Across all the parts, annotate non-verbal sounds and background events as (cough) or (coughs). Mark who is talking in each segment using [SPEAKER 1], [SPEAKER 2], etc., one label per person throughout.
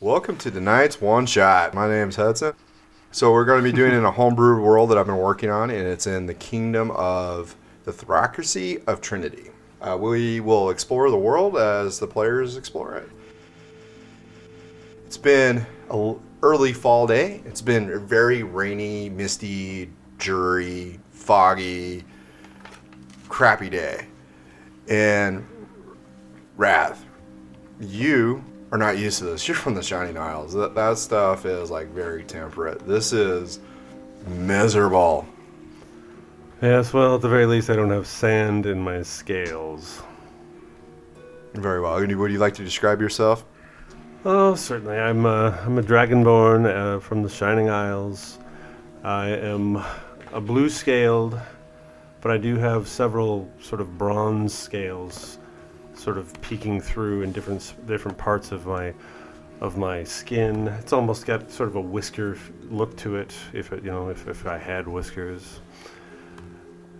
[SPEAKER 1] Welcome to tonight's one shot. My name's Hudson. So we're going to be doing in a homebrew world that I've been working on, and it's in the kingdom of the Throcracy of Trinity. Uh, we will explore the world as the players explore it. It's been a l- early fall day. It's been a very rainy, misty, dreary, foggy, crappy day. And Wrath, you are not used to this. You're from the Shining Isles. That, that stuff is like very temperate. This is miserable.
[SPEAKER 2] Yes, well, at the very least, I don't have sand in my scales.
[SPEAKER 1] Very well. Would you- Would you like to describe yourself?
[SPEAKER 2] Oh, certainly. I'm uh, I'm a dragonborn uh, from the Shining Isles. I am a blue-scaled, but I do have several sort of bronze scales, sort of peeking through in different s- different parts of my of my skin. It's almost got sort of a whisker f- look to it, if it, you know, if, if I had whiskers.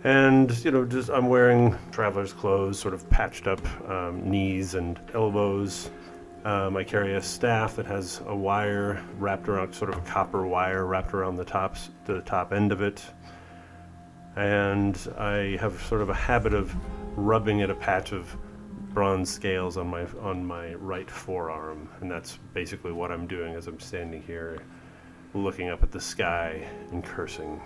[SPEAKER 2] And you know, just I'm wearing traveler's clothes, sort of patched up um, knees and elbows. Um, I carry a staff that has a wire wrapped around, sort of a copper wire wrapped around the tops, the top end of it. And I have sort of a habit of rubbing at a patch of bronze scales on my on my right forearm, and that's basically what I'm doing as I'm standing here, looking up at the sky and cursing.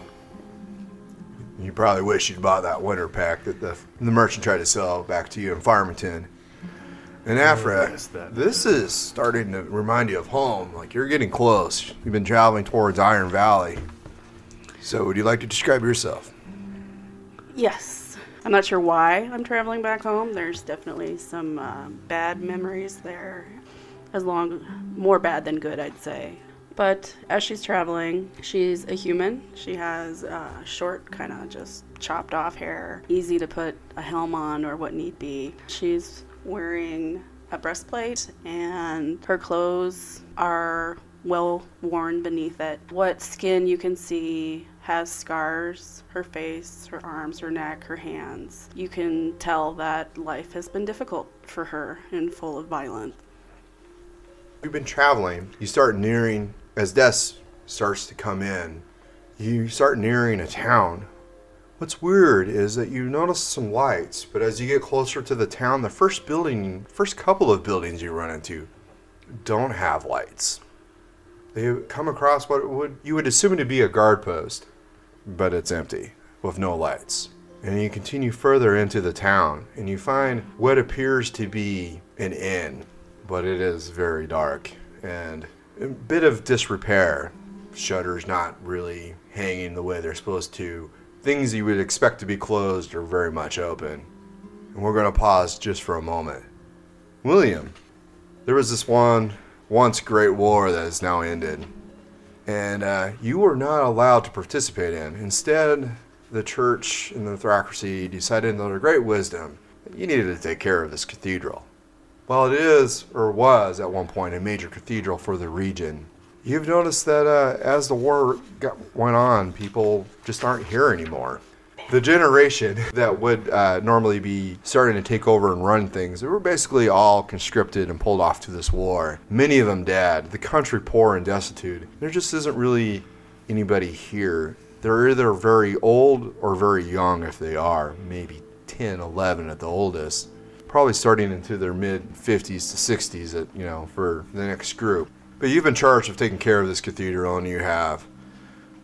[SPEAKER 1] You probably wish you'd bought that winter pack that the, the merchant tried to sell back to you in Farmington. And Afra,
[SPEAKER 2] yes, that-
[SPEAKER 1] this is starting to remind you of home. Like you're getting close. You've been traveling towards Iron Valley. So, would you like to describe yourself?
[SPEAKER 3] Yes. I'm not sure why I'm traveling back home. There's definitely some uh, bad memories there. As long, more bad than good, I'd say. But as she's traveling, she's a human. She has uh, short, kind of just chopped off hair, easy to put a helm on or what need be. She's wearing a breastplate, and her clothes are well worn beneath it. What skin you can see has scars her face, her arms, her neck, her hands. You can tell that life has been difficult for her and full of violence.
[SPEAKER 1] You've been traveling. You start nearing as death starts to come in. You start nearing a town. What's weird is that you notice some lights, but as you get closer to the town, the first building, first couple of buildings you run into, don't have lights. They come across what would you would assume to be a guard post, but it's empty with no lights. And you continue further into the town, and you find what appears to be an inn, but it is very dark and a bit of disrepair. Shutters not really hanging the way they're supposed to. Things you would expect to be closed are very much open. And we're going to pause just for a moment. William, there was this one once great war that is now ended, and uh, you were not allowed to participate in. Instead, the church and the theocracy decided, in their great wisdom, that you needed to take care of this cathedral. While it is, or was at one point, a major cathedral for the region, you've noticed that uh, as the war got, went on, people just aren't here anymore. The generation (laughs) that would uh, normally be starting to take over and run things, they were basically all conscripted and pulled off to this war. Many of them dead, the country poor and destitute. There just isn't really anybody here. They're either very old or very young if they are, maybe 10, 11 at the oldest. Probably starting into their mid 50s to 60s at, you know, for the next group. But you've been charged with taking care of this cathedral and you have.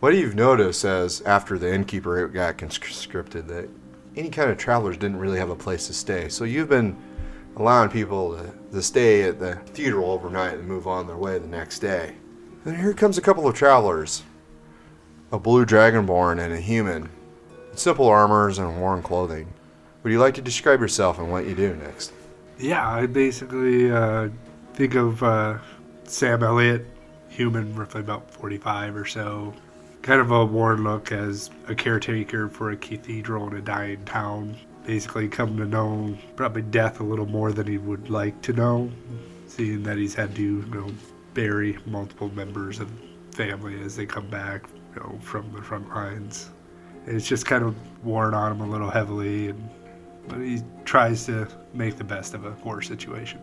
[SPEAKER 1] What you've noticed as after the innkeeper got conscripted that any kind of travelers didn't really have a place to stay. So you've been allowing people to, to stay at the cathedral overnight and move on their way the next day. Then here comes a couple of travelers a blue dragonborn and a human, in simple armors and worn clothing. Would you like to describe yourself and what you do next?
[SPEAKER 4] Yeah, I basically uh, think of uh, Sam Elliott, human, roughly about 45 or so. Kind of a worn look as a caretaker for a cathedral in a dying town. Basically, come to know probably death a little more than he would like to know, seeing that he's had to you know, bury multiple members of family as they come back you know, from the front lines. And it's just kind of worn on him a little heavily, and but he tries to make the best of a war situation.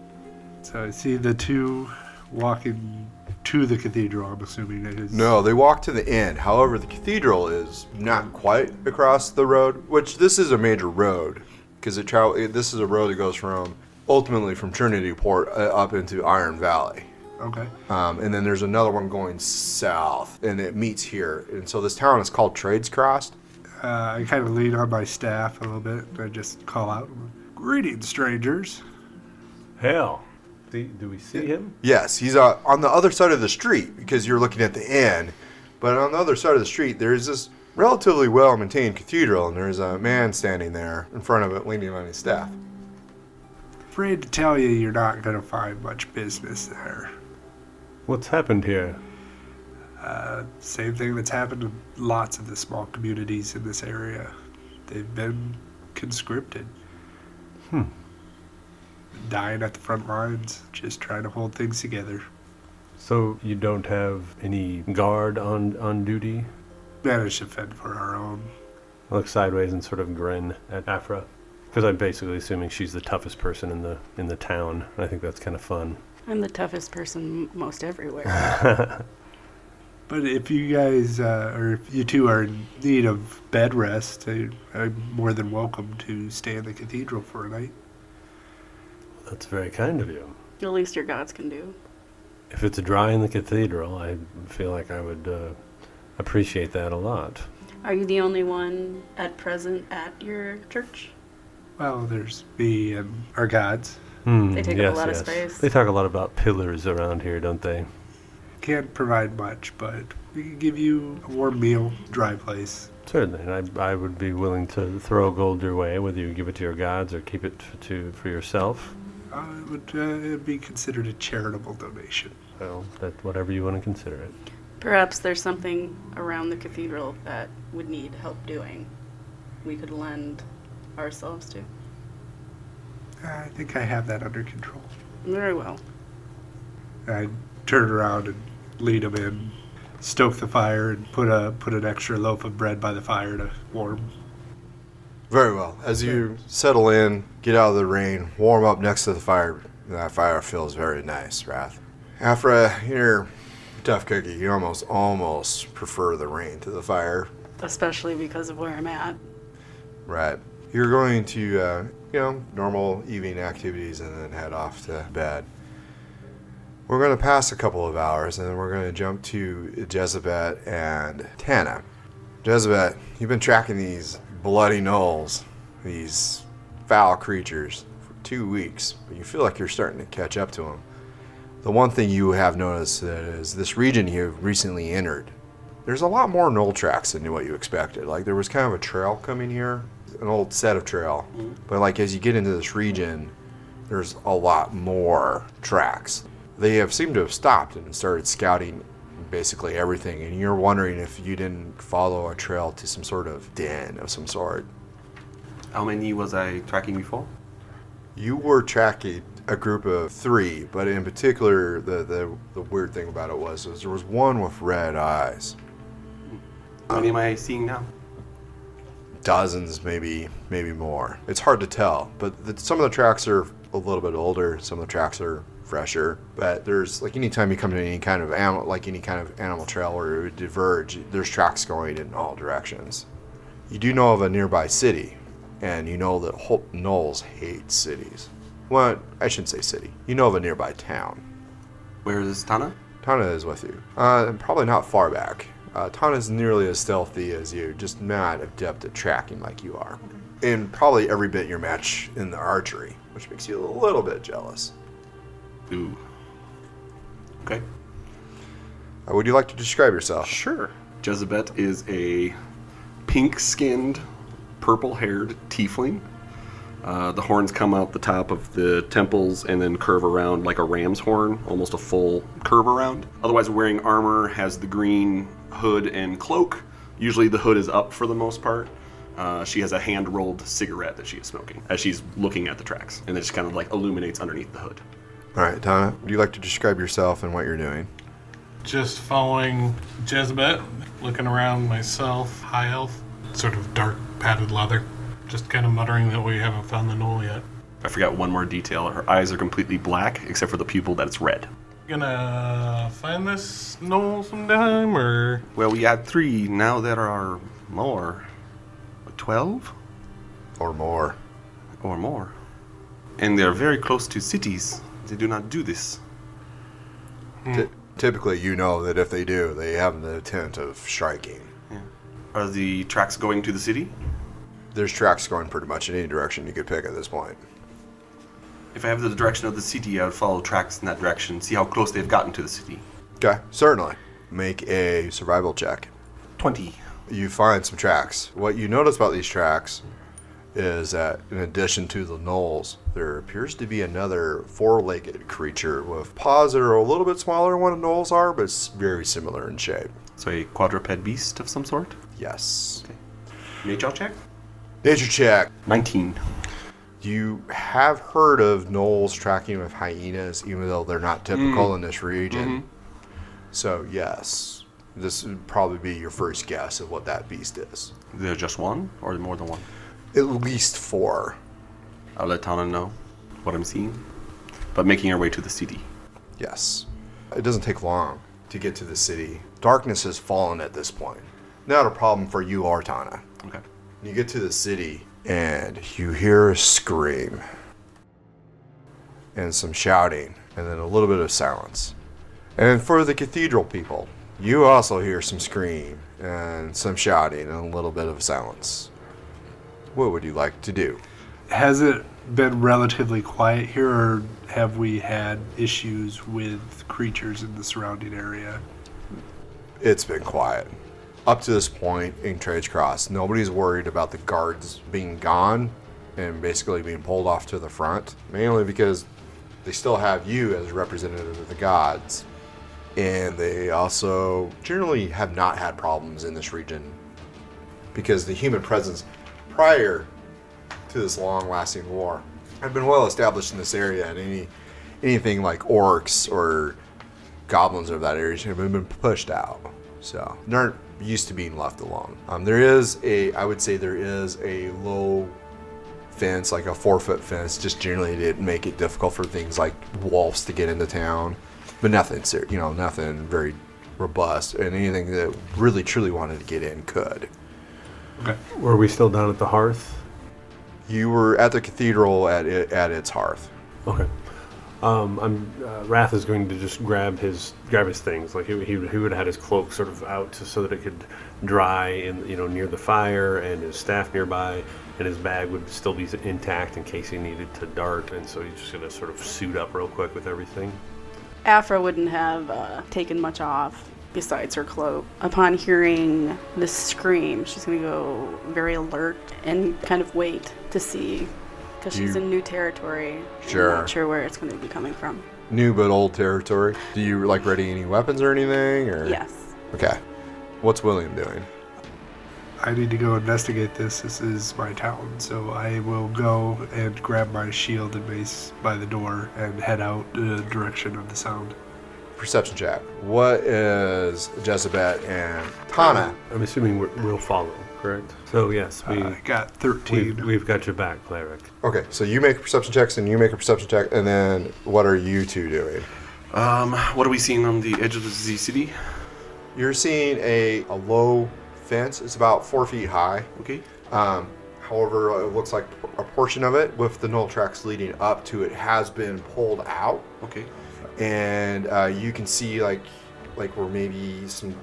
[SPEAKER 4] So I see the two walking to the cathedral. I'm assuming it is.
[SPEAKER 1] No, they walk to the end. However, the cathedral is not quite across the road, which this is a major road because it travel. it- This is a road that goes from ultimately from Trinity Port uh, up into Iron Valley.
[SPEAKER 4] Okay.
[SPEAKER 1] Um, and then there's another one going south, and it meets here. And so this town is called Trades Crossed.
[SPEAKER 4] Uh, I kind of lean on my staff a little bit. and I just call out, "Greetings, strangers."
[SPEAKER 2] Hell. Do, do we see him?
[SPEAKER 1] Yes, he's uh, on the other side of the street because you're looking at the inn. But on the other side of the street, there is this relatively well maintained cathedral, and there's a man standing there in front of it leaning on his staff.
[SPEAKER 4] Afraid to tell you, you're not gonna find much business there.
[SPEAKER 2] What's happened here?
[SPEAKER 4] Uh, Same thing that's happened to lots of the small communities in this area. They've been conscripted. Hmm. Dying at the front lines, just trying to hold things together.
[SPEAKER 2] So you don't have any guard on, on duty?
[SPEAKER 4] Managed to fend for our own.
[SPEAKER 2] I look sideways and sort of grin at Afra. Because I'm basically assuming she's the toughest person in the in the town. I think that's kind of fun.
[SPEAKER 3] I'm the toughest person m- most everywhere.
[SPEAKER 4] But if you guys, uh, or if you two are in need of bed rest, I, I'm more than welcome to stay in the cathedral for a night.
[SPEAKER 2] That's very kind of you.
[SPEAKER 3] the least your gods can do.
[SPEAKER 2] If it's dry in the cathedral, I feel like I would uh, appreciate that a lot.
[SPEAKER 3] Are you the only one at present at your church?
[SPEAKER 4] Well, there's me and our gods.
[SPEAKER 2] Hmm,
[SPEAKER 3] They take up a
[SPEAKER 2] yes,
[SPEAKER 3] lot of
[SPEAKER 2] yes.
[SPEAKER 3] space.
[SPEAKER 2] They talk a lot about pillars around here, don't they?
[SPEAKER 4] Can't provide much, but we can give you a warm meal, dry place.
[SPEAKER 2] Certainly, and I, I would be willing to throw gold your way, whether you give it to your gods or keep it f- to for yourself.
[SPEAKER 4] Uh, it would uh, it'd be considered a charitable donation.
[SPEAKER 2] Well, that whatever you want to consider it.
[SPEAKER 3] Perhaps there's something around the cathedral that would need help doing. We could lend ourselves to.
[SPEAKER 4] I think I have that under control.
[SPEAKER 3] Very well.
[SPEAKER 4] I turn around and lead them in, stoke the fire, and put a put an extra loaf of bread by the fire to warm.
[SPEAKER 1] Very well. As you settle in, get out of the rain, warm up next to the fire. That fire feels very nice, Wrath. Afra, you're a tough cookie. You almost, almost prefer the rain to the fire,
[SPEAKER 3] Especially because of where I'm at.
[SPEAKER 1] right? You're going to, uh, you know, normal evening activities and then head off to bed. We're going to pass a couple of hours and then we're going to jump to Jezebet and Tana. Jezebet, you've been tracking these bloody gnolls, these foul creatures, for two weeks, but you feel like you're starting to catch up to them. The one thing you have noticed that is this region you've recently entered. There's a lot more gnoll tracks than what you expected. Like there was kind of a trail coming here, an old set of trail, but like as you get into this region, there's a lot more tracks. They have seemed to have stopped and started scouting basically everything, and you're wondering if you didn't follow a trail to some sort of den of some sort.
[SPEAKER 5] How many was I tracking before?
[SPEAKER 1] You were tracking a group of three, but in particular, the, the, the weird thing about it was, was there was one with red eyes.
[SPEAKER 5] How many am I seeing now?
[SPEAKER 1] dozens, maybe maybe more. It's hard to tell, but the, some of the tracks are a little bit older. Some of the tracks are fresher. But there's like anytime you come to any kind of animal, like any kind of animal trail where it would diverge, there's tracks going in all directions. You do know of a nearby city, and you know that Holt Knowles hates cities. Well, I shouldn't say city. You know of a nearby town.
[SPEAKER 5] Where is Tana?
[SPEAKER 1] Tana is with you. Uh, probably not far back. Uh, Tana's nearly as stealthy as you, just not adept at tracking like you are. And probably every bit your match in the archery, which makes you a little bit jealous.
[SPEAKER 5] Ooh. Okay.
[SPEAKER 1] Uh, would you like to describe yourself?
[SPEAKER 5] Sure. Jezebet is a pink skinned, purple haired tiefling. Uh, the horns come out the top of the temples and then curve around like a ram's horn, almost a full curve around. Otherwise, wearing armor, has the green hood and cloak. Usually, the hood is up for the most part. Uh, she has a hand rolled cigarette that she is smoking as she's looking at the tracks, and it just kind of like illuminates underneath the hood.
[SPEAKER 1] All right, Tana, would you like to describe yourself and what you're doing?
[SPEAKER 6] Just following Jezebet, looking around myself, high elf, sort of dark padded leather. Just kind of muttering that we haven't found the knoll yet.
[SPEAKER 5] I forgot one more detail. Her eyes are completely black except for the pupil that's red.
[SPEAKER 6] gonna uh, find this knoll sometime, or
[SPEAKER 5] Well, we had three. Now there are more. Twelve
[SPEAKER 1] or more.
[SPEAKER 5] or more. And they are very close to cities. They do not do this.
[SPEAKER 1] Ty- typically, you know that if they do, they have the intent of striking.
[SPEAKER 5] Are the tracks going to the city?
[SPEAKER 1] There's tracks going pretty much in any direction you could pick at this point.
[SPEAKER 5] If I have the direction of the city, I would follow tracks in that direction, see how close they've gotten to the city.
[SPEAKER 1] Okay, certainly. Make a survival check.
[SPEAKER 5] 20.
[SPEAKER 1] You find some tracks. What you notice about these tracks is that, in addition to the gnolls, there appears to be another four legged creature with paws that are a little bit smaller than what gnolls are, but it's very similar in shape.
[SPEAKER 5] So a quadruped beast of some sort?
[SPEAKER 1] Yes.
[SPEAKER 5] Nature check?
[SPEAKER 1] Nature check.
[SPEAKER 5] 19.
[SPEAKER 1] You have heard of gnolls tracking with hyenas, even though they're not typical in this region. So, yes, this would probably be your first guess of what that beast is.
[SPEAKER 5] There's just one or more than one?
[SPEAKER 1] At least four.
[SPEAKER 5] I'll let Tana know what I'm seeing. But making our way to the city.
[SPEAKER 1] Yes. It doesn't take long to get to the city. Darkness has fallen at this point. Not a problem for you, Artana.
[SPEAKER 5] Okay.
[SPEAKER 1] You get to the city and you hear a scream and some shouting and then a little bit of silence. And for the cathedral people, you also hear some scream and some shouting and a little bit of silence. What would you like to do?
[SPEAKER 4] Has it been relatively quiet here, or have we had issues with creatures in the surrounding area?
[SPEAKER 1] it's been quiet. Up to this point in Trades Cross, nobody's worried about the guards being gone and basically being pulled off to the front, mainly because they still have you as a representative of the gods. And they also generally have not had problems in this region because the human presence prior to this long-lasting war have been well established in this area and any anything like orcs or goblins of that area have been pushed out. So they aren't used to being left alone. Um, there is a, I would say there is a low fence, like a four foot fence, just generally to make it difficult for things like wolves to get into town. But nothing, ser- you know, nothing very robust, and anything that really truly wanted to get in could.
[SPEAKER 4] Okay.
[SPEAKER 2] Were we still down at the hearth?
[SPEAKER 1] You were at the cathedral at it, at its hearth.
[SPEAKER 2] Okay. Um, I'm, uh, Wrath is going to just grab his grab his things. Like he, he, he would have had his cloak sort of out to, so that it could dry in you know near the fire and his staff nearby, and his bag would still be intact in case he needed to dart. And so he's just going to sort of suit up real quick with everything.
[SPEAKER 3] Afra wouldn't have uh, taken much off besides her cloak. Upon hearing this scream, she's going to go very alert and kind of wait to see because she's
[SPEAKER 1] You-
[SPEAKER 3] in new territory.
[SPEAKER 1] Sure.
[SPEAKER 3] Not sure where it's going to be coming from.
[SPEAKER 1] New but old territory. Do you like ready any weapons or anything? Or
[SPEAKER 3] Yes.
[SPEAKER 1] Okay. What's William doing?
[SPEAKER 4] I need to go investigate this. This is my town, so I will go and grab my shield and mace by the door and head out the direction of the sound.
[SPEAKER 1] perception check. What is Jezebet and Tana?
[SPEAKER 2] I'm assuming we're, we'll follow, correct? So yes, we
[SPEAKER 4] I got
[SPEAKER 2] we
[SPEAKER 4] 13.
[SPEAKER 2] we've got your back, cleric.
[SPEAKER 1] Okay, so you make perception checks and you make a perception check, and then what are you two doing?
[SPEAKER 5] Um, what are we seeing on the edge of the city?
[SPEAKER 1] You're seeing a, a low fence. It's about four feet high.
[SPEAKER 5] Okay.
[SPEAKER 1] Um, however, it looks like a portion of it with the null tracks leading up to it has been pulled out.
[SPEAKER 5] Okay.
[SPEAKER 1] and uh, you can see like like where maybe some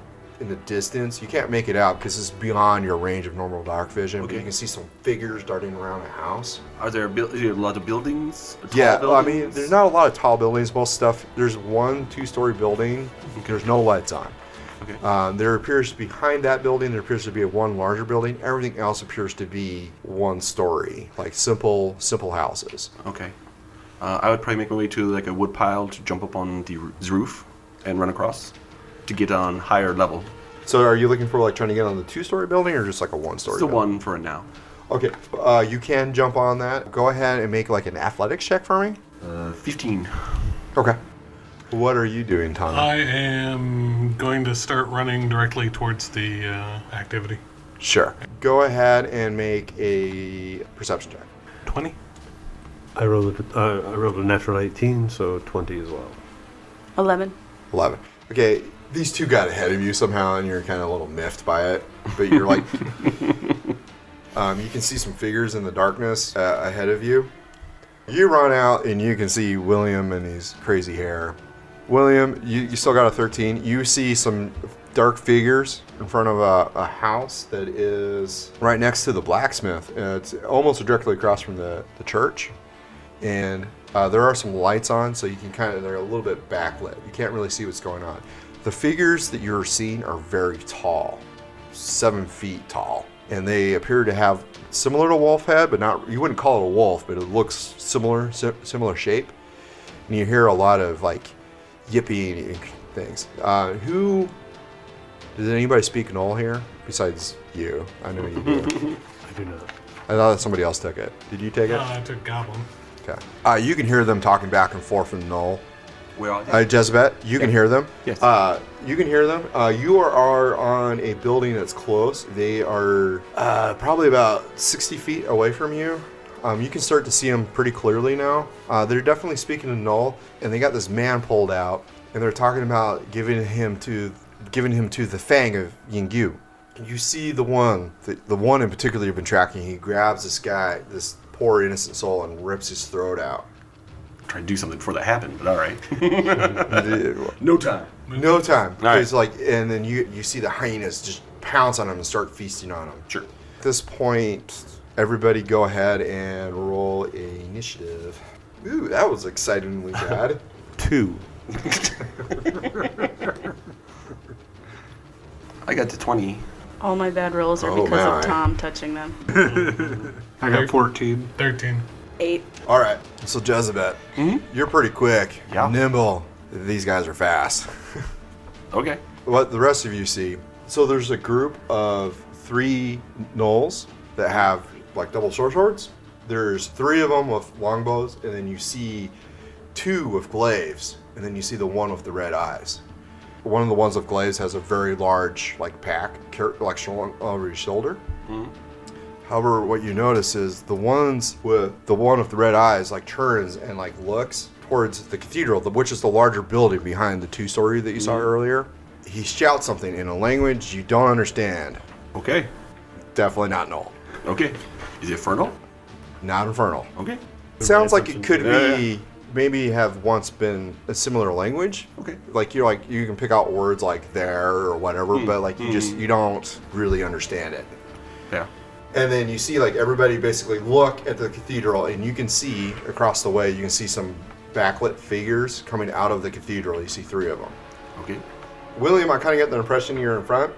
[SPEAKER 1] in the distance you can't make it out because it's beyond your range of normal dark vision but
[SPEAKER 5] Okay.
[SPEAKER 1] you can see some figures darting around a house
[SPEAKER 5] Are there, buil- is there a lot of buildings? Tall
[SPEAKER 1] yeah well, i mean
[SPEAKER 5] buildings?
[SPEAKER 1] there's not a lot of tall buildings most stuff there's one two-story building there's no lights on
[SPEAKER 5] Okay.
[SPEAKER 1] um, there appears behind that building there appears to be one larger building everything else appears to be one story like simple simple houses
[SPEAKER 5] Okay. Uh, I would probably make my way to like a wood pile to jump up on the r- roof and run across to get on higher level.
[SPEAKER 1] so are you looking for like trying to get on the two-story building or just like a one-story
[SPEAKER 5] It's the
[SPEAKER 1] building?
[SPEAKER 5] one for now.
[SPEAKER 1] Okay, uh, you can jump on that. Go ahead and make like an athletics check for me.
[SPEAKER 5] Uh, 15.
[SPEAKER 1] Okay. What are you doing, Tana?
[SPEAKER 6] I am going to start running directly towards the uh, activity.
[SPEAKER 1] sure. Go ahead and make a perception check.
[SPEAKER 6] 20?
[SPEAKER 2] I rolled a, uh, I rolled a natural 18, so 20 as well.
[SPEAKER 3] Eleven.
[SPEAKER 1] 11. Okay, these two got ahead of you somehow, and you're kind of a little miffed by it. But you're like, (laughs) um, you can see some figures in the darkness uh, ahead of you. You run out, and you can see William and his crazy hair. William, you, you still got a 13. You see some dark figures in front of a, a house that is right next to the blacksmith. Uh, it's almost directly across from the, the church and uh, there are some lights on, so you can kind of they're a little bit backlit. You can't really see what's going on. The figures that you're seeing are very tall, seven feet tall, and they appear to have similar to wolf head, but not. You wouldn't call it a wolf, but it looks similar, si- similar shape. And you hear a lot of like yipping and things. Uh, who does anybody speak Knoll here besides you? I know you do.
[SPEAKER 2] I do not.
[SPEAKER 1] I thought that somebody else took it. Did you take it?
[SPEAKER 6] No, Uh, I took Goblin.
[SPEAKER 1] Okay. Uh, you can hear them talking back and forth in the Knoll.
[SPEAKER 5] Where are
[SPEAKER 1] Uh, Jezebet, you can hear them.
[SPEAKER 5] Yes.
[SPEAKER 1] Uh, you can hear them. Uh, you are, are on a building that's close. They are uh, probably about 60 feet away from you. Um, you can start to see them pretty clearly now. Uh, they're definitely speaking to Null, and they got this man pulled out, and they're talking about giving him to giving him to the Fang of Yingyu. You see the one, the, the one in particular you've been tracking. He grabs this guy, this poor innocent soul, and rips his throat out.
[SPEAKER 5] Try to do something before that happened, but all right. (laughs)
[SPEAKER 1] The-
[SPEAKER 5] no time.
[SPEAKER 1] No time.
[SPEAKER 5] right.
[SPEAKER 1] It's like, and then you you see the hyenas just pounce on him and start feasting on him.
[SPEAKER 5] Sure.
[SPEAKER 1] At this point, everybody go ahead and roll a initiative. Ooh, that was
[SPEAKER 5] (laughs)
[SPEAKER 1] excitingly bad.
[SPEAKER 2] Two.
[SPEAKER 5] I got to 20.
[SPEAKER 3] All my bad rolls are
[SPEAKER 1] Oh,
[SPEAKER 3] because
[SPEAKER 1] my.
[SPEAKER 3] of Tom touching them.
[SPEAKER 4] I got 14.
[SPEAKER 6] 13.
[SPEAKER 3] Eight.
[SPEAKER 1] All right, so Jezebel, you're pretty quick,
[SPEAKER 5] Mm-hmm. Yeah.
[SPEAKER 1] nimble. These guys are fast. (laughs)
[SPEAKER 5] Okay.
[SPEAKER 1] what the rest of you see. So there's a group of three gnolls that have like double short swords. There's three of them with longbows, and then you see two with glaives, and then you see the one with the red eyes. One of the ones with glaives has a very large like pack, car- like shou- over his shoulder. However, what you notice is the ones with the one with the red eyes like turns and like looks towards the cathedral, the- which is the larger building behind the two-story that you saw earlier. He shouts something in a language you don't understand.
[SPEAKER 5] Okay.
[SPEAKER 1] Definitely not null,
[SPEAKER 5] Okay. Is it Fernal?
[SPEAKER 1] not infernal.
[SPEAKER 5] Okay.
[SPEAKER 1] Sounds like it could
[SPEAKER 5] Yeah,
[SPEAKER 1] be maybe have once been a similar language.
[SPEAKER 5] Okay.
[SPEAKER 1] Like you're like you can pick out words like there or whatever, but like you just you don't really understand it.
[SPEAKER 5] Yeah.
[SPEAKER 1] and then you see like everybody basically look at the cathedral and you can see across the way you can see some backlit figures coming out of the cathedral you see three of them
[SPEAKER 5] Okay.
[SPEAKER 1] william i kind of get the impression you're in front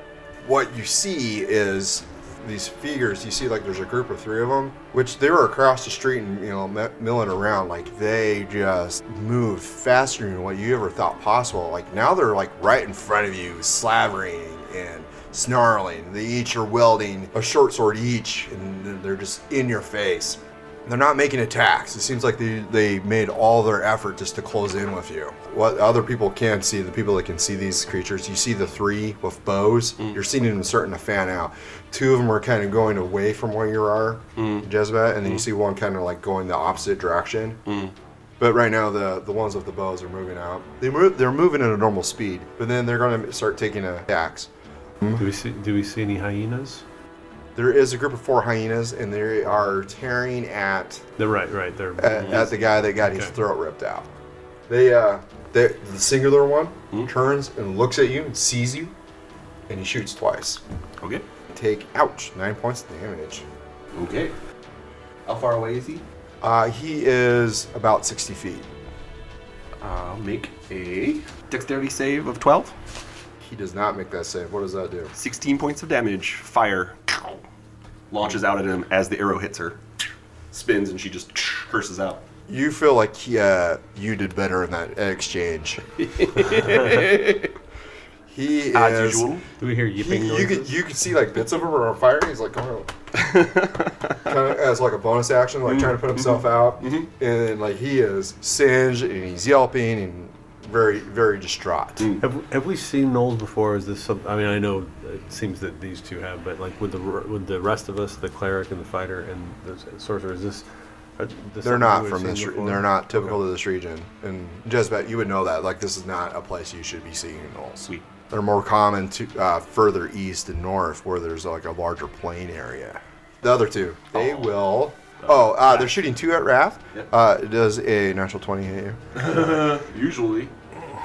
[SPEAKER 1] what you see is these figures you see like there's a group of three of them which they were across the street and you know mi- milling around like they just moved faster than what you ever thought possible like now they're like right in front of you slavering and snarling. They each are wielding a short sword each, and they're just in your face. They're not making attacks. It seems like they, they made all their effort just to close in with you. What other people can see, the people that can see these creatures, you see the three with bows. You're seeing them starting to fan out. Two of them are kind of going away from where you are, Jezebel, and then you see one kind of like going the opposite direction. But right now, the the ones with the bows are moving out. They move, they're moving at a normal speed, but then they're going to start taking attacks. Hmm?
[SPEAKER 2] Do we see? Do we see any hyenas?
[SPEAKER 1] There is a group of four hyenas, and they are tearing at
[SPEAKER 2] They're right. Right. They're.
[SPEAKER 1] at, Uh, at the guy that got his
[SPEAKER 2] Okay.
[SPEAKER 1] throat ripped out. They, uh, they, the singular one turns and looks at you and sees you, and he shoots twice.
[SPEAKER 5] Okay.
[SPEAKER 1] Take ouch nine points of damage.
[SPEAKER 5] Okay. How far away is he?
[SPEAKER 1] Uh, he is about sixty feet.
[SPEAKER 5] I'll make a dexterity save of 12.
[SPEAKER 1] He does not make that save. What does that do?
[SPEAKER 5] 16 points of damage. Fire launches out at him as the arrow hits her. Spins and she just curses out.
[SPEAKER 1] You feel like he, uh, you did better in that exchange. (laughs) he is.
[SPEAKER 5] As usual.
[SPEAKER 2] do we hear yipping
[SPEAKER 1] You, you
[SPEAKER 2] noises?
[SPEAKER 1] could you could see like bits of him are on fire. He's like going kind of as like a bonus action, like trying to put himself out, and like he is singed and he's yelping and very very distraught.
[SPEAKER 2] Have, have we seen Knowles before? Is this some? I mean, I know it seems that these two have, but like with the r- with the rest of us, the cleric and the fighter and the sorcerer, is this Are-
[SPEAKER 1] They're not
[SPEAKER 2] we've
[SPEAKER 1] from
[SPEAKER 2] seen
[SPEAKER 1] this. re-
[SPEAKER 2] before?
[SPEAKER 1] They're not typical of this region. And Jezbet, you would know that. Like, this is not a place you should be seeing gnolls.
[SPEAKER 5] Sweet.
[SPEAKER 1] They're more common to uh, further east and north, where there's like a larger plain area. The other two, they will. Oh, uh, they're shooting two at Wrath.
[SPEAKER 5] Yep.
[SPEAKER 1] Uh, does a natural twenty hit you?
[SPEAKER 5] Usually.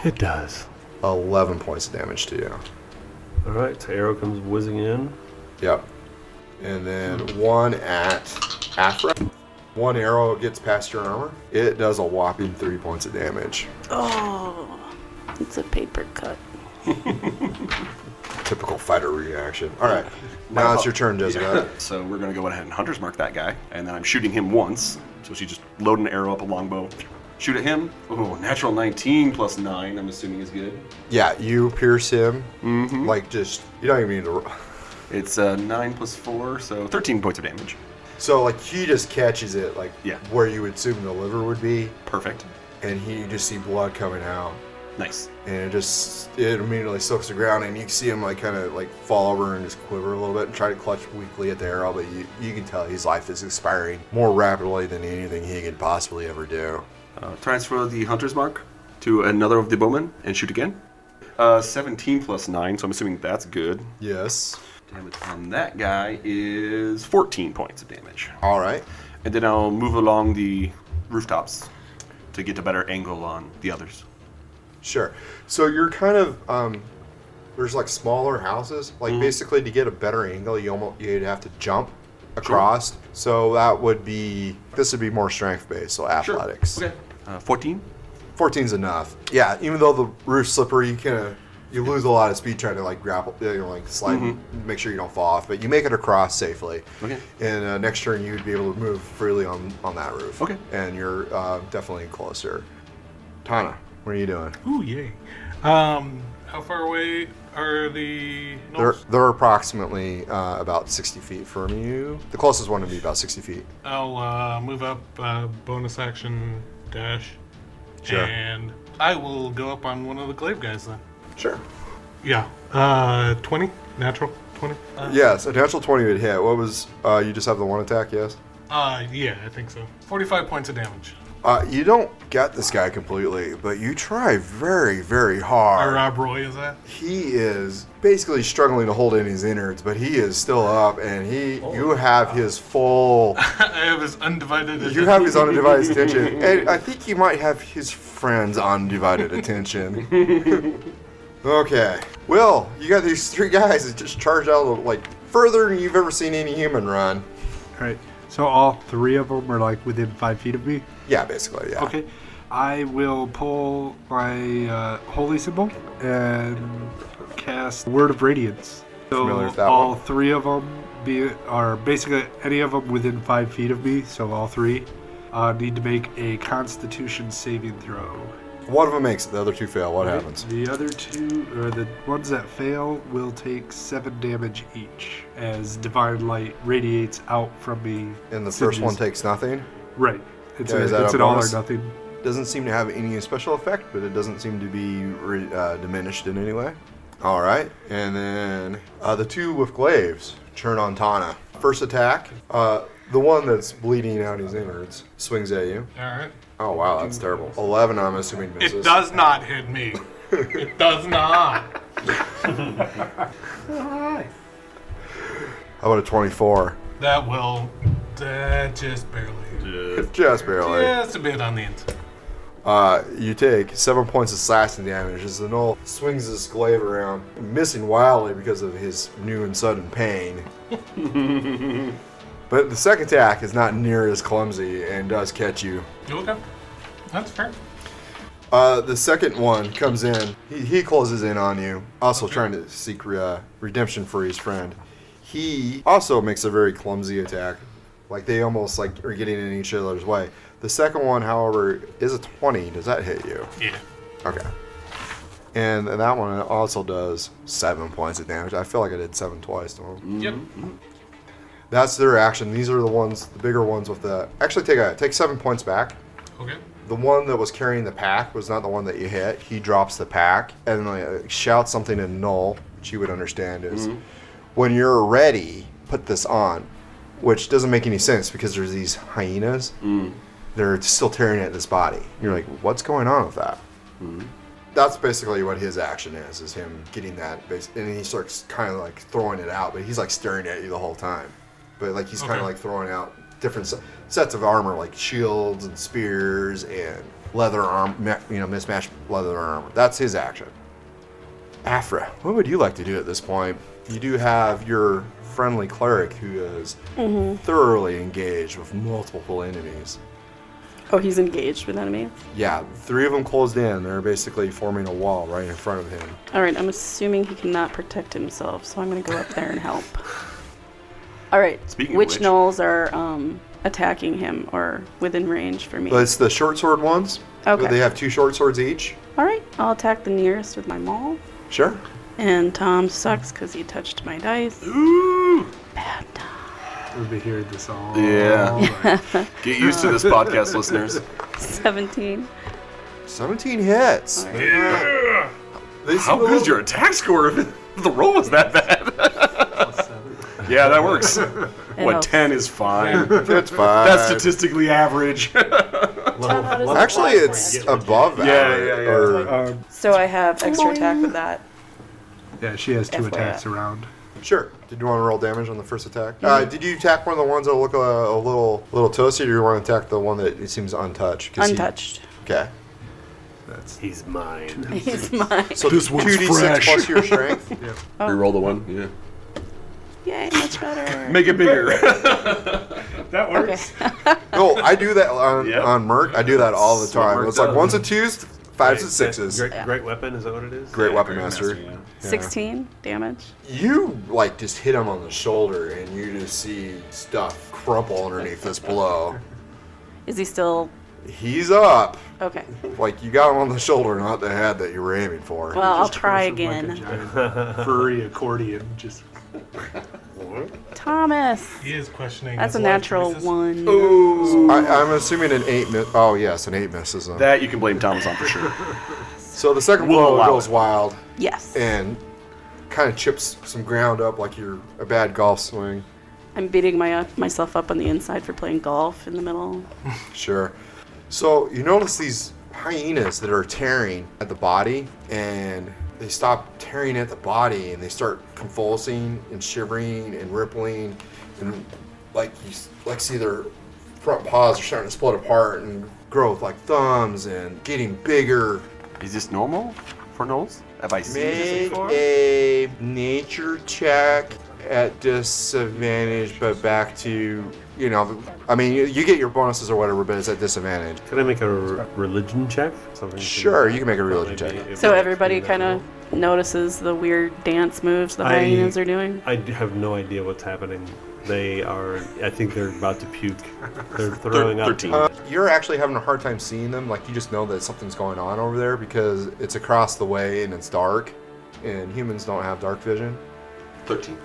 [SPEAKER 2] It does.
[SPEAKER 1] Eleven points of damage to you.
[SPEAKER 2] All right, so arrow comes whizzing in.
[SPEAKER 1] Yep. And then one at Afra. One arrow gets past your armor. It does a whopping three points of damage.
[SPEAKER 3] Oh, it's a paper cut.
[SPEAKER 1] Typical fighter reaction. All right. Now it's your turn, Jezebel.
[SPEAKER 5] (laughs) So we're gonna go ahead and hunter's mark that guy, and then I'm shooting him once. So she just load an arrow up a longbow, shoot at him. Oh, natural 19 plus nine. I'm assuming is good.
[SPEAKER 1] Yeah, you pierce him. Like, just, you don't even need to. ro- (laughs)
[SPEAKER 5] It's uh, nine plus four, so 13 points of damage.
[SPEAKER 1] So, like, he just catches it, like,
[SPEAKER 5] Yeah.
[SPEAKER 1] where you would assume the liver would be,
[SPEAKER 5] Perfect.
[SPEAKER 1] and he, you just see blood coming out.
[SPEAKER 5] Nice.
[SPEAKER 1] And it just, it immediately soaks the ground, and you can see him, like, kind of, like, fall over and just quiver a little bit and try to clutch weakly at the arrow, but you, you can tell his life is expiring more rapidly than anything he could possibly ever do.
[SPEAKER 5] Uh, transfer the hunter's mark to another of the bowmen and shoot again. Uh, 17 plus nine, so I'm assuming that's good.
[SPEAKER 1] Yes.
[SPEAKER 5] Damage on that guy is 14 points of damage.
[SPEAKER 1] All right.
[SPEAKER 5] And then I'll move along the rooftops to get a better angle on the others.
[SPEAKER 1] Sure. So you're kind of um, there's like smaller houses. Like basically to get a better angle, you almost you'd have to jump across. So that would be this would be more strength based, so athletics.
[SPEAKER 5] Okay. Uh, 14?
[SPEAKER 1] 14's enough. Yeah. Even though the roof's slippery, you kind of you lose a lot of speed trying to like grapple, you know, like slide, make sure you don't fall off. But you make it across safely.
[SPEAKER 5] Okay.
[SPEAKER 1] And uh, next turn you'd be able to move freely on on that roof.
[SPEAKER 5] Okay.
[SPEAKER 1] And you're uh, definitely closer. Tana, what are you doing?
[SPEAKER 6] Ooh, yay. Um, how far away are the
[SPEAKER 1] They're,
[SPEAKER 6] gnolls?
[SPEAKER 1] they're approximately uh, about 60 feet from you. The closest one would be about 60 feet.
[SPEAKER 6] I'll uh, move up uh, bonus action dash.
[SPEAKER 1] Sure.
[SPEAKER 6] And I will go up on one of the glaive guys then.
[SPEAKER 1] Sure.
[SPEAKER 6] Yeah. Uh, 20? Natural 20? Uh,
[SPEAKER 1] Yes, a natural 20 would hit. What was, uh, you just have the one attack, yes?
[SPEAKER 6] uh, yeah, I think so. 45 points of damage.
[SPEAKER 1] Uh, you don't get this guy completely, but you try very, very hard.
[SPEAKER 6] Or Rob Roy is that? (laughs)
[SPEAKER 1] He is basically struggling to hold in his innards, but he is still up, and he, you have his full,
[SPEAKER 6] I have his undivided.
[SPEAKER 1] you have his undivided attention. And I think you might have his friend's undivided attention. (laughs) Okay. Will, you got these three guys that just charge out like further than you've ever seen any human run.
[SPEAKER 4] All right. So all three of them are like within five feet of me.
[SPEAKER 1] Yeah, basically, yeah.
[SPEAKER 4] Okay. I will pull my uh, holy symbol and cast Word of Radiance. So
[SPEAKER 1] Familiar with that
[SPEAKER 4] all
[SPEAKER 1] one.
[SPEAKER 4] three of them be are basically any of them within five feet of me. So all three uh, need to make a Constitution saving throw.
[SPEAKER 1] One of them makes it, the other two fail. What happens?
[SPEAKER 4] The other two, or the ones that fail, will take seven damage each as divine light radiates out from me.
[SPEAKER 1] And the
[SPEAKER 4] It
[SPEAKER 1] first one
[SPEAKER 4] just-
[SPEAKER 1] takes nothing.
[SPEAKER 4] right. It's,
[SPEAKER 1] Yeah,
[SPEAKER 4] a,
[SPEAKER 1] is that
[SPEAKER 4] it's
[SPEAKER 1] a
[SPEAKER 4] an all or
[SPEAKER 1] bonus?
[SPEAKER 4] nothing.
[SPEAKER 1] Doesn't seem to have any special effect, but it doesn't seem to be re- uh, diminished in any way. All right, and then uh, the two with glaives turn on Tana. First attack, uh, the one that's bleeding out his innards swings at you.
[SPEAKER 6] All right.
[SPEAKER 1] Oh wow, that's terrible. Eleven, I'm assuming misses.
[SPEAKER 6] It does not hit
[SPEAKER 1] (laughs)
[SPEAKER 6] me. It does not.
[SPEAKER 1] How about a twenty-four?
[SPEAKER 6] That will. That just barely.
[SPEAKER 1] Just barely.
[SPEAKER 6] Just a bit on the inside.
[SPEAKER 1] Uh, you take seven points of slashing damage as the gnoll swings his glaive around, missing wildly because of his new and sudden pain. but the second attack is not near as clumsy and does catch you.
[SPEAKER 6] You okay? That's fair.
[SPEAKER 1] Uh, the second one comes in. He, he closes in on you, also trying to seek re- uh, redemption for his friend. He also makes a very clumsy attack. Like they almost like are getting in each other's way. The second one, however, is a 20. Does that hit you?
[SPEAKER 6] Yeah.
[SPEAKER 1] Okay. And that one also does seven points of damage. I feel like I did seven twice to him.
[SPEAKER 6] Yep.
[SPEAKER 1] That's their action. These are the ones, the bigger ones with the. Actually, take a take seven points back.
[SPEAKER 6] Okay.
[SPEAKER 1] The one that was carrying the pack was not the one that you hit. He drops the pack and like, shouts something to Null, which you would understand is, "When you're ready, put this on." which doesn't make any sense because there's these hyenas. They're still tearing at this body. You're like, what's going on with that? That's basically what his action is: is him getting that, base, and he starts kind of like throwing it out, but he's like staring at you the whole time. But like he's kind
[SPEAKER 6] Okay.
[SPEAKER 1] of like throwing out different se- sets of armor, like shields and spears and leather arm, ma- you know, mismatched leather armor. That's his action. Afra, what would you like to do at this point? You do have your friendly cleric who is thoroughly engaged with multiple enemies.
[SPEAKER 3] Oh, he's engaged with enemies.
[SPEAKER 1] Yeah, three of them closed in. They're basically forming a wall right in front of him.
[SPEAKER 3] All right, I'm assuming he cannot protect himself, so I'm gonna go up there and help. All right.
[SPEAKER 5] Speaking of
[SPEAKER 3] which
[SPEAKER 5] which-
[SPEAKER 3] gnolls are um, attacking him or within range for me?
[SPEAKER 1] But it's the short sword ones.
[SPEAKER 3] Okay.
[SPEAKER 1] They have two short swords each.
[SPEAKER 3] All right, I'll attack the nearest with my maul.
[SPEAKER 1] Sure.
[SPEAKER 3] And Tom sucks because he touched my dice.
[SPEAKER 5] Ooh.
[SPEAKER 3] Bad Tom.
[SPEAKER 4] We'll be hearing this all.
[SPEAKER 5] Yeah. Get used to this podcast, listeners.
[SPEAKER 3] 17.
[SPEAKER 1] 17 hits.
[SPEAKER 3] All
[SPEAKER 1] They
[SPEAKER 5] How
[SPEAKER 1] seem a
[SPEAKER 5] good is
[SPEAKER 1] little-
[SPEAKER 5] your attack score if (laughs) the roll was that bad? yeah, that works.
[SPEAKER 3] It
[SPEAKER 5] what,
[SPEAKER 3] helps.
[SPEAKER 5] 10 is fine.
[SPEAKER 1] That's fine.
[SPEAKER 5] (laughs) That's statistically average.
[SPEAKER 1] Actually, it's above
[SPEAKER 5] (laughs) Yeah,
[SPEAKER 1] average,
[SPEAKER 5] yeah, yeah.
[SPEAKER 1] or-
[SPEAKER 4] Um,
[SPEAKER 3] So I have extra attack with that.
[SPEAKER 4] yeah, she has two
[SPEAKER 3] FYI.
[SPEAKER 4] attacks around.
[SPEAKER 1] Sure. Did you want to roll damage on the first attack? Uh, did you attack one of the ones that look a, a little little toasty, or do you want to attack the one that it seems untouched? 'Cause he-
[SPEAKER 3] Untouched. (laughs)
[SPEAKER 1] okay.
[SPEAKER 4] That's
[SPEAKER 2] He's mine.
[SPEAKER 3] He's mine.
[SPEAKER 1] So
[SPEAKER 4] This one's
[SPEAKER 1] 2d6
[SPEAKER 4] fresh.
[SPEAKER 1] plus your
[SPEAKER 5] (laughs)
[SPEAKER 1] strength.
[SPEAKER 5] Reroll the one. Yeah.
[SPEAKER 3] Yay, much better.
[SPEAKER 5] Make it bigger. (laughs)
[SPEAKER 4] that
[SPEAKER 3] Okay. (laughs)
[SPEAKER 1] no, I do that on,
[SPEAKER 5] Yep.
[SPEAKER 1] on Merc. I do that all the
[SPEAKER 5] That's what
[SPEAKER 1] time.
[SPEAKER 5] Merc
[SPEAKER 1] It's like
[SPEAKER 5] does.
[SPEAKER 1] ones and twos, fives and sixes.
[SPEAKER 2] Great,
[SPEAKER 1] Great,
[SPEAKER 3] Yeah.
[SPEAKER 2] great weapon, is that what it is?
[SPEAKER 1] weapon master.
[SPEAKER 3] 16 damage.
[SPEAKER 1] You like just hit him on the shoulder, and you just see stuff crumple underneath this blow.
[SPEAKER 3] Is he still.
[SPEAKER 1] He's up.
[SPEAKER 3] Okay.
[SPEAKER 1] Like you got him on the shoulder, not the head that you were aiming for.
[SPEAKER 3] Well, I'll try
[SPEAKER 4] Like a
[SPEAKER 3] again.
[SPEAKER 5] (laughs)
[SPEAKER 4] giant furry accordion. Just
[SPEAKER 3] Thomas!
[SPEAKER 6] He is questioning.
[SPEAKER 3] That's a
[SPEAKER 6] his life
[SPEAKER 3] natural
[SPEAKER 6] choices.
[SPEAKER 3] one.
[SPEAKER 1] I, I'm assuming an eight. Mi- oh yes, an eight misses him.
[SPEAKER 5] That you can blame Thomas on for sure.
[SPEAKER 1] So the 2nd
[SPEAKER 5] We'll
[SPEAKER 1] blow
[SPEAKER 5] allow
[SPEAKER 1] goes
[SPEAKER 5] it.
[SPEAKER 1] wild
[SPEAKER 3] Yes.
[SPEAKER 1] and kind of chips some ground up like you're a bad golf swing.
[SPEAKER 3] I'm beating my uh, myself up on the inside for playing golf in the middle.
[SPEAKER 1] Sure. So you notice these hyenas that are tearing at the body, and they stop tearing at the body, and they start convulsing and shivering and rippling, and like you s- like see their front paws are starting to split apart and grow with like thumbs and getting bigger.
[SPEAKER 5] (laughs) Is this normal for Knowles? Have I seen this
[SPEAKER 1] Make
[SPEAKER 5] before?
[SPEAKER 1] a nature check at disadvantage, but back to you know. I mean, you, you get your bonuses or whatever, but it's at disadvantage.
[SPEAKER 2] Can I make a r- religion check? Something to-
[SPEAKER 1] Sure, you can make a religion
[SPEAKER 2] Maybe
[SPEAKER 1] check.
[SPEAKER 2] it
[SPEAKER 3] So
[SPEAKER 2] might
[SPEAKER 3] everybody
[SPEAKER 2] clean
[SPEAKER 3] kind
[SPEAKER 2] that
[SPEAKER 3] of notices the weird dance moves the
[SPEAKER 2] I-
[SPEAKER 3] hyenas are doing.
[SPEAKER 2] up. I d- have no idea what's happening. They are. I think they're about to puke.
[SPEAKER 1] (laughs)
[SPEAKER 2] They're throwing up.
[SPEAKER 5] 13.
[SPEAKER 1] Uh, you're actually having a hard time seeing them. Like you just know that something's going on over there because it's across the way and it's dark, and humans don't have dark vision.
[SPEAKER 5] 13.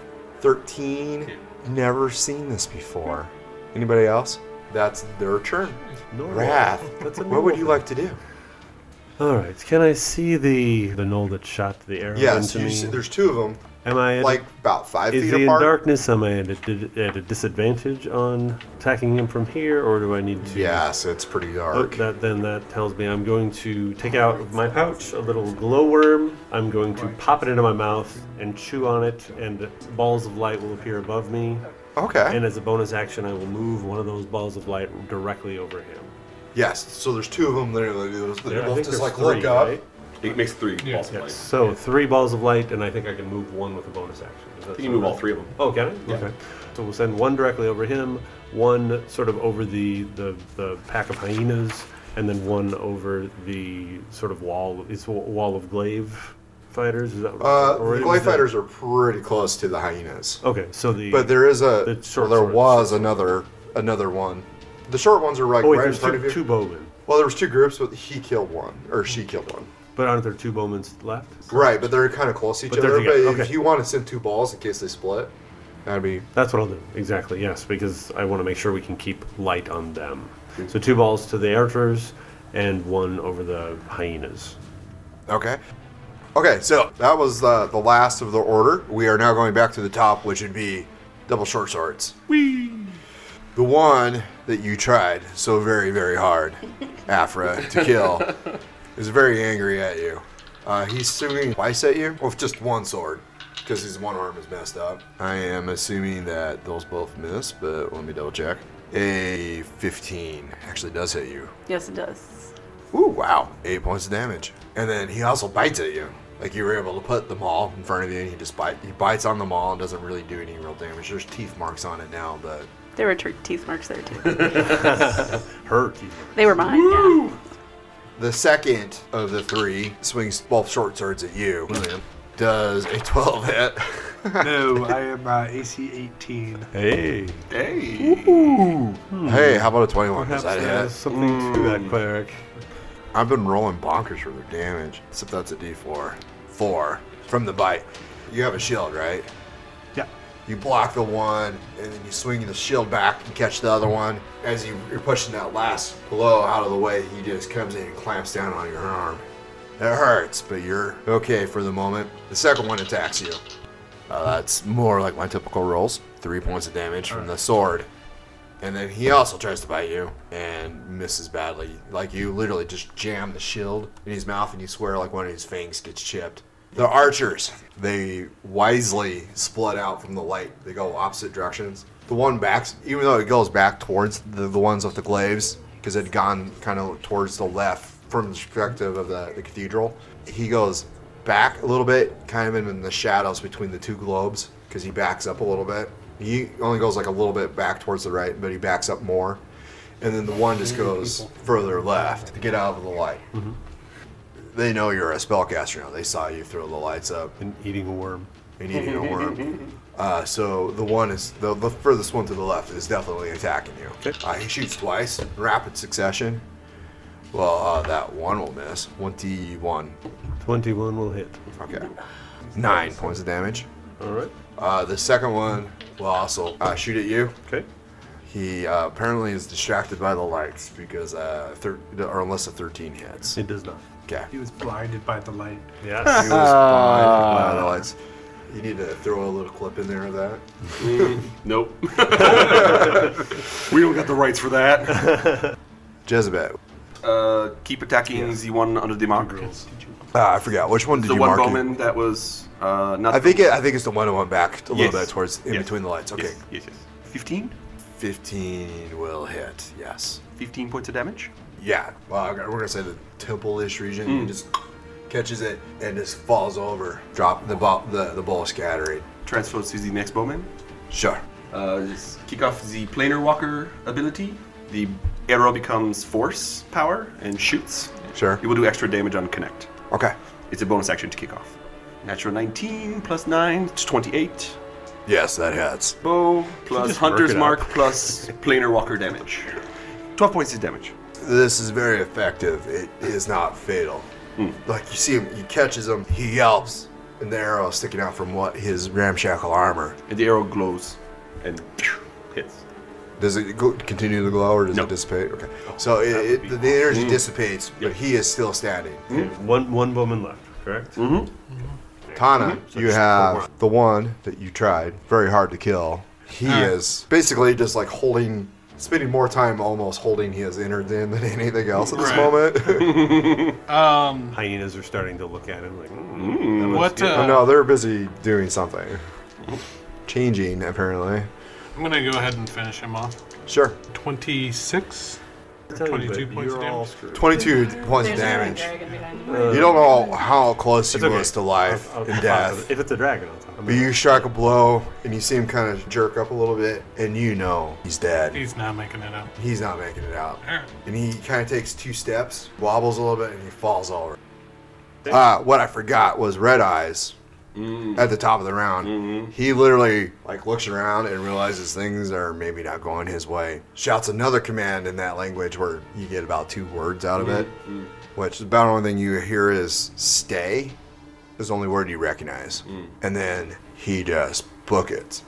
[SPEAKER 1] Thirteen, never seen this before. Anybody else? That's their turn.
[SPEAKER 2] Normal.
[SPEAKER 1] Wrath.
[SPEAKER 2] That's a
[SPEAKER 1] What would you
[SPEAKER 2] normal thing.
[SPEAKER 1] like to do?
[SPEAKER 2] All right. Can I see the the knoll that shot the arrow
[SPEAKER 1] Yes,
[SPEAKER 2] into
[SPEAKER 1] you
[SPEAKER 2] me?
[SPEAKER 1] see, there's two of them,
[SPEAKER 2] Am I at,
[SPEAKER 1] like about five
[SPEAKER 2] is
[SPEAKER 1] feet
[SPEAKER 2] he in
[SPEAKER 1] apart.
[SPEAKER 2] darkness? Am I at a, di- at a disadvantage on attacking him from here, or do I need to?
[SPEAKER 1] Yes, it's pretty
[SPEAKER 2] Oh,
[SPEAKER 1] dark.
[SPEAKER 2] that then that tells me I'm going to take out of my pouch a little glowworm. I'm going to pop it into my mouth and chew on it, and balls of light will appear above me.
[SPEAKER 1] Okay.
[SPEAKER 2] And as a bonus action, I will move one of those balls of light directly over him.
[SPEAKER 1] yes. So there's two of them. They're, they're
[SPEAKER 2] I
[SPEAKER 1] both
[SPEAKER 2] think
[SPEAKER 1] just
[SPEAKER 2] there's
[SPEAKER 1] like
[SPEAKER 2] three,
[SPEAKER 1] look up.
[SPEAKER 2] right?
[SPEAKER 5] It makes three balls
[SPEAKER 2] Yes.
[SPEAKER 5] of light.
[SPEAKER 2] So three balls of light, and I think I can move one with a bonus action. Is that
[SPEAKER 5] You can
[SPEAKER 2] sound
[SPEAKER 5] move all
[SPEAKER 2] right?
[SPEAKER 5] three of them.
[SPEAKER 2] Oh, can I? Okay. So we'll send one directly over him, one sort of over the, the, the pack of hyenas, and then one over the sort of wall. It's a wall of glaive fighters. Is that
[SPEAKER 1] Uh,
[SPEAKER 2] or
[SPEAKER 1] the
[SPEAKER 2] is
[SPEAKER 1] glide
[SPEAKER 2] that-
[SPEAKER 1] fighters are pretty close to the hyenas,
[SPEAKER 2] Okay, so the
[SPEAKER 1] but there is a
[SPEAKER 2] Oh, The short
[SPEAKER 1] well, there
[SPEAKER 2] swords.
[SPEAKER 1] was another another one. The short ones are like
[SPEAKER 2] oh wait,
[SPEAKER 1] right in
[SPEAKER 2] there's
[SPEAKER 1] front of
[SPEAKER 2] two,
[SPEAKER 1] you.
[SPEAKER 2] two bowmen,
[SPEAKER 1] Well, there was two groups, but he killed one or she killed one.
[SPEAKER 2] but aren't there two bowmen left?
[SPEAKER 1] Right, but they're kind of close to each
[SPEAKER 2] But they're
[SPEAKER 1] other. But
[SPEAKER 2] together,
[SPEAKER 1] if
[SPEAKER 2] okay.
[SPEAKER 1] you want to send two balls in case they split, that'd be
[SPEAKER 2] That's what I'll do. Exactly, yes, because I want to make sure we can keep light on them. So two balls to the archers and one over the hyenas.
[SPEAKER 1] Okay. Okay, so that was uh, the last of the order. We are now going back to the top, which would be double short swords.
[SPEAKER 2] Whee!
[SPEAKER 1] The one that you tried so very, very hard, Afra, to kill, is very angry at you. Uh, he's swinging twice at you with just one sword because his one arm is messed up. I am assuming that those both miss, but let me double check. A 15 actually does hit you.
[SPEAKER 3] Yes, it does.
[SPEAKER 1] Ooh, wow. Eight points of damage. And then he also bites at you. Like you were able to put the maul in front of you and he just bite he bites on the maul and doesn't really do any real damage. There's teeth marks on it now, but
[SPEAKER 3] There were ter- teeth marks there (laughs) too.
[SPEAKER 2] Hurt. you.
[SPEAKER 3] They were mine. Yeah.
[SPEAKER 1] the second of the three swings both short swords at you. William. Does a twelve hit.
[SPEAKER 4] No, I am uh, AC 18.
[SPEAKER 2] Hey.
[SPEAKER 5] Hey.
[SPEAKER 1] Hey, how about a twenty-one? Does
[SPEAKER 2] Perhaps
[SPEAKER 1] that Hmm. hit?
[SPEAKER 2] there's something to that cleric.
[SPEAKER 1] I've been rolling bonkers for their damage. Except that's a D four. Four. From the bite. You have a shield, right?
[SPEAKER 4] Yeah.
[SPEAKER 1] You block the one, and then you swing the shield back and catch the other one. As you, you're pushing that last blow out of the way, he just comes in and clamps down on your arm. It hurts, but you're okay for the moment. The second one attacks you. Uh, that's more like my typical rolls. Three points of damage from the sword. And then he also tries to bite you and misses badly. Like you literally just jam the shield in his mouth and you swear like one of his fangs gets chipped. The archers, they wisely split out from the light. They go opposite directions. The one backs, even though it goes back towards the, the ones with the glaives, because it had gone kind of towards the left from the perspective of the, the cathedral, he goes back a little bit, kind of in, in the shadows between the two globes, because he backs up a little bit. He only goes like a little bit back towards the right, but he backs up more. And then the one just goes further left to get out of the light. They know you're a spellcaster now. They saw you throw the lights up
[SPEAKER 2] And eating a worm.
[SPEAKER 1] and eating a worm. Uh, so the one is the, the furthest one to the left is definitely attacking you.
[SPEAKER 2] Okay.
[SPEAKER 1] Uh, he shoots twice, in rapid succession. Well, uh, that one will miss. Twenty-one.
[SPEAKER 2] 21 will hit.
[SPEAKER 1] Okay. Nine points of damage.
[SPEAKER 2] All right.
[SPEAKER 1] Uh, the second one will also uh, shoot at you.
[SPEAKER 2] Okay.
[SPEAKER 1] He uh, apparently is distracted by the lights because, uh, thir- or unless a 13 hits.
[SPEAKER 2] It does not.
[SPEAKER 1] Okay.
[SPEAKER 4] He was blinded by the light.
[SPEAKER 2] Yes.
[SPEAKER 5] Uh.
[SPEAKER 1] He was blinded by Uh, the lights. You need to throw a little clip in there of that.
[SPEAKER 5] Nope. (laughs) we don't got the rights for (laughs) that.
[SPEAKER 1] Jezebel.
[SPEAKER 5] Uh, keep attacking the one under the mark.
[SPEAKER 1] Ah, I forgot. Which one did
[SPEAKER 5] The
[SPEAKER 1] you
[SPEAKER 5] one
[SPEAKER 1] mark? it?
[SPEAKER 5] bowman that was uh, not.
[SPEAKER 1] I think it, I think it's the one that went back a little
[SPEAKER 5] Yes.
[SPEAKER 1] bit towards in
[SPEAKER 5] Yes.
[SPEAKER 1] between the lights. Okay.
[SPEAKER 5] Yes, yes, yes. 15?
[SPEAKER 1] 15 will hit. Yes.
[SPEAKER 5] 15 points of damage.
[SPEAKER 1] Yeah. Well, I- we're gonna say the temple-ish region.
[SPEAKER 5] Hmm.
[SPEAKER 1] He just catches it and just falls over. Drop the ball. The the ball scattering.
[SPEAKER 5] Transfer to the next bowman.
[SPEAKER 1] Sure.
[SPEAKER 5] Uh, just kick off the planar walker ability. The arrow becomes force power and shoots.
[SPEAKER 1] Sure.
[SPEAKER 5] It will do extra damage on connect.
[SPEAKER 1] Okay.
[SPEAKER 5] It's a bonus action to kick off. Natural 19 plus 9, it's 28.
[SPEAKER 1] Yes, that hits.
[SPEAKER 5] Bow plus
[SPEAKER 2] just work
[SPEAKER 5] hunter's
[SPEAKER 2] it out.
[SPEAKER 5] mark plus planar walker damage. 12 points of damage.
[SPEAKER 1] This is very effective. It is not fatal.
[SPEAKER 5] Hmm.
[SPEAKER 1] Like you see him, he catches him. He yelps, and the arrow is sticking out from what his ramshackle armor.
[SPEAKER 5] And the arrow glows and hits.
[SPEAKER 1] Does it go, continue to glow or does
[SPEAKER 5] No.
[SPEAKER 1] it dissipate? Okay. So it,
[SPEAKER 5] would
[SPEAKER 1] it,
[SPEAKER 5] be- Hmm.
[SPEAKER 1] the, the energy dissipates, but
[SPEAKER 5] Yeah.
[SPEAKER 1] he is still standing. (laughs)
[SPEAKER 2] Okay, One one bowman left, correct?
[SPEAKER 1] Mm-hmm. Tana,
[SPEAKER 2] So
[SPEAKER 1] you
[SPEAKER 2] just
[SPEAKER 1] have the one that you tried very hard to kill. He
[SPEAKER 6] Alright.
[SPEAKER 1] is basically just like holding, spending more time almost holding his inner in than anything else at this
[SPEAKER 6] Right.
[SPEAKER 2] (laughs)
[SPEAKER 1] moment.
[SPEAKER 6] Um,
[SPEAKER 2] Hyenas are starting to look at him like, mm,
[SPEAKER 6] what? Uh,
[SPEAKER 1] no, they're busy doing something, changing apparently.
[SPEAKER 6] I'm gonna go ahead and finish him off.
[SPEAKER 1] Sure,
[SPEAKER 6] 26.
[SPEAKER 2] I tell you,
[SPEAKER 6] 22
[SPEAKER 2] but
[SPEAKER 6] points
[SPEAKER 2] you're
[SPEAKER 6] of
[SPEAKER 2] all
[SPEAKER 6] damage.
[SPEAKER 2] screwed.
[SPEAKER 1] twenty-two points of
[SPEAKER 3] There's another
[SPEAKER 1] damage.
[SPEAKER 3] dragon behind me.
[SPEAKER 1] You don't know how close he
[SPEAKER 2] It's okay.
[SPEAKER 1] was to life
[SPEAKER 2] I'll- I'll
[SPEAKER 1] and
[SPEAKER 2] talk
[SPEAKER 1] death.
[SPEAKER 2] about it. If it's a dragon, I'll talk about
[SPEAKER 1] But
[SPEAKER 2] it.
[SPEAKER 1] you strike a blow, and you see him kind of jerk up a little bit, and you know he's dead.
[SPEAKER 6] He's not making it up.
[SPEAKER 1] He's not making it out.
[SPEAKER 6] Alright.
[SPEAKER 1] And he kind of takes two steps, wobbles a little bit, and he falls over. Uh, what I forgot was Red Eyes at the top of the round. He literally like looks around and realizes things are maybe not going his way. Shouts another command in that language where you get about two words out of it, which is about the only thing you hear is "stay." Is the only word you recognize, and then he just book it.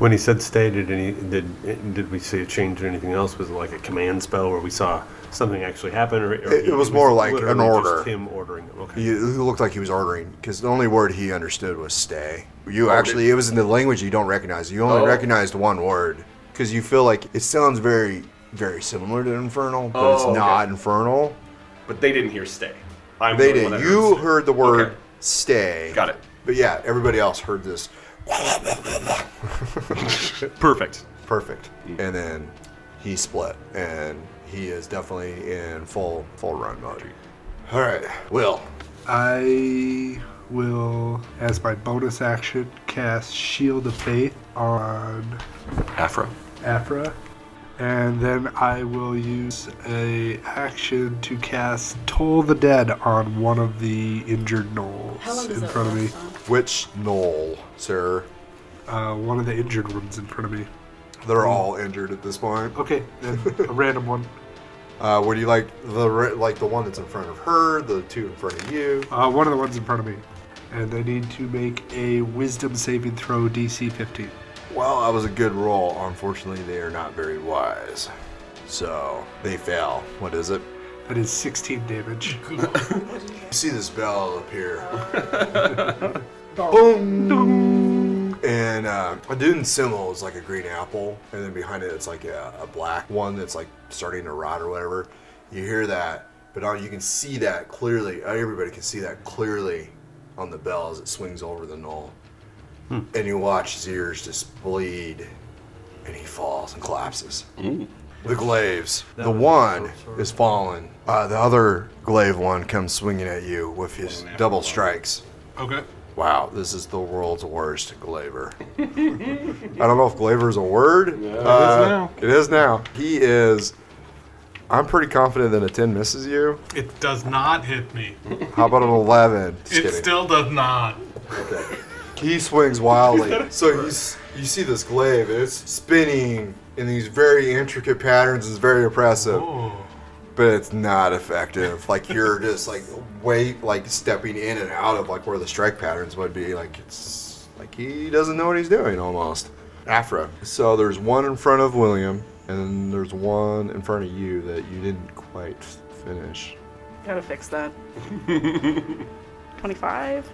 [SPEAKER 2] When he said stay, did any did did we see a change or anything else? Was it like a command spell where we saw something actually happen, or, or
[SPEAKER 1] It- it was more like an
[SPEAKER 2] literally just
[SPEAKER 1] order.
[SPEAKER 2] him ordering them. Okay.
[SPEAKER 1] He, he looked like he was ordering because the only word he understood was "stay." You actually, it was in the language you don't recognize. You only
[SPEAKER 5] Oh.
[SPEAKER 1] recognized one word because you feel like it sounds very, very similar to Infernal, but it's
[SPEAKER 5] Oh, okay.
[SPEAKER 1] not Infernal.
[SPEAKER 5] But they didn't hear stay. I'm
[SPEAKER 1] They
[SPEAKER 5] the one
[SPEAKER 1] did.
[SPEAKER 5] that
[SPEAKER 1] You
[SPEAKER 5] stay.
[SPEAKER 1] heard the word
[SPEAKER 5] Okay.
[SPEAKER 1] "stay."
[SPEAKER 5] Got it.
[SPEAKER 1] But yeah, everybody else heard this.
[SPEAKER 5] Perfect.
[SPEAKER 1] Perfect.
[SPEAKER 5] Mm.
[SPEAKER 1] And then he split, and he is definitely in full full run mode. All right, Will.
[SPEAKER 4] I will, as my bonus action, cast Shield of Faith on
[SPEAKER 5] Afro.
[SPEAKER 4] Afra, and then I will use a action to cast Toll the Dead on one of the injured gnolls in front of me.
[SPEAKER 1] Which knoll, sir?
[SPEAKER 4] Uh, one of the injured ones in front of me.
[SPEAKER 5] Mm.
[SPEAKER 1] They're all injured at this point.
[SPEAKER 4] Okay, then a (laughs) random one.
[SPEAKER 1] Uh, what do you like? The re- like the one that's in front of her, the two in front of you.
[SPEAKER 4] Uh, one of the ones in front of me, and they need to make a Wisdom saving throw DC 15.
[SPEAKER 1] Well, that was a good roll. Unfortunately, they are not very wise, so they fail. What is it?
[SPEAKER 4] That is 16 damage.
[SPEAKER 1] You see this bell appear. Boom. And uh, a dude in symbol is like a green apple, and then behind it it's like a, a black one that's like starting to rot or whatever. You hear that, but uh, you can see that clearly. uh, Everybody can see that clearly on the bell as it swings over the knoll. And you watch his ears just bleed, and he falls and collapses. The glaives. the
[SPEAKER 2] was
[SPEAKER 1] one
[SPEAKER 2] so sorry.
[SPEAKER 1] is fallen. Uh, the other glaive one comes swinging at you with his double strikes.
[SPEAKER 6] Okay.
[SPEAKER 1] Wow, this is the world's worst glaver. I don't know if glaver is a word. Uh, it is now. He is. I'm pretty confident that a 10 misses you.
[SPEAKER 6] It does not hit me.
[SPEAKER 1] How about an 11? Just
[SPEAKER 6] it
[SPEAKER 1] kidding.
[SPEAKER 6] still does not.
[SPEAKER 1] he swings wildly. so you, s- you see this glaive, and it's spinning in these very intricate patterns. It's very oppressive.
[SPEAKER 6] Oh.
[SPEAKER 1] but it's not effective. Like you're just like way like stepping in and out of like where the strike patterns would be. Like it's like he doesn't know what he's doing almost. Afro. So there's one in front of William, and there's one in front of you that you didn't quite finish.
[SPEAKER 3] Gotta fix (laughs) that. (laughs) 25?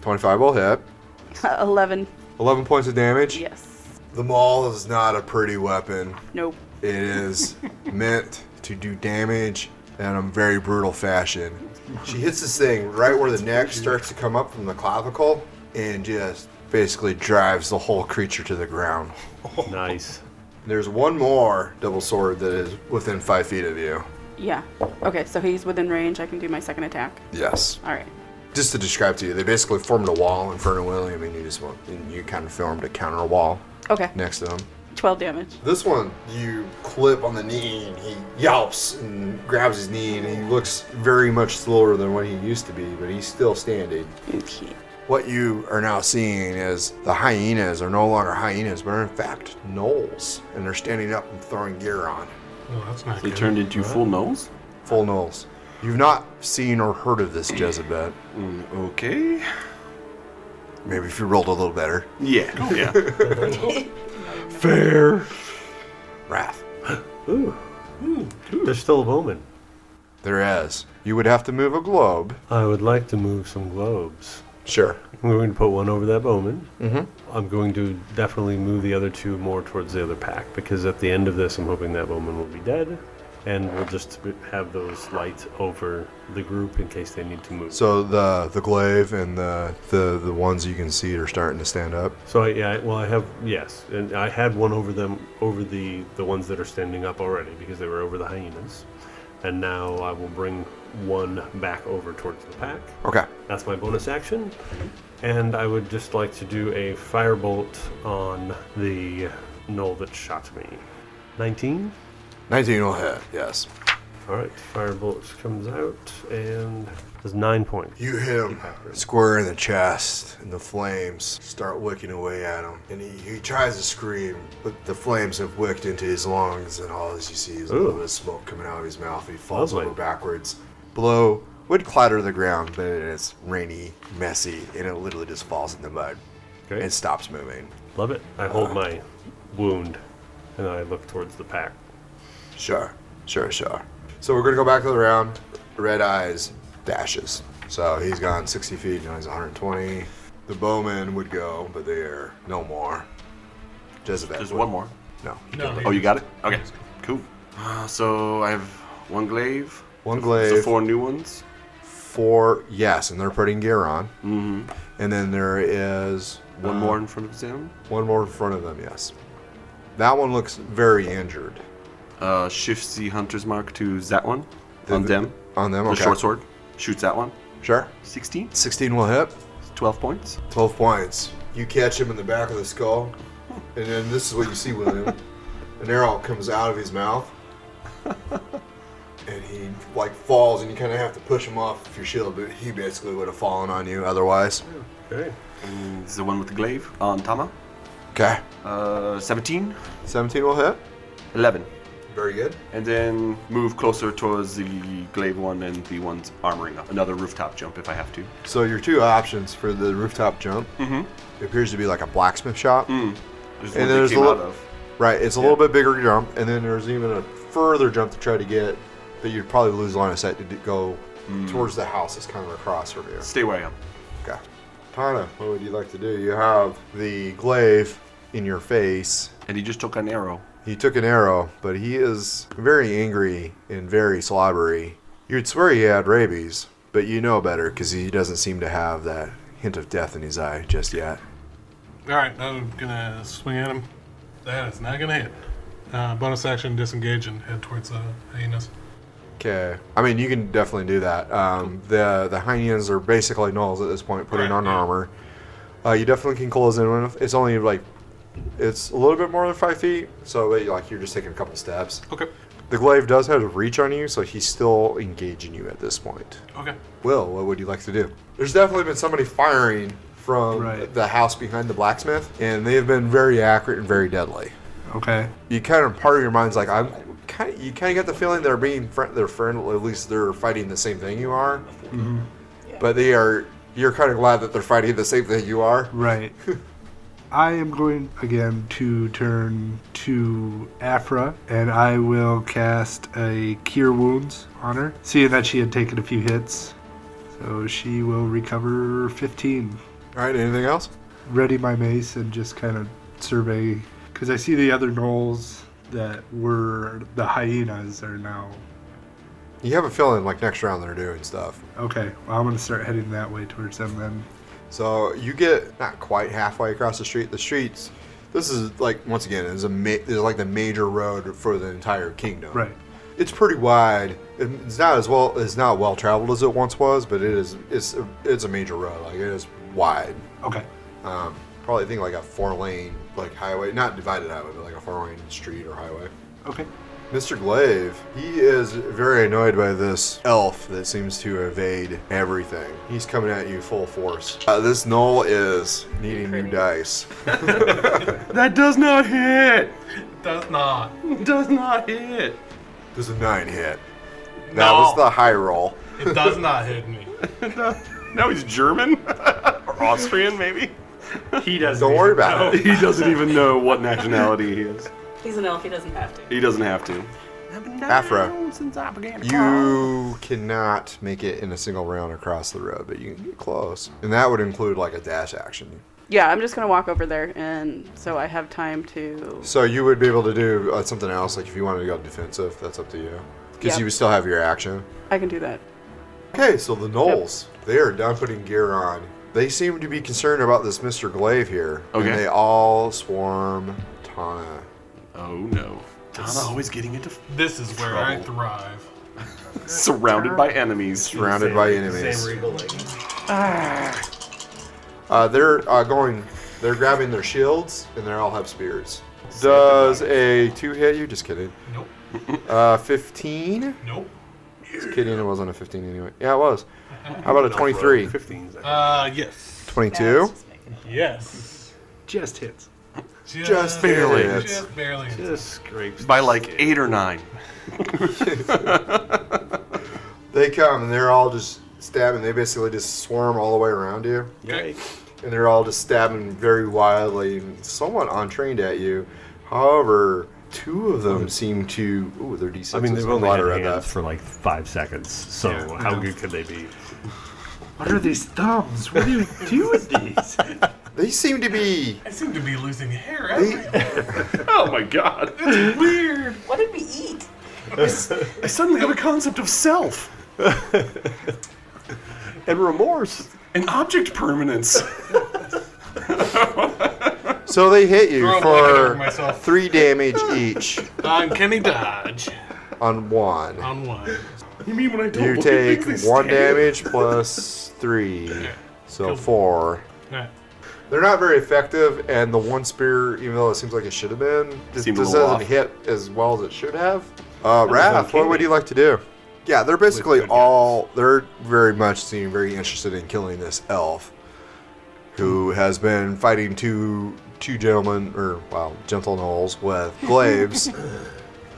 [SPEAKER 1] 25 will hit.
[SPEAKER 3] 11.
[SPEAKER 1] 11 points of damage.
[SPEAKER 3] Yes.
[SPEAKER 1] The maul is not a pretty weapon.
[SPEAKER 3] Nope.
[SPEAKER 1] It is meant to do damage in a very brutal fashion. She hits this thing right where the neck starts to come up from the clavicle and just basically drives the whole creature to the ground.
[SPEAKER 2] Nice.
[SPEAKER 1] There's one more double sword that is within five feet of you.
[SPEAKER 3] Yeah. Okay, so he's within range. I can do my second attack.
[SPEAKER 1] Yes.
[SPEAKER 3] All right.
[SPEAKER 1] Just to describe to you, they basically formed a wall in front of William, and you just want, and you kind of formed a counter wall
[SPEAKER 3] Okay.
[SPEAKER 1] next to him.
[SPEAKER 3] 12 damage.
[SPEAKER 1] This one, you clip on the knee, and he yelps and grabs his knee, and he looks very much slower than what he used to be, but he's still standing.
[SPEAKER 3] Okay.
[SPEAKER 1] What you are now seeing is the hyenas are no longer hyenas, but are in fact gnolls, and they're standing up and throwing gear on.
[SPEAKER 6] Oh, that's not
[SPEAKER 5] They
[SPEAKER 6] good.
[SPEAKER 5] turned into full nose?
[SPEAKER 1] Full gnolls. You've not seen or heard of this Jezebel.
[SPEAKER 5] Okay.
[SPEAKER 1] Maybe if you rolled a little better.
[SPEAKER 5] Yeah. (laughs) Yeah.
[SPEAKER 2] Fair.
[SPEAKER 1] Wrath.
[SPEAKER 2] Ooh. There's still a moment.
[SPEAKER 1] There is. You would have to move a globe.
[SPEAKER 2] I would like to move some globes.
[SPEAKER 1] Sure.
[SPEAKER 2] I'm going to put one over that Bowman. Mm-hmm. I'm going to definitely move the other two more towards the other pack because at the end of this, I'm hoping that Bowman will be dead, and we'll just have those lights over the group in case they need to move.
[SPEAKER 1] So
[SPEAKER 2] So,
[SPEAKER 1] the the glaive and the the, the ones you can see are starting to stand up.
[SPEAKER 2] I, yeah, well, I have yes, and I had one over them over the the ones that are standing up already because they were over the hyenas, and now I will bring one back over towards the pack.
[SPEAKER 1] Okay.
[SPEAKER 2] That's my bonus action. And I would just like to do a firebolt on the knoll that shot me. 19?
[SPEAKER 1] 19 will hit, yes.
[SPEAKER 2] Alright, firebolt comes out and there's 9 points.
[SPEAKER 1] You hit him square in the chest, and the flames start wicking away at him. And he, he tries to scream, but the flames have wicked into his lungs, and all as you see is a little
[SPEAKER 2] Ooh.
[SPEAKER 1] bit of smoke coming out of his mouth. He falls
[SPEAKER 2] Lovely.
[SPEAKER 1] over backwards. Blow would clatter to the ground, but it's rainy, messy, and it literally just falls in the mud
[SPEAKER 2] Great.
[SPEAKER 1] and stops moving.
[SPEAKER 2] Love it. I hold my wound and I look towards the pack.
[SPEAKER 1] Sure, sure, sure. So we're gonna go back to the round. Red eyes dashes. So he's gone 60 feet. Now he's 120. The bowmen would go, but they are no more. Jezebel.
[SPEAKER 5] There's
[SPEAKER 1] would-
[SPEAKER 5] one more.
[SPEAKER 1] No.
[SPEAKER 6] No.
[SPEAKER 5] Oh, you got it? Okay. Cool. Uh, so I have one glaive.
[SPEAKER 1] One
[SPEAKER 5] So
[SPEAKER 1] glaive.
[SPEAKER 5] four new ones.
[SPEAKER 1] Four. Yes, and they're putting gear on. Mm-hmm. And then there is Uh,
[SPEAKER 5] One more in front of them.
[SPEAKER 1] One more in front of them. Yes. That one looks very injured.
[SPEAKER 5] Uh, shifts the hunter's mark to that one.
[SPEAKER 1] The-
[SPEAKER 5] on them.
[SPEAKER 1] On them.
[SPEAKER 5] The
[SPEAKER 1] Okay.
[SPEAKER 5] short sword. Shoots that one.
[SPEAKER 1] Sure.
[SPEAKER 5] 16.
[SPEAKER 1] 16 will hit.
[SPEAKER 5] 12 points.
[SPEAKER 1] 12 points. You catch him in the back of the skull, and then this is what you see with him. An arrow comes out of his mouth, and he like falls, and you kind of have to push him off with your shield, but he basically would have fallen on you otherwise.
[SPEAKER 2] Okay.
[SPEAKER 5] And the one with the glaive on Tama.
[SPEAKER 1] Okay.
[SPEAKER 5] Uh, 17.
[SPEAKER 1] 17 will hit.
[SPEAKER 5] 11.
[SPEAKER 1] Very good.
[SPEAKER 5] And then move closer towards the glaive one and the one's armoring up. Another rooftop jump if I have to.
[SPEAKER 1] So your two options for the rooftop jump it appears to be like a blacksmith shop.
[SPEAKER 5] There's
[SPEAKER 1] And
[SPEAKER 5] one they
[SPEAKER 1] there's
[SPEAKER 5] came
[SPEAKER 1] a
[SPEAKER 5] out
[SPEAKER 1] little-
[SPEAKER 5] of.
[SPEAKER 1] Right, it's a
[SPEAKER 5] Yeah.
[SPEAKER 1] little bit bigger jump, and then there's even a further jump to try to get that you'd probably lose line of sight to d- go
[SPEAKER 5] Mm.
[SPEAKER 1] towards the house that's kind of across from you.
[SPEAKER 5] Stay where I am.
[SPEAKER 1] Okay. Tana, what would you like to do? You have the glaive in your face.
[SPEAKER 5] And he just took an arrow.
[SPEAKER 1] He took an arrow, but he is very angry and very slobbery. You'd swear he had rabies, but you know better because he doesn't seem to have that hint of death in his eye just yet.
[SPEAKER 6] All right, I'm gonna swing at him. That is not gonna hit. Uh, bonus action, disengage and head towards the hyenas.
[SPEAKER 1] Okay. I mean, you can definitely do that. Um, the the hyenas are basically nulls at this point, putting
[SPEAKER 6] Right,
[SPEAKER 1] on
[SPEAKER 6] yeah.
[SPEAKER 1] armor. Uh, you definitely can close in. with- It's only like it's a little bit more than five feet, so uh, like you're just taking a couple steps.
[SPEAKER 6] Okay.
[SPEAKER 1] The glaive does have a reach on you, so he's still engaging you at this point.
[SPEAKER 6] Okay.
[SPEAKER 1] Will, what would you like to do? There's definitely been somebody firing from
[SPEAKER 4] Right.
[SPEAKER 1] the house behind the blacksmith, and they have been very accurate and very deadly
[SPEAKER 4] Okay.
[SPEAKER 1] you kind of part of your mind's like I'm kind of, you kind of get the feeling they're being friend they're friend at least they're fighting the same thing you are Mm-hmm. but they are you're kind of glad that they're fighting the same thing you are
[SPEAKER 4] Right. I am going again to turn to Afra, and I will cast a Cure Wounds on her, seeing that she had taken a few hits. So she will recover 15.
[SPEAKER 1] all right anything else
[SPEAKER 4] Ready my mace and just kind of survey, because I see the other gnolls that were the hyenas are now.
[SPEAKER 1] you have a feeling like next round they're doing stuff
[SPEAKER 4] Okay, well, I'm going to start heading that way towards them then.
[SPEAKER 1] so you get not quite halfway across the street the streets this is like once again is a ma- is like the major road for the entire kingdom
[SPEAKER 4] Right.
[SPEAKER 1] it's pretty wide. It's not as well it's not well traveled as it once was, but it is it's a, it's a major road. Like it is wide.
[SPEAKER 4] Okay.
[SPEAKER 1] Um, probably think like a four lane like highway, not divided highway, but like a four lane street or highway.
[SPEAKER 4] Okay.
[SPEAKER 1] Mr. Glaive, he is very annoyed by this elf that seems to evade everything. He's coming at you full force. Uh, this knoll is needing new
[SPEAKER 3] Pretty.
[SPEAKER 1] dice.
[SPEAKER 5] That does not hit!
[SPEAKER 6] Does not.
[SPEAKER 5] Does not hit!
[SPEAKER 1] There's a nine hit. That
[SPEAKER 6] No.
[SPEAKER 1] was the high roll.
[SPEAKER 6] It does not hit me.
[SPEAKER 5] Now he's German? (laughs) or Austrian, maybe?
[SPEAKER 4] He does.
[SPEAKER 1] Don't worry about it.
[SPEAKER 5] He doesn't even know what nationality he is.
[SPEAKER 3] He's an elf. He doesn't have to.
[SPEAKER 5] He doesn't have to.
[SPEAKER 1] Afro. You cannot make it in a single round across the road, but you can get close. And that would include like a dash action.
[SPEAKER 3] Yeah, I'm just gonna walk over there, and so I have time to.
[SPEAKER 1] So you would be able to do uh, something else, like if you wanted to go defensive, that's up to you. Because
[SPEAKER 3] Yep.
[SPEAKER 1] you would still have your action.
[SPEAKER 3] I can do that.
[SPEAKER 1] Okay, so the Knolls, they are done putting gear on. They seem to be concerned about this Mr. Glaive here.
[SPEAKER 5] Okay.
[SPEAKER 1] And they all swarm Tana.
[SPEAKER 5] Oh no. Tana always getting into
[SPEAKER 6] This is where I
[SPEAKER 5] Trouble.
[SPEAKER 6] thrive.
[SPEAKER 5] surrounded by enemies.
[SPEAKER 1] Surrounded by enemies.
[SPEAKER 2] Same regal language.
[SPEAKER 1] Uh, they're uh, going, they're grabbing their shields, and they all have spears. Does a two hit you? Just kidding.
[SPEAKER 6] Nope.
[SPEAKER 1] Uh, 15?
[SPEAKER 6] Nope.
[SPEAKER 1] Just kidding, it wasn't a 15 anyway. Yeah, it was. How about a 23?
[SPEAKER 2] 15s. I think.
[SPEAKER 6] Uh, yes.
[SPEAKER 1] 22?
[SPEAKER 6] Yes.
[SPEAKER 4] Just hits.
[SPEAKER 6] Just,
[SPEAKER 1] barely.
[SPEAKER 6] Just barely.
[SPEAKER 2] Just scrapes.
[SPEAKER 5] By like eight or nine.
[SPEAKER 1] They come and they're all just stabbing. They basically just swarm all the way around you.
[SPEAKER 2] Yikes.
[SPEAKER 1] And they're all just stabbing very wildly and somewhat untrained at you. However, two of them seem to. Ooh, they're d6.
[SPEAKER 2] I mean, they've
[SPEAKER 1] I'm
[SPEAKER 2] only
[SPEAKER 1] glad I
[SPEAKER 2] had
[SPEAKER 1] read that.
[SPEAKER 2] hands for like five seconds, so how good could they be?
[SPEAKER 4] What are these thumbs? What do you do with these?
[SPEAKER 1] They seem to be.
[SPEAKER 6] I seem to be losing hair.
[SPEAKER 1] They,
[SPEAKER 5] Oh my god.
[SPEAKER 6] It's weird.
[SPEAKER 7] What did we eat?
[SPEAKER 5] I suddenly have a concept of self
[SPEAKER 2] And remorse.
[SPEAKER 5] and object permanence.
[SPEAKER 1] so they hit you
[SPEAKER 6] Throw a blanket over
[SPEAKER 1] for
[SPEAKER 6] myself. (laughs)
[SPEAKER 1] three damage each
[SPEAKER 6] On Kenny Uh, Dodge.
[SPEAKER 1] on one.
[SPEAKER 6] On one.
[SPEAKER 5] You mean when I don't
[SPEAKER 1] You
[SPEAKER 5] look at
[SPEAKER 1] take
[SPEAKER 5] things, they
[SPEAKER 6] (laughs)
[SPEAKER 1] one
[SPEAKER 5] stay?
[SPEAKER 1] damage plus three, so
[SPEAKER 6] Cool.
[SPEAKER 1] four.
[SPEAKER 6] Alright.
[SPEAKER 1] They're not very effective, and the one spear, even though it seems like it should have been, this,
[SPEAKER 5] Seemed a
[SPEAKER 1] this
[SPEAKER 5] little
[SPEAKER 1] doesn't
[SPEAKER 5] off.
[SPEAKER 1] hit as well as it should have. Uh, Raph, what
[SPEAKER 5] uncanny.
[SPEAKER 1] would you like to do? Yeah, they're basically
[SPEAKER 5] good
[SPEAKER 1] all. They're very much seem very interested in killing this elf, who has been fighting two two gentlemen or well, gentle gnolls (laughs) with glaives.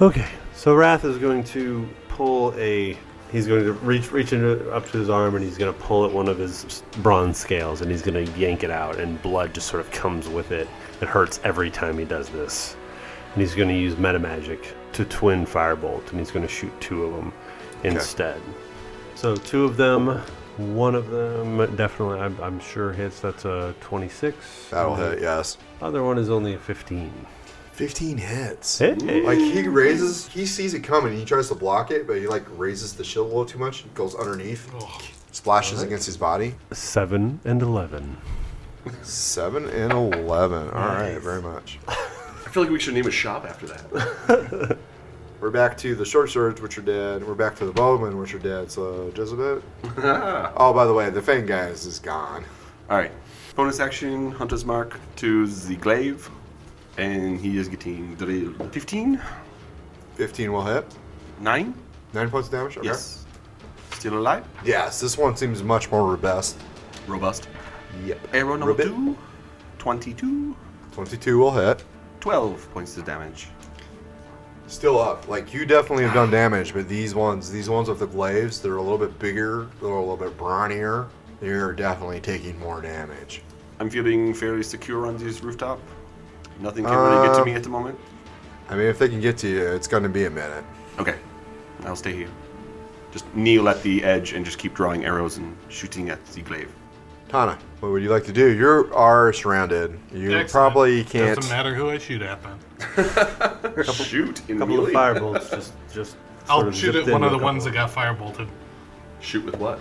[SPEAKER 2] Okay, so Wrath is going to pull a. He's going to reach reach into, up to his arm and he's going to pull at one of his bronze scales and he's going to yank it out and blood just sort of comes with it. It hurts every time he does this. And he's going to use meta magic to twin firebolt and he's going to shoot two of them instead. So two of them, one of them definitely I'm, I'm sure hits. That's a 26.
[SPEAKER 1] That'll hit, yes.
[SPEAKER 2] Other one is only a 15.
[SPEAKER 1] Fifteen hits.
[SPEAKER 2] Hey.
[SPEAKER 1] Like he raises, he sees it coming. He tries to block it, but he like raises the shield a little too much. It goes underneath, splashes against his body.
[SPEAKER 2] 7 and 11.
[SPEAKER 1] Seven and eleven. All right, very much.
[SPEAKER 5] I feel like we should name a shop after that.
[SPEAKER 1] We're back to the short swords, which are dead. We're back to the bowmen, which are dead. So Jezebel. oh, by the way, the Fang guys is gone.
[SPEAKER 5] All right. Bonus action, Hunter's Mark to the glaive, and he is getting drilled. 15?
[SPEAKER 1] Fifteen will hit.
[SPEAKER 5] 9?
[SPEAKER 1] Nine points of damage. Okay.
[SPEAKER 5] Yes. Still alive?
[SPEAKER 1] Yes, this one seems much more robust.
[SPEAKER 5] Robust.
[SPEAKER 1] Yep.
[SPEAKER 5] Arrow number
[SPEAKER 1] Ribbit.
[SPEAKER 5] 2, 22,
[SPEAKER 1] Twenty-two will hit.
[SPEAKER 5] 12 points of damage.
[SPEAKER 1] Still up. Like you definitely have done damage, but these ones, these ones with the glaives, they're a little bit bigger, they're a little bit brawnier. They're definitely taking more damage.
[SPEAKER 5] I'm feeling fairly secure on this rooftop. Nothing can really get to
[SPEAKER 1] Uh,
[SPEAKER 5] me at the moment.
[SPEAKER 1] I mean, if they can get to you, it's going to be a minute.
[SPEAKER 5] Okay, I'll stay here. Just kneel at the edge and just keep drawing arrows and shooting at the glaive.
[SPEAKER 1] Tana, what would you like to do? You are surrounded. You
[SPEAKER 6] Excellent.
[SPEAKER 1] probably can't.
[SPEAKER 6] Doesn't matter who I shoot at then.
[SPEAKER 5] shoot in
[SPEAKER 2] A
[SPEAKER 5] the
[SPEAKER 2] couple of
[SPEAKER 5] melee.
[SPEAKER 2] firebolts just just. sort
[SPEAKER 6] I'll
[SPEAKER 2] of
[SPEAKER 6] shoot
[SPEAKER 2] zipped
[SPEAKER 6] at one
[SPEAKER 2] into
[SPEAKER 6] of
[SPEAKER 2] a
[SPEAKER 6] the ones that
[SPEAKER 2] couple.
[SPEAKER 6] got firebolted.
[SPEAKER 5] Shoot with what?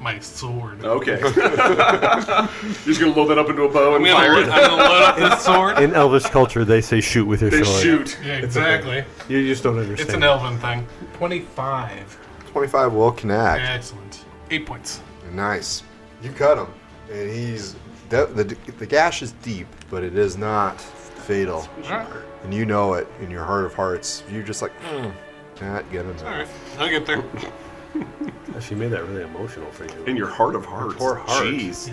[SPEAKER 6] My sword.
[SPEAKER 5] Okay. (laughs) He's gonna load that up into a bow
[SPEAKER 6] I'm
[SPEAKER 5] and
[SPEAKER 6] gonna,
[SPEAKER 5] fire
[SPEAKER 6] I'm
[SPEAKER 5] it.
[SPEAKER 6] gonna load up this sword.
[SPEAKER 2] In Elvish culture, they say shoot with your
[SPEAKER 5] They
[SPEAKER 2] sword.
[SPEAKER 5] shoot.
[SPEAKER 6] Yeah, exactly.
[SPEAKER 2] You just don't
[SPEAKER 6] It's
[SPEAKER 2] understand.
[SPEAKER 6] an elven thing. 25.
[SPEAKER 1] 25 will connect.
[SPEAKER 6] Excellent. Eight points.
[SPEAKER 1] Nice. You cut him, and he's the, the the gash is deep, but it is not fatal,
[SPEAKER 6] Alright.
[SPEAKER 1] and you know it in your heart of hearts. You're just like, mm, not good enough.
[SPEAKER 6] Alright. I'll get there.
[SPEAKER 2] She made that really emotional for you.
[SPEAKER 5] In your heart of hearts.
[SPEAKER 2] poor heart.
[SPEAKER 5] Jeez.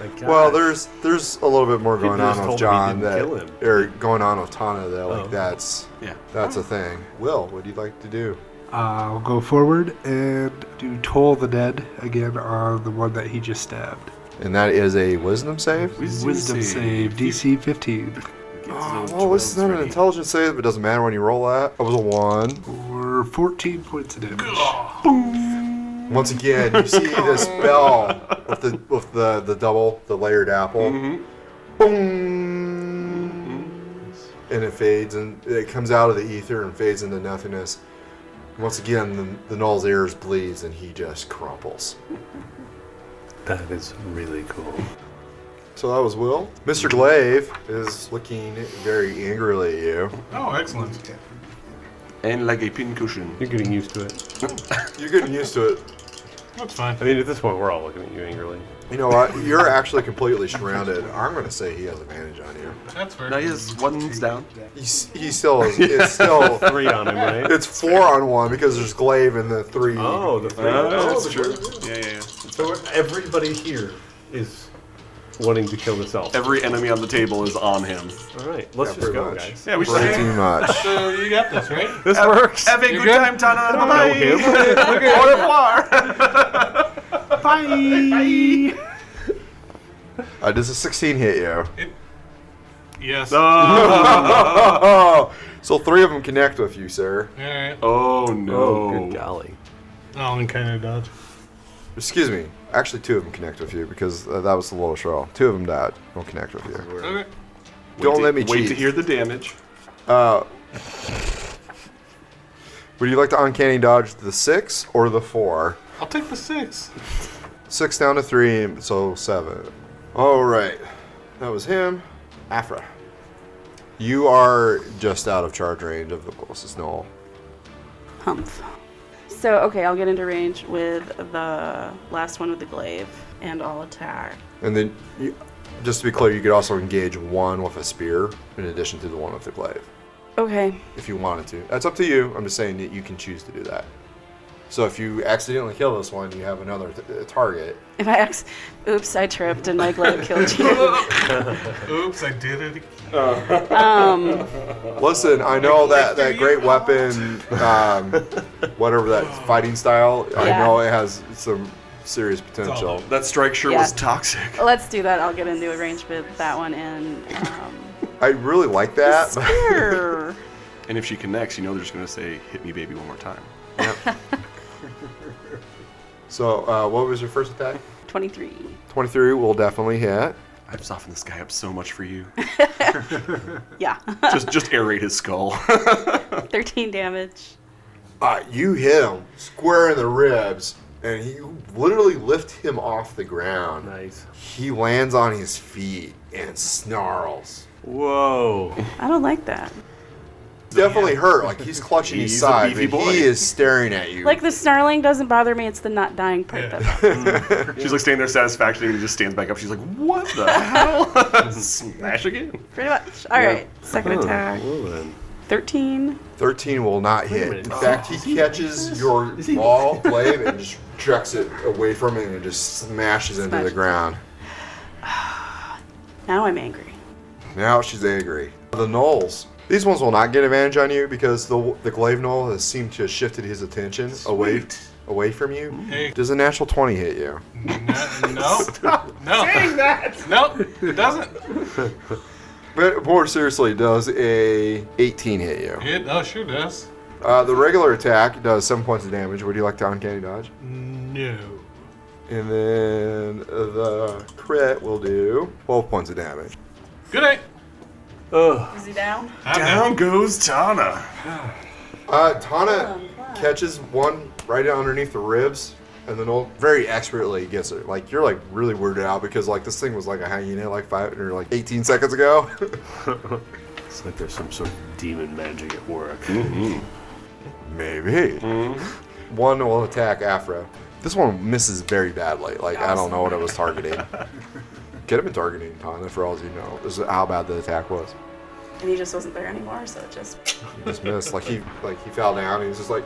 [SPEAKER 2] Like,
[SPEAKER 1] Well,
[SPEAKER 2] gosh.
[SPEAKER 1] there's there's a little bit more going
[SPEAKER 2] just
[SPEAKER 1] on with
[SPEAKER 2] told me he
[SPEAKER 1] John
[SPEAKER 2] didn't
[SPEAKER 1] that
[SPEAKER 2] kill him.
[SPEAKER 1] or going on with Tana that like
[SPEAKER 2] Oh.
[SPEAKER 1] that's
[SPEAKER 5] Yeah.
[SPEAKER 1] that's a thing. Will, what do you like to do?
[SPEAKER 4] I'll go forward and do Toll the Dead again on the one that he just stabbed.
[SPEAKER 1] And that is a wisdom save.
[SPEAKER 5] Wisdom
[SPEAKER 4] Wisdom save, DC 15.
[SPEAKER 1] Oh, well, this is not an intelligence save, but it doesn't matter when you roll that. That was a one.
[SPEAKER 4] For 14 points of damage.
[SPEAKER 1] Once again, you see this bell with the with the, the double, the layered apple. Boom. And it fades and it comes out of the ether and fades into nothingness. Once again, the, the Null's ears bleeds and he just crumples.
[SPEAKER 2] that is really cool.
[SPEAKER 1] So that was Will. Mr. Glaive is looking very angrily at you.
[SPEAKER 6] Oh, excellent.
[SPEAKER 5] And like a pincushion.
[SPEAKER 2] You're getting used to it.
[SPEAKER 1] You're getting used to it.
[SPEAKER 6] That's fine.
[SPEAKER 2] I mean, at this point, we're all looking at you angrily.
[SPEAKER 1] You know what? You're actually completely surrounded. I'm going to say he has advantage on you.
[SPEAKER 6] That's fair.
[SPEAKER 5] Now yes, one's down.
[SPEAKER 1] He's, he still
[SPEAKER 5] (laughs)
[SPEAKER 1] is. It's still.
[SPEAKER 2] Three on him, right?
[SPEAKER 1] It's four on one because there's glaive in the three.
[SPEAKER 2] oh, the three.
[SPEAKER 5] that's true. Yeah, yeah, yeah.
[SPEAKER 2] So everybody here is wanting to kill this elf.
[SPEAKER 5] Every enemy on the table is on him.
[SPEAKER 2] all right, let's
[SPEAKER 1] Yeah,
[SPEAKER 2] just
[SPEAKER 1] pretty
[SPEAKER 2] go,
[SPEAKER 1] much.
[SPEAKER 2] guys.
[SPEAKER 5] Yeah, we
[SPEAKER 1] Pretty much.
[SPEAKER 5] (laughs)
[SPEAKER 6] So you got this, right?
[SPEAKER 2] (laughs) This works.
[SPEAKER 5] Have a good,
[SPEAKER 6] good?
[SPEAKER 5] time, Tana.
[SPEAKER 2] Know him.
[SPEAKER 5] Bye (laughs) bye. Au revoir.
[SPEAKER 1] Uh, does a 16 hit you?
[SPEAKER 6] Yes.
[SPEAKER 1] Oh, so three of them connect with you, sir.
[SPEAKER 6] Alright.
[SPEAKER 5] Oh no.
[SPEAKER 2] Oh, good golly.
[SPEAKER 6] Oh, and kind of dodge.
[SPEAKER 1] Excuse me. Actually, two of them connect with you because uh, that was the lowest roll. Two of them died. Won't connect with you.
[SPEAKER 6] Okay.
[SPEAKER 1] Don't
[SPEAKER 5] Wait to-
[SPEAKER 1] let me
[SPEAKER 5] Wait
[SPEAKER 1] cheat.
[SPEAKER 5] to hear the damage.
[SPEAKER 1] Uh, would you like to uncanny dodge the six or the four?
[SPEAKER 6] I'll take the six.
[SPEAKER 1] Six down to three, so seven. All right, that was him. Afra, you are just out of charge range of the closest knoll.
[SPEAKER 3] Humph. So, okay, I'll get into range with the last one with the glaive, and I'll attack.
[SPEAKER 1] And then, you, just to be clear, you could also engage one with a spear in addition to the one with the glaive,
[SPEAKER 3] Okay,
[SPEAKER 1] if you wanted to. That's up to you. I'm just saying that you can choose to do that. So if you accidentally kill this one, you have another t- uh, target.
[SPEAKER 3] if I ex. Oops, I tripped and my glaive killed you.
[SPEAKER 6] Oops, I did it again.
[SPEAKER 3] Um,
[SPEAKER 1] Listen, I know that
[SPEAKER 6] through
[SPEAKER 1] that
[SPEAKER 6] your
[SPEAKER 1] great
[SPEAKER 6] heart.
[SPEAKER 1] weapon, um,
[SPEAKER 6] (laughs)
[SPEAKER 1] whatever that fighting style, I
[SPEAKER 3] Yeah.
[SPEAKER 1] know it has some serious
[SPEAKER 6] It's all
[SPEAKER 1] potential.
[SPEAKER 6] about-
[SPEAKER 5] Oh, That strike sure
[SPEAKER 3] Yeah.
[SPEAKER 5] was toxic.
[SPEAKER 3] let's do that. I'll get into a range with that one and um,
[SPEAKER 1] I really like that.
[SPEAKER 3] (laughs)
[SPEAKER 6] (laughs)
[SPEAKER 1] (laughs)
[SPEAKER 3] spear.
[SPEAKER 5] And if she connects, you know they're just going to say, hit me, baby, one more time.
[SPEAKER 1] so, uh, what was your first attack?
[SPEAKER 3] 23.
[SPEAKER 1] 23 will definitely hit.
[SPEAKER 5] I've softened this guy up so much for you.
[SPEAKER 3] Yeah, (laughs)
[SPEAKER 5] just just aerate his skull. (laughs)
[SPEAKER 3] 13 damage.
[SPEAKER 1] Uh, you hit him square in the ribs, and you literally lift him off the ground.
[SPEAKER 2] Nice.
[SPEAKER 1] He lands on his feet and snarls.
[SPEAKER 2] Whoa.
[SPEAKER 3] I don't like that.
[SPEAKER 1] Definitely hurt. Like he's clutching his
[SPEAKER 5] He's a
[SPEAKER 1] side.
[SPEAKER 5] beefy
[SPEAKER 1] but
[SPEAKER 5] boy.
[SPEAKER 1] He is staring at you.
[SPEAKER 3] Like the snarling doesn't bother me. It's the not dying part that
[SPEAKER 6] Yeah.
[SPEAKER 3] bothers
[SPEAKER 5] She's like standing there satisfaction and he just stands back up. She's like, what the hell? (laughs) Smash again.
[SPEAKER 3] Pretty much. All
[SPEAKER 5] Yeah.
[SPEAKER 3] right. Second attack.
[SPEAKER 2] Well then.
[SPEAKER 3] 13.
[SPEAKER 1] 13 will not
[SPEAKER 2] a
[SPEAKER 1] hit.
[SPEAKER 2] minute.
[SPEAKER 1] In fact, he catches your
[SPEAKER 2] Is he-
[SPEAKER 1] ball blade and just chucks it away from it and just smashes into the
[SPEAKER 3] Smashes.
[SPEAKER 1] ground.
[SPEAKER 3] Now I'm angry.
[SPEAKER 1] Now she's angry. The gnolls. These ones will not get advantage on you because the the glaive knoll has seemed to have shifted his attention away away from you.
[SPEAKER 6] Hey.
[SPEAKER 1] Does a natural 20 hit you?
[SPEAKER 2] (laughs)
[SPEAKER 6] No, no, no. Nope, it doesn't.
[SPEAKER 1] But more seriously, does a 18 hit you?
[SPEAKER 6] It oh sure does.
[SPEAKER 1] Uh, the regular attack does 7 points of damage. Would you like to uncanny dodge?
[SPEAKER 6] No.
[SPEAKER 1] And then the crit will do 12 points of damage.
[SPEAKER 6] Good night.
[SPEAKER 2] Ugh.
[SPEAKER 3] Is he down?
[SPEAKER 6] I'm down.
[SPEAKER 5] goes Tana.
[SPEAKER 1] Uh, Tana catches one right underneath the ribs, and then old, very expertly gets it. Like you're like really weirded out because like this thing was like a hanging in like five or like 18 seconds ago. (laughs)
[SPEAKER 2] It's like there's some sort of demon magic at work.
[SPEAKER 1] Maybe. One will attack Afra. This one misses very badly. Like I don't know what it was targeting. Could have been targeting Tana for all you know. This is how bad the attack was.
[SPEAKER 3] And he just wasn't there anymore, so it just.
[SPEAKER 1] He just missed. Like he like he fell down. and He's just like,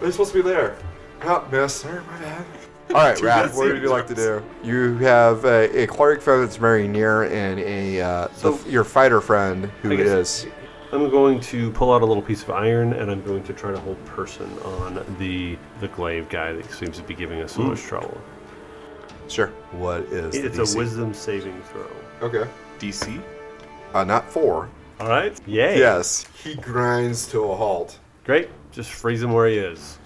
[SPEAKER 1] they're supposed to be there. Not miss. Sorry, my (laughs) bad. All right, Raph, what would you like to do? You have a, a cleric friend that's very near, and a uh, the, your fighter friend who
[SPEAKER 2] I guess-
[SPEAKER 1] is.
[SPEAKER 2] I'm going to pull out a little piece of iron and I'm going to try to hold person on the the glaive guy that seems to be giving us so much trouble.
[SPEAKER 1] Sure. What is? Hmm. the
[SPEAKER 2] It's
[SPEAKER 1] DC?
[SPEAKER 2] a wisdom saving throw.
[SPEAKER 1] Okay.
[SPEAKER 5] DC?
[SPEAKER 1] Uh, not four.
[SPEAKER 2] All right. Yay.
[SPEAKER 1] Yes. He grinds to a halt.
[SPEAKER 2] Great. Just freeze him where he is.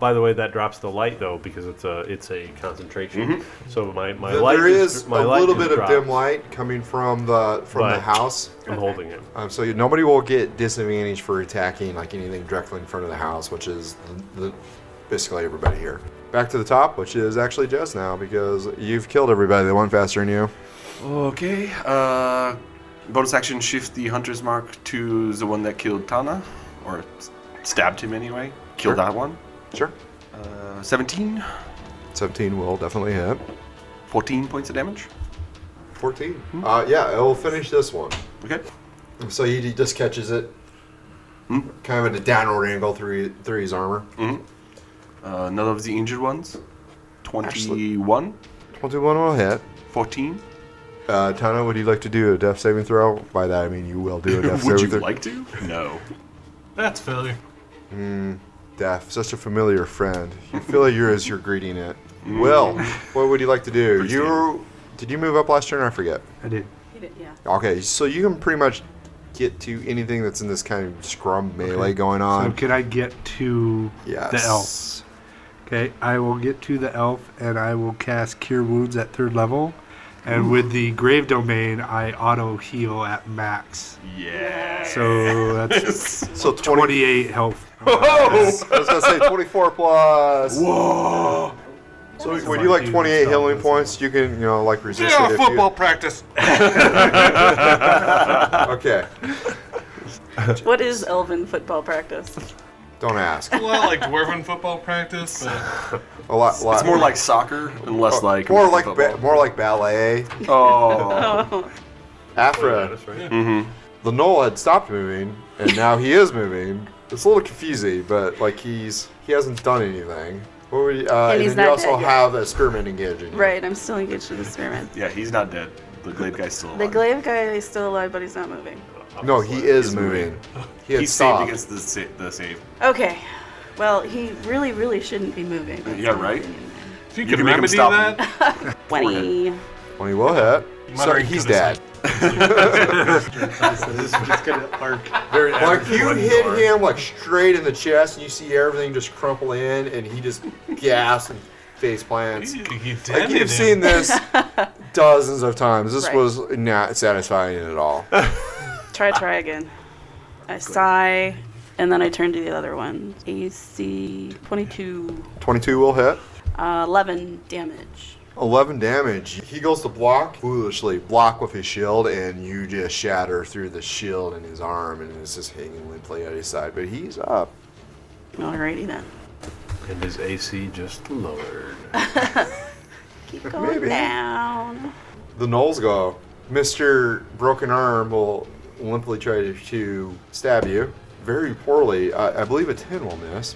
[SPEAKER 2] By the way, that drops the light though because it's a it's a concentration. So my
[SPEAKER 1] Mm-hmm.
[SPEAKER 2] my
[SPEAKER 1] Th-
[SPEAKER 2] light
[SPEAKER 1] there is
[SPEAKER 2] my
[SPEAKER 1] a
[SPEAKER 2] light
[SPEAKER 1] little
[SPEAKER 2] is
[SPEAKER 1] bit of
[SPEAKER 2] dropped.
[SPEAKER 1] dim light coming from the from the
[SPEAKER 2] But-
[SPEAKER 1] house.
[SPEAKER 2] I'm holding him.
[SPEAKER 1] Um, so you- nobody will get disadvantage for attacking like anything directly in front of the house, which is the, the, basically everybody here. Back to the top, which is actually Jess now because you've killed everybody that went faster than you.
[SPEAKER 5] Okay. Uh, bonus action shift the hunter's mark to the one that killed Tana, or s- stabbed him anyway. Kill
[SPEAKER 1] Sure.
[SPEAKER 5] that one.
[SPEAKER 1] Sure.
[SPEAKER 5] Uh, 17,
[SPEAKER 1] 17 will definitely hit.
[SPEAKER 5] 14 points of damage.
[SPEAKER 1] 14. Uh, yeah, it will finish this one.
[SPEAKER 5] Okay.
[SPEAKER 1] So he just catches it,
[SPEAKER 5] Hmm.
[SPEAKER 1] kind of at a downward angle through through his armor.
[SPEAKER 5] Uh, none of the injured ones. 21,
[SPEAKER 1] 21 will hit.
[SPEAKER 5] 14.
[SPEAKER 1] Uh, Tana, would you like to do a death saving throw? By that I mean you will
[SPEAKER 5] (laughs)
[SPEAKER 1] do a death
[SPEAKER 5] Would
[SPEAKER 1] saving
[SPEAKER 5] you
[SPEAKER 1] throw.
[SPEAKER 5] like to? No.
[SPEAKER 6] That's failure.
[SPEAKER 1] Death, such a familiar friend. You feel like you're as you're greeting it. Will, what would you like to do?
[SPEAKER 5] First
[SPEAKER 1] You did you move up last turn? I forget.
[SPEAKER 4] I did.
[SPEAKER 3] He did, yeah.
[SPEAKER 1] Okay, so you can pretty much get to anything that's in this kind of scrum melee going
[SPEAKER 4] So
[SPEAKER 1] on.
[SPEAKER 4] can I get to
[SPEAKER 1] yes.
[SPEAKER 4] the elf? Okay, I will get to the elf and I will cast Cure Wounds at third level. And with the Grave Domain, I auto heal at max.
[SPEAKER 5] Yeah.
[SPEAKER 4] So
[SPEAKER 1] (laughs)
[SPEAKER 4] that's
[SPEAKER 1] So 20,
[SPEAKER 4] 28 health.
[SPEAKER 1] I was gonna say 24 plus.
[SPEAKER 5] Whoa!
[SPEAKER 1] So when you like 28 healing points, you can you know like resist it. if you-
[SPEAKER 6] practice.
[SPEAKER 1] Okay,
[SPEAKER 3] What is elven football practice?
[SPEAKER 1] don't ask.
[SPEAKER 6] A lot like dwarven football practice, but
[SPEAKER 1] A lot. lot
[SPEAKER 5] It's more like soccer and less like
[SPEAKER 1] Oh, more like ba-
[SPEAKER 5] football.
[SPEAKER 1] more like ballet.
[SPEAKER 3] (laughs)
[SPEAKER 5] Oh.
[SPEAKER 3] (laughs) Oh,
[SPEAKER 5] Mm-hmm.
[SPEAKER 1] Afra, the knoll had stopped moving, and now he is moving. It's a little confusing, but like he's he hasn't done anything. What would you, uh,
[SPEAKER 3] And
[SPEAKER 1] and,
[SPEAKER 3] he's
[SPEAKER 1] then you
[SPEAKER 3] not
[SPEAKER 1] also
[SPEAKER 3] dead yet.
[SPEAKER 1] have a skirmish engaged in you.
[SPEAKER 3] right. I'm still engaged in the experiment.
[SPEAKER 5] Yeah, he's not dead. The glaive guy's still alive.
[SPEAKER 3] The glaive guy is still alive, but he's not moving.
[SPEAKER 1] No, he is moving. He had
[SPEAKER 5] He's saved
[SPEAKER 1] stopped.
[SPEAKER 5] against the, sa- the save.
[SPEAKER 3] Okay. Well, he really, really shouldn't be moving. That's
[SPEAKER 5] Yeah,
[SPEAKER 3] my
[SPEAKER 5] right?
[SPEAKER 3] opinion.
[SPEAKER 6] if you,
[SPEAKER 5] You
[SPEAKER 6] could
[SPEAKER 5] can make him
[SPEAKER 6] remedy
[SPEAKER 5] stop
[SPEAKER 6] that,
[SPEAKER 3] Twenty.
[SPEAKER 1] Well, he will hit. Sorry,
[SPEAKER 6] Muttering
[SPEAKER 1] he's
[SPEAKER 6] to
[SPEAKER 1] dead.
[SPEAKER 6] this
[SPEAKER 1] (laughs)
[SPEAKER 4] just gonna arc.
[SPEAKER 1] Like you hit him like straight in the chest, and you see everything just crumple in, and he just (laughs) gasps and face plants.
[SPEAKER 6] you
[SPEAKER 1] Like you've seen this dozens of times. This
[SPEAKER 3] Right.
[SPEAKER 1] was not satisfying at all. (laughs)
[SPEAKER 3] Try, try again. I sigh, and then I turn to the other one. AC 22,
[SPEAKER 1] Twenty-two will hit.
[SPEAKER 3] uh, 11 damage.
[SPEAKER 1] 11 damage. He goes to block, foolishly block with his shield, and you just shatter through the shield in his arm, and it's just hanging limply at his side. But he's up.
[SPEAKER 3] Alrighty then.
[SPEAKER 2] And his AC just lowered.
[SPEAKER 3] Keep going
[SPEAKER 1] Maybe.
[SPEAKER 3] down.
[SPEAKER 1] The gnolls go. Mr. Broken Arm will limply try to, to stab you very poorly. I, I believe a 10 will miss.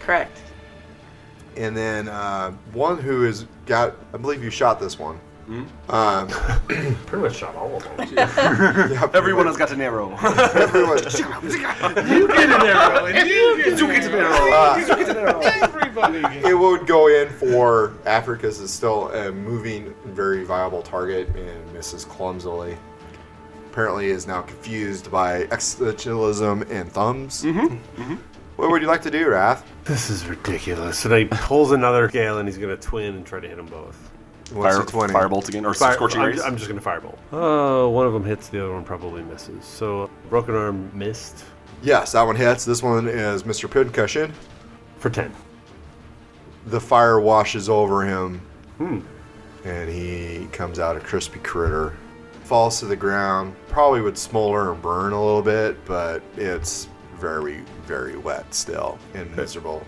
[SPEAKER 3] Correct.
[SPEAKER 1] And then uh, one who has got, I believe you shot this one. (laughs) Um,
[SPEAKER 2] Pretty much shot all of them.
[SPEAKER 1] (laughs) yeah,
[SPEAKER 5] Everyone has got an (laughs) arrow.
[SPEAKER 1] everyone. Uh, it would go in for Africa's is still a moving, very viable target and misses clumsily. Apparently, is now confused by existentialism and thumbs. What would you like to do, Wrath?
[SPEAKER 2] This is ridiculous. And he pulls another gale and he's going to twin and try to hit them both.
[SPEAKER 1] What's
[SPEAKER 5] Fire,
[SPEAKER 1] the 20?
[SPEAKER 5] firebolt again, or scorching
[SPEAKER 2] I'm,
[SPEAKER 5] rays.
[SPEAKER 2] I'm just going to fireball. Oh, one of them hits, the other one probably misses. So, broken arm missed
[SPEAKER 1] Yes, that one hits. This one is Mr. Pincushion.
[SPEAKER 2] for 10.
[SPEAKER 1] The fire washes over him,
[SPEAKER 2] Hmm.
[SPEAKER 1] and he comes out a crispy critter. Falls to the ground. Probably would smolder and burn a little bit, but it's very, very wet still and miserable.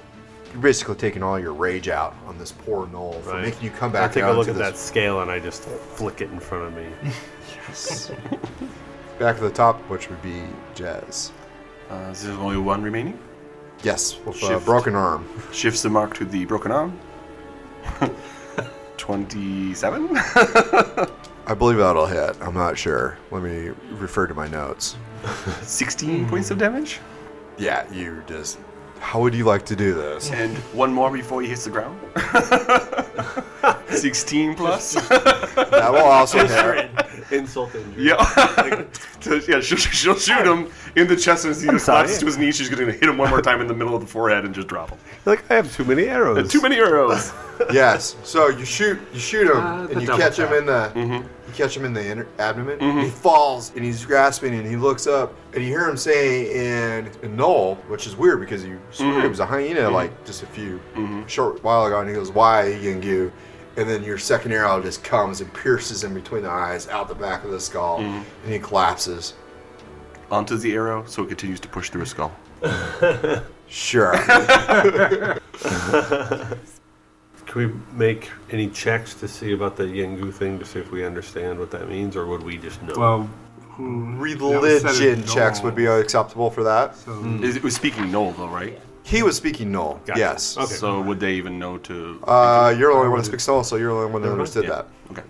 [SPEAKER 1] You're basically taking all your rage out on this poor knoll for
[SPEAKER 2] Right.
[SPEAKER 1] making you come
[SPEAKER 2] I
[SPEAKER 1] back.
[SPEAKER 2] take a
[SPEAKER 1] out
[SPEAKER 2] look
[SPEAKER 1] to
[SPEAKER 2] at that
[SPEAKER 1] this-
[SPEAKER 2] scale and I just flick it in front of me.
[SPEAKER 1] Back to the top, which would be Jazz.
[SPEAKER 5] Uh, there's only one remaining.
[SPEAKER 1] Yes, with a
[SPEAKER 5] Shift.
[SPEAKER 1] broken arm.
[SPEAKER 5] Shifts the mark to the broken arm. (laughs) (laughs) 27?
[SPEAKER 1] I believe that'll hit. I'm not sure. Let me refer to my notes.
[SPEAKER 5] 16 points of damage.
[SPEAKER 1] Yeah, you just. How would you like to do this?
[SPEAKER 5] And one more before he hits the ground. (laughs) 16 plus.
[SPEAKER 1] That will also hit.
[SPEAKER 2] Insult injury.
[SPEAKER 5] (laughs) yeah. So, yeah, she'll, she'll shoot him in the chest and as he collapses
[SPEAKER 2] sorry.
[SPEAKER 5] to his knee. She's going to hit him one more time in the middle of the forehead and just drop him.
[SPEAKER 2] Like, I have too many arrows.
[SPEAKER 5] Too
[SPEAKER 2] (laughs)
[SPEAKER 5] many arrows.
[SPEAKER 1] Yes. So you shoot, you shoot him,
[SPEAKER 4] Uh, the
[SPEAKER 1] and you
[SPEAKER 4] double
[SPEAKER 1] catch him
[SPEAKER 4] tap.
[SPEAKER 1] in the, you catch him in the inner abdomen. He falls, and he's grasping, and he looks up, and you hear him say in, in Null, which is weird because you swear it was a hyena like just a few short while ago, and he goes, "Why Yingu?" And then your second arrow just comes and pierces him between the eyes, out the back of the skull, and he collapses.
[SPEAKER 5] Onto the arrow, so it continues to push through his skull.
[SPEAKER 1] Sure.
[SPEAKER 2] Can we make any checks to see about the Yengu thing to see if we understand what that means, or would we just know?
[SPEAKER 4] Well, who- that was said
[SPEAKER 1] Religion
[SPEAKER 4] in
[SPEAKER 1] checks
[SPEAKER 4] Gnoll,
[SPEAKER 1] would be Hmm. acceptable for that.
[SPEAKER 4] so-
[SPEAKER 5] Is- It was speaking Noel, though, right?
[SPEAKER 1] He was speaking Null.
[SPEAKER 2] Gotcha.
[SPEAKER 1] Yes.
[SPEAKER 2] Okay.
[SPEAKER 5] So would they even know to.
[SPEAKER 1] Uh, you're the only one that speaks Null, so you're the only one that understood
[SPEAKER 5] Uh-huh. Yeah.
[SPEAKER 1] that.
[SPEAKER 5] Okay.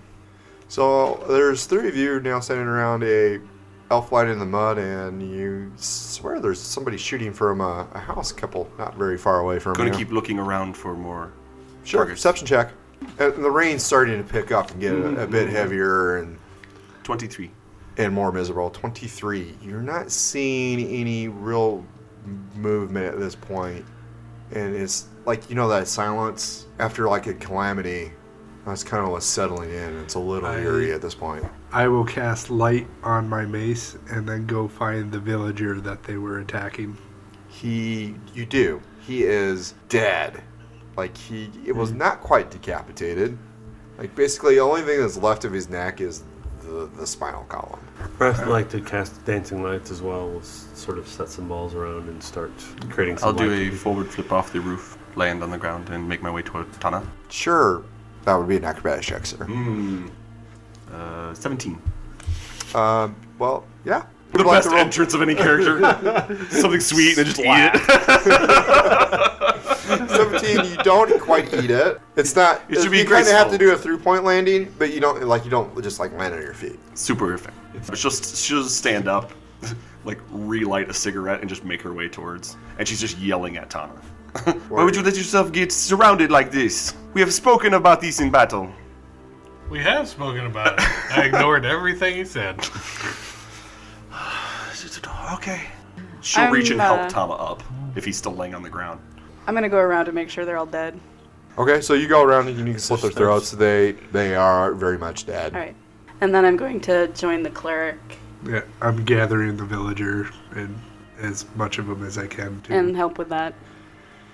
[SPEAKER 1] So there's three of you now standing around a elf light in the mud, and you swear there's somebody shooting from a, a house couple not very far away from
[SPEAKER 5] Gonna
[SPEAKER 1] you.
[SPEAKER 5] keep looking around for more.
[SPEAKER 1] sure,
[SPEAKER 5] targets.
[SPEAKER 1] perception check. And the rain's starting to pick up and get a,
[SPEAKER 5] Mm-hmm.
[SPEAKER 1] a bit heavier and
[SPEAKER 5] 23.
[SPEAKER 1] and more miserable. 23. You're not seeing any real m- movement at this point. and it's like you know that silence after like a calamity. That's kind of what's settling in. It's a little
[SPEAKER 4] I-
[SPEAKER 1] eerie at this point.
[SPEAKER 4] I will cast light on my mace and then go find the villager that they were attacking.
[SPEAKER 1] He, you do. He is dead. Like he, it was
[SPEAKER 5] Hmm.
[SPEAKER 1] not quite decapitated. Like basically, the only thing that's left of his neck is the the spinal column.
[SPEAKER 2] I'd like to cast dancing lights as well. We'll s- sort of set some balls around and start creating some.
[SPEAKER 5] I'll do
[SPEAKER 2] light
[SPEAKER 5] a
[SPEAKER 2] for
[SPEAKER 5] forward flip off the roof, land on the ground, and make my way toward Tana.
[SPEAKER 1] Sure, that would be an acrobatic check, sir.
[SPEAKER 5] Hmm. Uh, 17.
[SPEAKER 1] Um, well, yeah.
[SPEAKER 5] The best entrance of
[SPEAKER 2] (laughs)
[SPEAKER 5] any character. Something sweet and just eat it.
[SPEAKER 1] 17, you don't quite eat it. It's not.
[SPEAKER 5] It should be
[SPEAKER 1] you kind of have
[SPEAKER 5] graceful.
[SPEAKER 1] to do a three point landing, but you don't like you don't just like land on your feet.
[SPEAKER 5] Super effective. She'll, she'll just stand up, (laughs) like relight a cigarette, and just make her way towards. And she's just yelling at Tana. (laughs) Why would you let yourself get surrounded like this? We have spoken about this in battle.
[SPEAKER 6] We have spoken about it. I ignored everything he said.
[SPEAKER 5] Okay. She'll reach and
[SPEAKER 3] I'm,
[SPEAKER 5] help
[SPEAKER 3] uh,
[SPEAKER 5] Tama up if he's still laying on the ground.
[SPEAKER 3] I'm gonna go around to make sure they're all dead.
[SPEAKER 1] Okay, so you go around and you can slit their throats. They they are very much dead.
[SPEAKER 3] All right. And then I'm going to join the cleric
[SPEAKER 4] Yeah, I'm gathering the villager and as much of them as I can to
[SPEAKER 3] and help with that.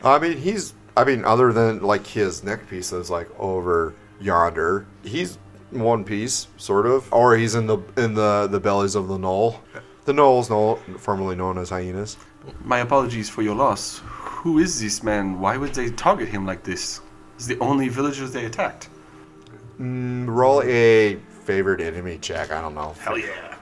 [SPEAKER 1] I mean, he's. I mean, other than like his neck piece that's like over yonder, he's in one piece, sort of, or he's in the in the the bellies of the knoll. The knolls, knoll, formerly known as hyenas.
[SPEAKER 5] My apologies for your loss. Who is this man? Why would they target him like this? He's the only villager they attacked.
[SPEAKER 1] Mm, Roll a favored enemy check. I don't know.
[SPEAKER 5] Hell yeah.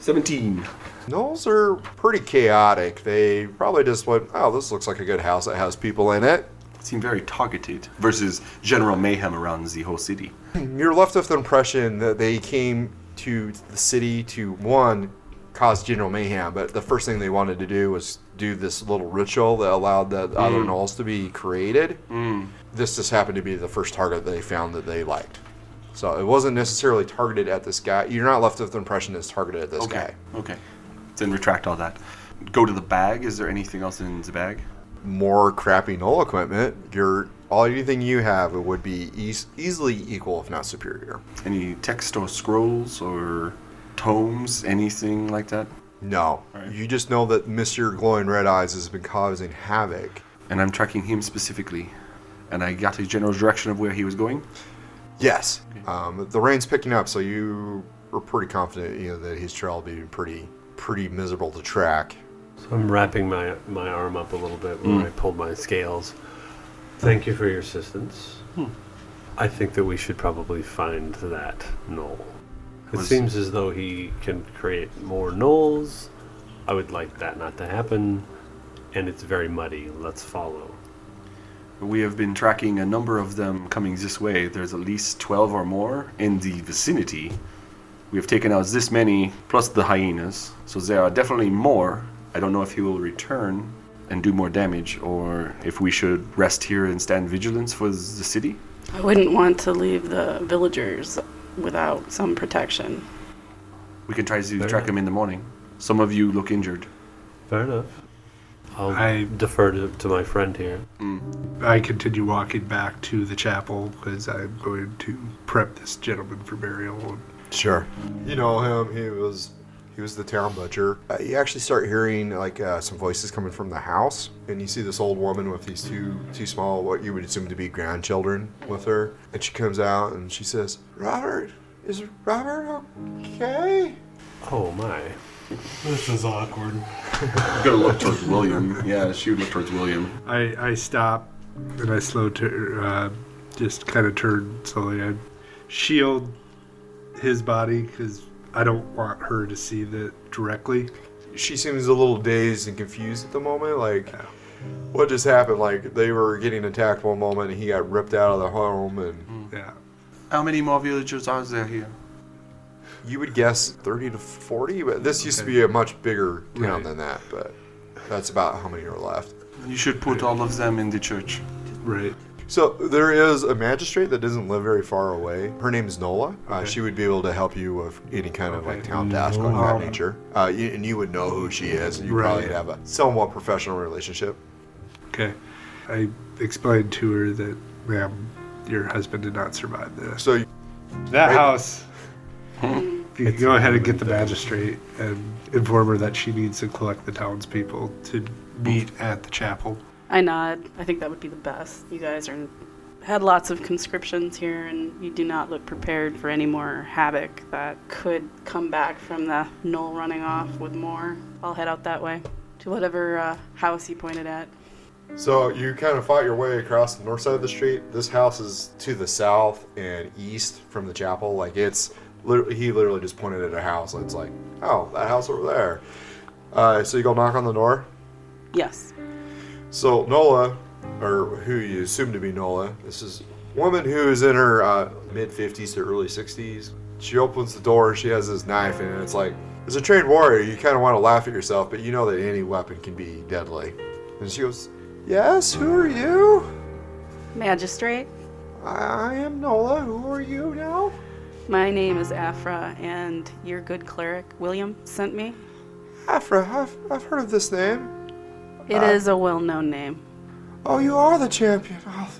[SPEAKER 5] 17.
[SPEAKER 1] Knolls are pretty chaotic. They probably just went, oh, this looks like a good house that has people in it.
[SPEAKER 5] Seem very targeted versus general mayhem around the whole city.
[SPEAKER 1] You're left with the impression that they came to the city to, one, cause general mayhem, but the first thing they wanted to do was do this little ritual that allowed the other Knolls to be created. This just happened to be the first target they found that they liked. So it wasn't necessarily targeted at this guy. You're not left with the impression it's targeted at this guy.
[SPEAKER 5] Okay. Then retract all that. Go to the bag. Is there anything else in the bag?
[SPEAKER 1] more crappy null equipment, your all anything you have would be eas easily equal, if not superior.
[SPEAKER 5] Any text or scrolls or tomes? Anything like that?
[SPEAKER 1] No,
[SPEAKER 5] Alright.
[SPEAKER 1] you just know that Mister Glowing Red Eyes has been causing havoc.
[SPEAKER 5] and I'm tracking him specifically. And I got a general direction of where he was going.
[SPEAKER 1] Yes, um, the rain's picking up, so you are pretty confident you know, that his trail will be pretty pretty miserable to track.
[SPEAKER 2] So I'm wrapping my my arm up a little bit where I pulled my scales. Thank you for your assistance. I think that we should probably find that knoll. It
[SPEAKER 5] Was-
[SPEAKER 2] seems as though he can create more knolls. I would like that not to happen, and it's very muddy. Let's follow.
[SPEAKER 5] We have been tracking a number of them coming this way. There's at least 12 or more in the vicinity. We have taken out this many, plus the hyenas. So there are definitely more. I don't know if he will return and do more damage, or if we should rest here and stand vigilance for the city.
[SPEAKER 3] I wouldn't want to leave the villagers without some protection.
[SPEAKER 5] We can try to
[SPEAKER 2] Fair
[SPEAKER 5] track
[SPEAKER 2] enough.
[SPEAKER 5] him in the morning. Some of you look injured.
[SPEAKER 2] Fair enough. I'll
[SPEAKER 4] I-
[SPEAKER 2] defer to, to my friend here.
[SPEAKER 4] I continue walking back to the chapel because I'm going to prep this gentleman for burial.
[SPEAKER 1] Sure. You know him. He was he was the town butcher. Uh, you actually start hearing like uh, some voices coming from the house, and you see this old woman with these two two small what you would assume to be grandchildren with her, and she comes out and she says, "Robert, is Robert okay?"
[SPEAKER 2] Oh my!
[SPEAKER 6] This is awkward.
[SPEAKER 5] Go look towards William. Yeah, she would look towards William.
[SPEAKER 4] I, I stop and I slow to uh, just kind of turn slowly. I shield his body because I don't want her to see that directly.
[SPEAKER 1] She seems a little dazed and confused at the moment, like. What just happened? Like they were getting attacked one moment, and he got ripped out of the home, and
[SPEAKER 4] Yeah.
[SPEAKER 5] How many more villagers are there here?
[SPEAKER 1] you would guess thirty to forty. But this used to
[SPEAKER 4] Okay.
[SPEAKER 1] be a much bigger town
[SPEAKER 4] Right.
[SPEAKER 1] than that. But that's about how many are left.
[SPEAKER 5] You should put all of them in the church.
[SPEAKER 4] Right.
[SPEAKER 1] So there is a magistrate that doesn't live very far away. Her name is Nola. Uh, she would be able to help you with any kind of like town task of that
[SPEAKER 4] Nola.
[SPEAKER 1] nature. Uh, you, and you would know who she is. and You
[SPEAKER 4] Right.
[SPEAKER 1] probably have a somewhat professional relationship.
[SPEAKER 4] Okay. I explained to her that, ma'am, your husband did not survive this.
[SPEAKER 1] So
[SPEAKER 4] That
[SPEAKER 1] Right.
[SPEAKER 4] house. (laughs) You can go ahead and get the magistrate and inform her that she needs to collect the townspeople to meet at the chapel.
[SPEAKER 3] I nod. I think that would be the best. You guys are had lots of conscriptions here, and you do not look prepared for any more havoc that could come back from the knoll running off with more. I'll head out that way to whatever uh, house you pointed at.
[SPEAKER 1] So you kind of fought your way across the north side of the street. This house is to the south and east from the chapel. Like it's, lit- he literally just pointed at a house. and It's like, oh, that house over there. Uh, so you go knock on the door.
[SPEAKER 3] Yes.
[SPEAKER 1] So Nola, or who you assume to be Nola, this is a woman who is in her uh, mid 50s to early 60s. She opens the door. She has this knife, and it's like, as a trained warrior, you kind of want to laugh at yourself, but you know that any weapon can be deadly. And she goes, "Yes, who are you?"
[SPEAKER 3] Magistrate,
[SPEAKER 1] I am Nola. Who are you now?
[SPEAKER 3] my name is Afra, and your good cleric, William, sent me.
[SPEAKER 1] Afra, I've, I've heard of this name.
[SPEAKER 3] It is a well known name.
[SPEAKER 1] Oh, you are the champion. Oh,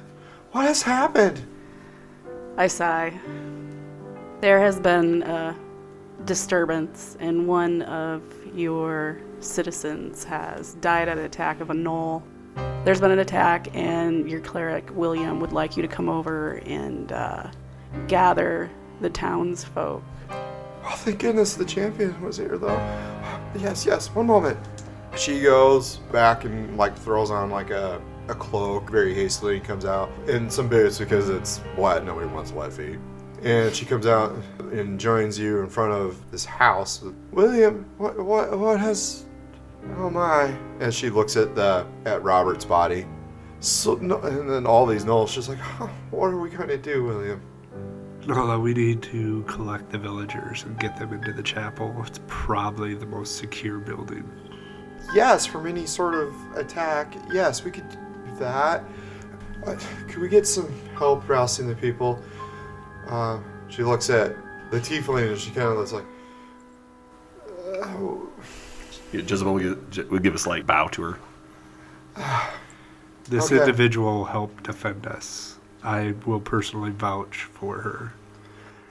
[SPEAKER 1] what has happened?
[SPEAKER 3] I sigh. There has been a disturbance, and one of your citizens has died at an attack of a knoll. There's been an attack, and your cleric, William, would like you to come over and uh, gather the townsfolk.
[SPEAKER 1] Oh, thank goodness the champion was here, though. Yes, yes, one moment. She goes back and, like, throws on, like, a, a cloak very hastily and comes out in some boots because it's wet. Nobody wants wet feet. And she comes out and joins you in front of this house. William, what, what, what has. Oh my. And she looks at the at Robert's body. So, no, and then all these gnolls, she's like, huh, what are we going to do, William?
[SPEAKER 4] Nola, we need to collect the villagers and get them into the chapel. It's probably the most secure building.
[SPEAKER 1] yes from any sort of attack yes we could do that uh, could we get some help rousing the people uh, she looks at the tiefling and she kind of looks like "Oh,
[SPEAKER 5] Yeah, Jezebel would gi- would give us like bow to her.
[SPEAKER 4] This
[SPEAKER 1] Okay.
[SPEAKER 4] individual helped defend us. I will personally vouch for her.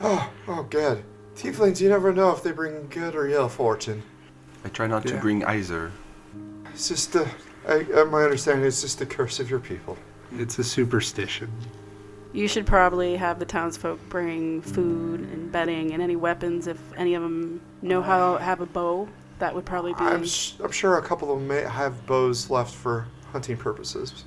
[SPEAKER 1] oh oh good tieflings you never know if they bring good or ill fortune
[SPEAKER 5] I try not
[SPEAKER 4] Yeah.
[SPEAKER 5] to bring either.
[SPEAKER 1] it's just uh, I, uh, my understanding it's just the curse of your people
[SPEAKER 4] It's a superstition.
[SPEAKER 3] You should probably have the townsfolk bring food and bedding and any weapons if any of them know how have a bow. That would probably be.
[SPEAKER 1] I'm, sh- I'm sure a couple of them may have bows left for hunting purposes.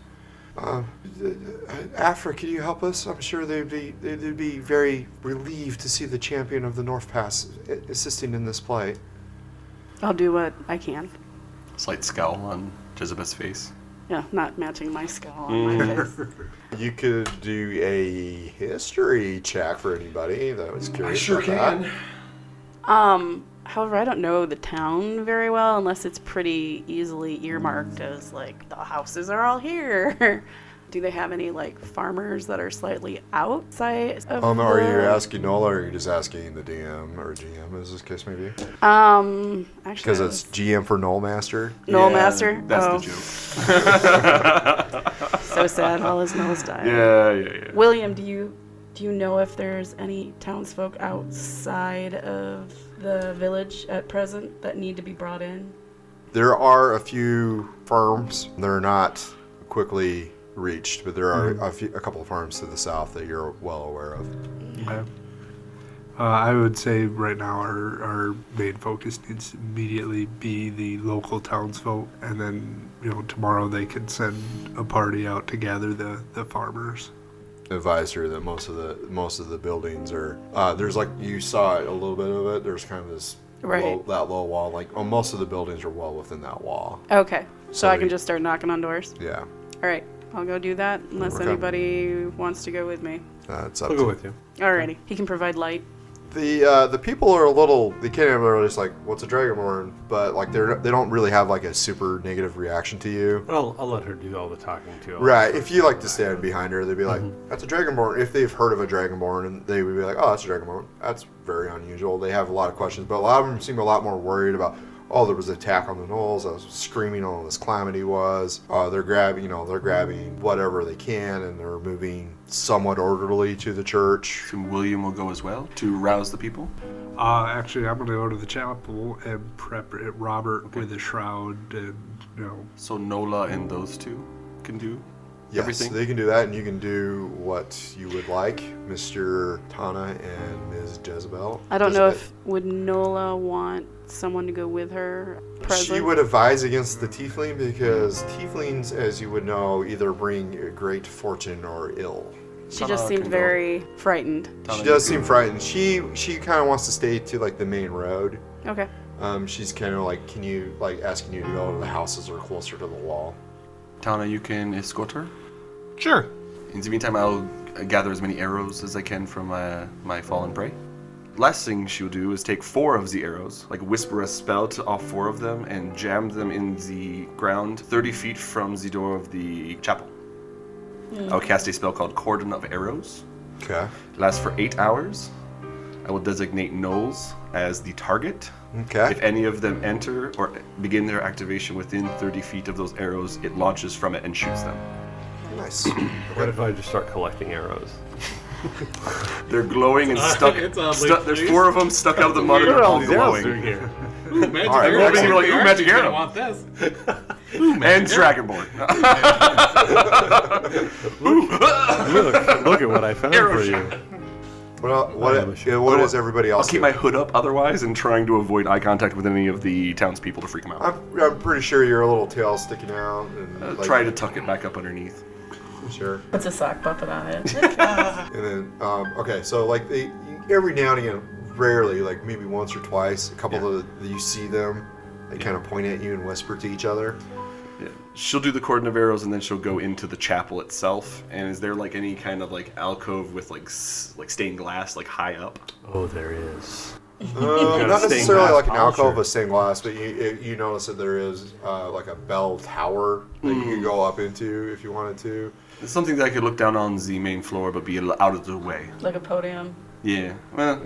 [SPEAKER 1] Um, th- th- Afra, can you help us? I'm sure they'd be they'd be very relieved to see the champion of the North Pass a- assisting in this plight.
[SPEAKER 3] I'll do what I can.
[SPEAKER 5] Slight scowl on Jezebel's face.
[SPEAKER 3] Yeah, not matching my skull on my
[SPEAKER 1] Mm.
[SPEAKER 3] face.
[SPEAKER 1] You could do a history check for anybody that was curious.
[SPEAKER 3] Um, however, I don't know the town very well unless it's pretty easily earmarked as like the houses are all here. (laughs) Do they have any like farmers that are slightly outside of
[SPEAKER 1] Um, are you
[SPEAKER 3] the-
[SPEAKER 1] asking Nola, or are you just asking the DM or GM, as this case may be?
[SPEAKER 3] Um, actually,
[SPEAKER 1] Because
[SPEAKER 3] I
[SPEAKER 1] it's
[SPEAKER 3] was-
[SPEAKER 1] GM for Null Master.
[SPEAKER 3] Knoll
[SPEAKER 5] Yeah,
[SPEAKER 3] Master.
[SPEAKER 5] That's
[SPEAKER 3] oh,
[SPEAKER 5] the joke.
[SPEAKER 3] so sad. All his knolls died.
[SPEAKER 5] Yeah, yeah, yeah.
[SPEAKER 3] William, do you do you know if there's any townsfolk outside of the village at present that need to be brought in?
[SPEAKER 1] There are a few farms. They're not quickly reached, but there are a, few, a couple of farms to the south that you're well aware of.
[SPEAKER 4] Uh, I would say right now our, our main focus needs to immediately be the local townsfolk, and then you know tomorrow they could send a party out to gather the, the farmers.
[SPEAKER 1] Advisor that most of the most of the buildings are uh, there's like you saw it, a little bit of it. There's kind of this
[SPEAKER 3] Right.
[SPEAKER 1] low, that low wall. Like oh, most of the buildings are well within that wall.
[SPEAKER 3] Okay, so I
[SPEAKER 1] Sorry.
[SPEAKER 3] can just start knocking on doors.
[SPEAKER 1] Yeah,
[SPEAKER 3] All right, I'll go do that unless
[SPEAKER 1] Okay.
[SPEAKER 3] anybody wants to go with me.
[SPEAKER 1] that's up.
[SPEAKER 2] I'll
[SPEAKER 1] to
[SPEAKER 2] go with you.
[SPEAKER 3] Alrighty, he can provide light.
[SPEAKER 1] The uh, the people are a little the Canaan are just like what's a dragonborn, but like they're they don't really have like a super negative reaction to you.
[SPEAKER 2] I'll, I'll let her do all the talking too.
[SPEAKER 1] Right. If you like to stand behind her, they'd be like, "That's a dragonborn." If they've heard of a dragonborn, and they would be like, "Oh, that's a dragonborn." That's very unusual. They have a lot of questions, but a lot of them seem a lot more worried about. Oh, there was an attack on the knolls. I was screaming on this calamity was. Uh, they're grabbing, you know, they're grabbing whatever they can, and they're moving somewhat orderly to the church.
[SPEAKER 5] So William will go as well to rouse the people.
[SPEAKER 4] Uh, actually, I'm going to go to the chapel and prep it, Robert with a shroud and, you know,
[SPEAKER 5] So Nola and those two can do
[SPEAKER 1] Yes,
[SPEAKER 5] everything.
[SPEAKER 1] they can do that, and you can do what you would like, Mr. Tana and Ms. Jezebel.
[SPEAKER 3] I don't know
[SPEAKER 1] Jezebel.
[SPEAKER 3] if would Nola want someone to go with her. Present.
[SPEAKER 1] She would advise against the tiefling because tieflings, as you would know, either bring great fortune or ill.
[SPEAKER 3] She
[SPEAKER 5] Tana
[SPEAKER 3] just seemed
[SPEAKER 5] can go.
[SPEAKER 3] very frightened.
[SPEAKER 1] she
[SPEAKER 5] Tana,
[SPEAKER 1] does
[SPEAKER 5] you
[SPEAKER 1] seem frightened. She she kind of wants to stay to like the main road.
[SPEAKER 3] Okay.
[SPEAKER 1] Um, she's kind of like, can you like asking you to go to the houses or closer to the wall?
[SPEAKER 5] can- Tana, you can escort her.
[SPEAKER 6] Sure.
[SPEAKER 5] In the meantime, I'll uh, gather as many arrows as I can from uh, my fallen prey. Last thing she'll do is take four of the arrows, like whisper a spell to all four of them, and jam them in the ground 30 feet from the door of the chapel.
[SPEAKER 3] Hmm.
[SPEAKER 5] I'll cast a spell called Cordon of Arrows.
[SPEAKER 1] Okay.
[SPEAKER 5] It lasts for eight hours. I will designate Knowles as the target.
[SPEAKER 1] Okay.
[SPEAKER 5] If any of them enter or begin their activation within 30 feet of those arrows, it launches from it and shoots them.
[SPEAKER 1] Nice.
[SPEAKER 2] What if I just start collecting arrows?
[SPEAKER 5] They're glowing and
[SPEAKER 6] Uh,
[SPEAKER 5] stuck.
[SPEAKER 6] it's oddly
[SPEAKER 5] stu- there's
[SPEAKER 6] placed.
[SPEAKER 5] four of them stuck out of the mud and
[SPEAKER 2] What
[SPEAKER 5] they're
[SPEAKER 2] are all
[SPEAKER 5] all
[SPEAKER 2] these arrows
[SPEAKER 5] glowing.
[SPEAKER 2] doing here?
[SPEAKER 6] Ooh, magic
[SPEAKER 1] All right,
[SPEAKER 6] arrow.
[SPEAKER 1] well,
[SPEAKER 6] I
[SPEAKER 1] people
[SPEAKER 5] are like,
[SPEAKER 6] think
[SPEAKER 5] ooh,
[SPEAKER 6] we
[SPEAKER 5] magic
[SPEAKER 6] are
[SPEAKER 5] arrow.
[SPEAKER 6] gonna want this.
[SPEAKER 5] And Dragonborn.
[SPEAKER 2] look, look at what I found
[SPEAKER 5] Arrow
[SPEAKER 2] for you.
[SPEAKER 1] What what, yeah, what is everybody
[SPEAKER 5] I'll
[SPEAKER 1] else?
[SPEAKER 5] keep
[SPEAKER 1] doing?
[SPEAKER 5] my hood up otherwise and trying to avoid eye contact with any of the townspeople to freak them out.
[SPEAKER 1] I'm, I'm pretty sure your little tail sticking out. And,
[SPEAKER 5] Uh,
[SPEAKER 1] like,
[SPEAKER 5] try to tuck it back up underneath.
[SPEAKER 1] Sure.
[SPEAKER 7] Puts a sock puppet on it.
[SPEAKER 1] (laughs) And then, um, okay, so like they, every now and again, rarely, like maybe once or twice, a couple of the, you see them, they kind of point at you and whisper to each other.
[SPEAKER 5] Yeah. She'll do the cordon of arrows and then she'll go into the chapel itself. And is there like any kind of like alcove with like s- like stained glass like high up?
[SPEAKER 2] Oh, there is.
[SPEAKER 1] Um, not
[SPEAKER 2] stained
[SPEAKER 1] necessarily
[SPEAKER 2] glass
[SPEAKER 1] like an
[SPEAKER 2] polisher.
[SPEAKER 1] alcove of stained glass, but you you- you notice that there is uh, like a bell tower that you
[SPEAKER 5] Mm.
[SPEAKER 1] could go up into if you wanted to.
[SPEAKER 5] It's something that I could look down on the main floor but be a little out of the way.
[SPEAKER 7] like a
[SPEAKER 3] (laughs)
[SPEAKER 7] podium.
[SPEAKER 5] Yeah. Well,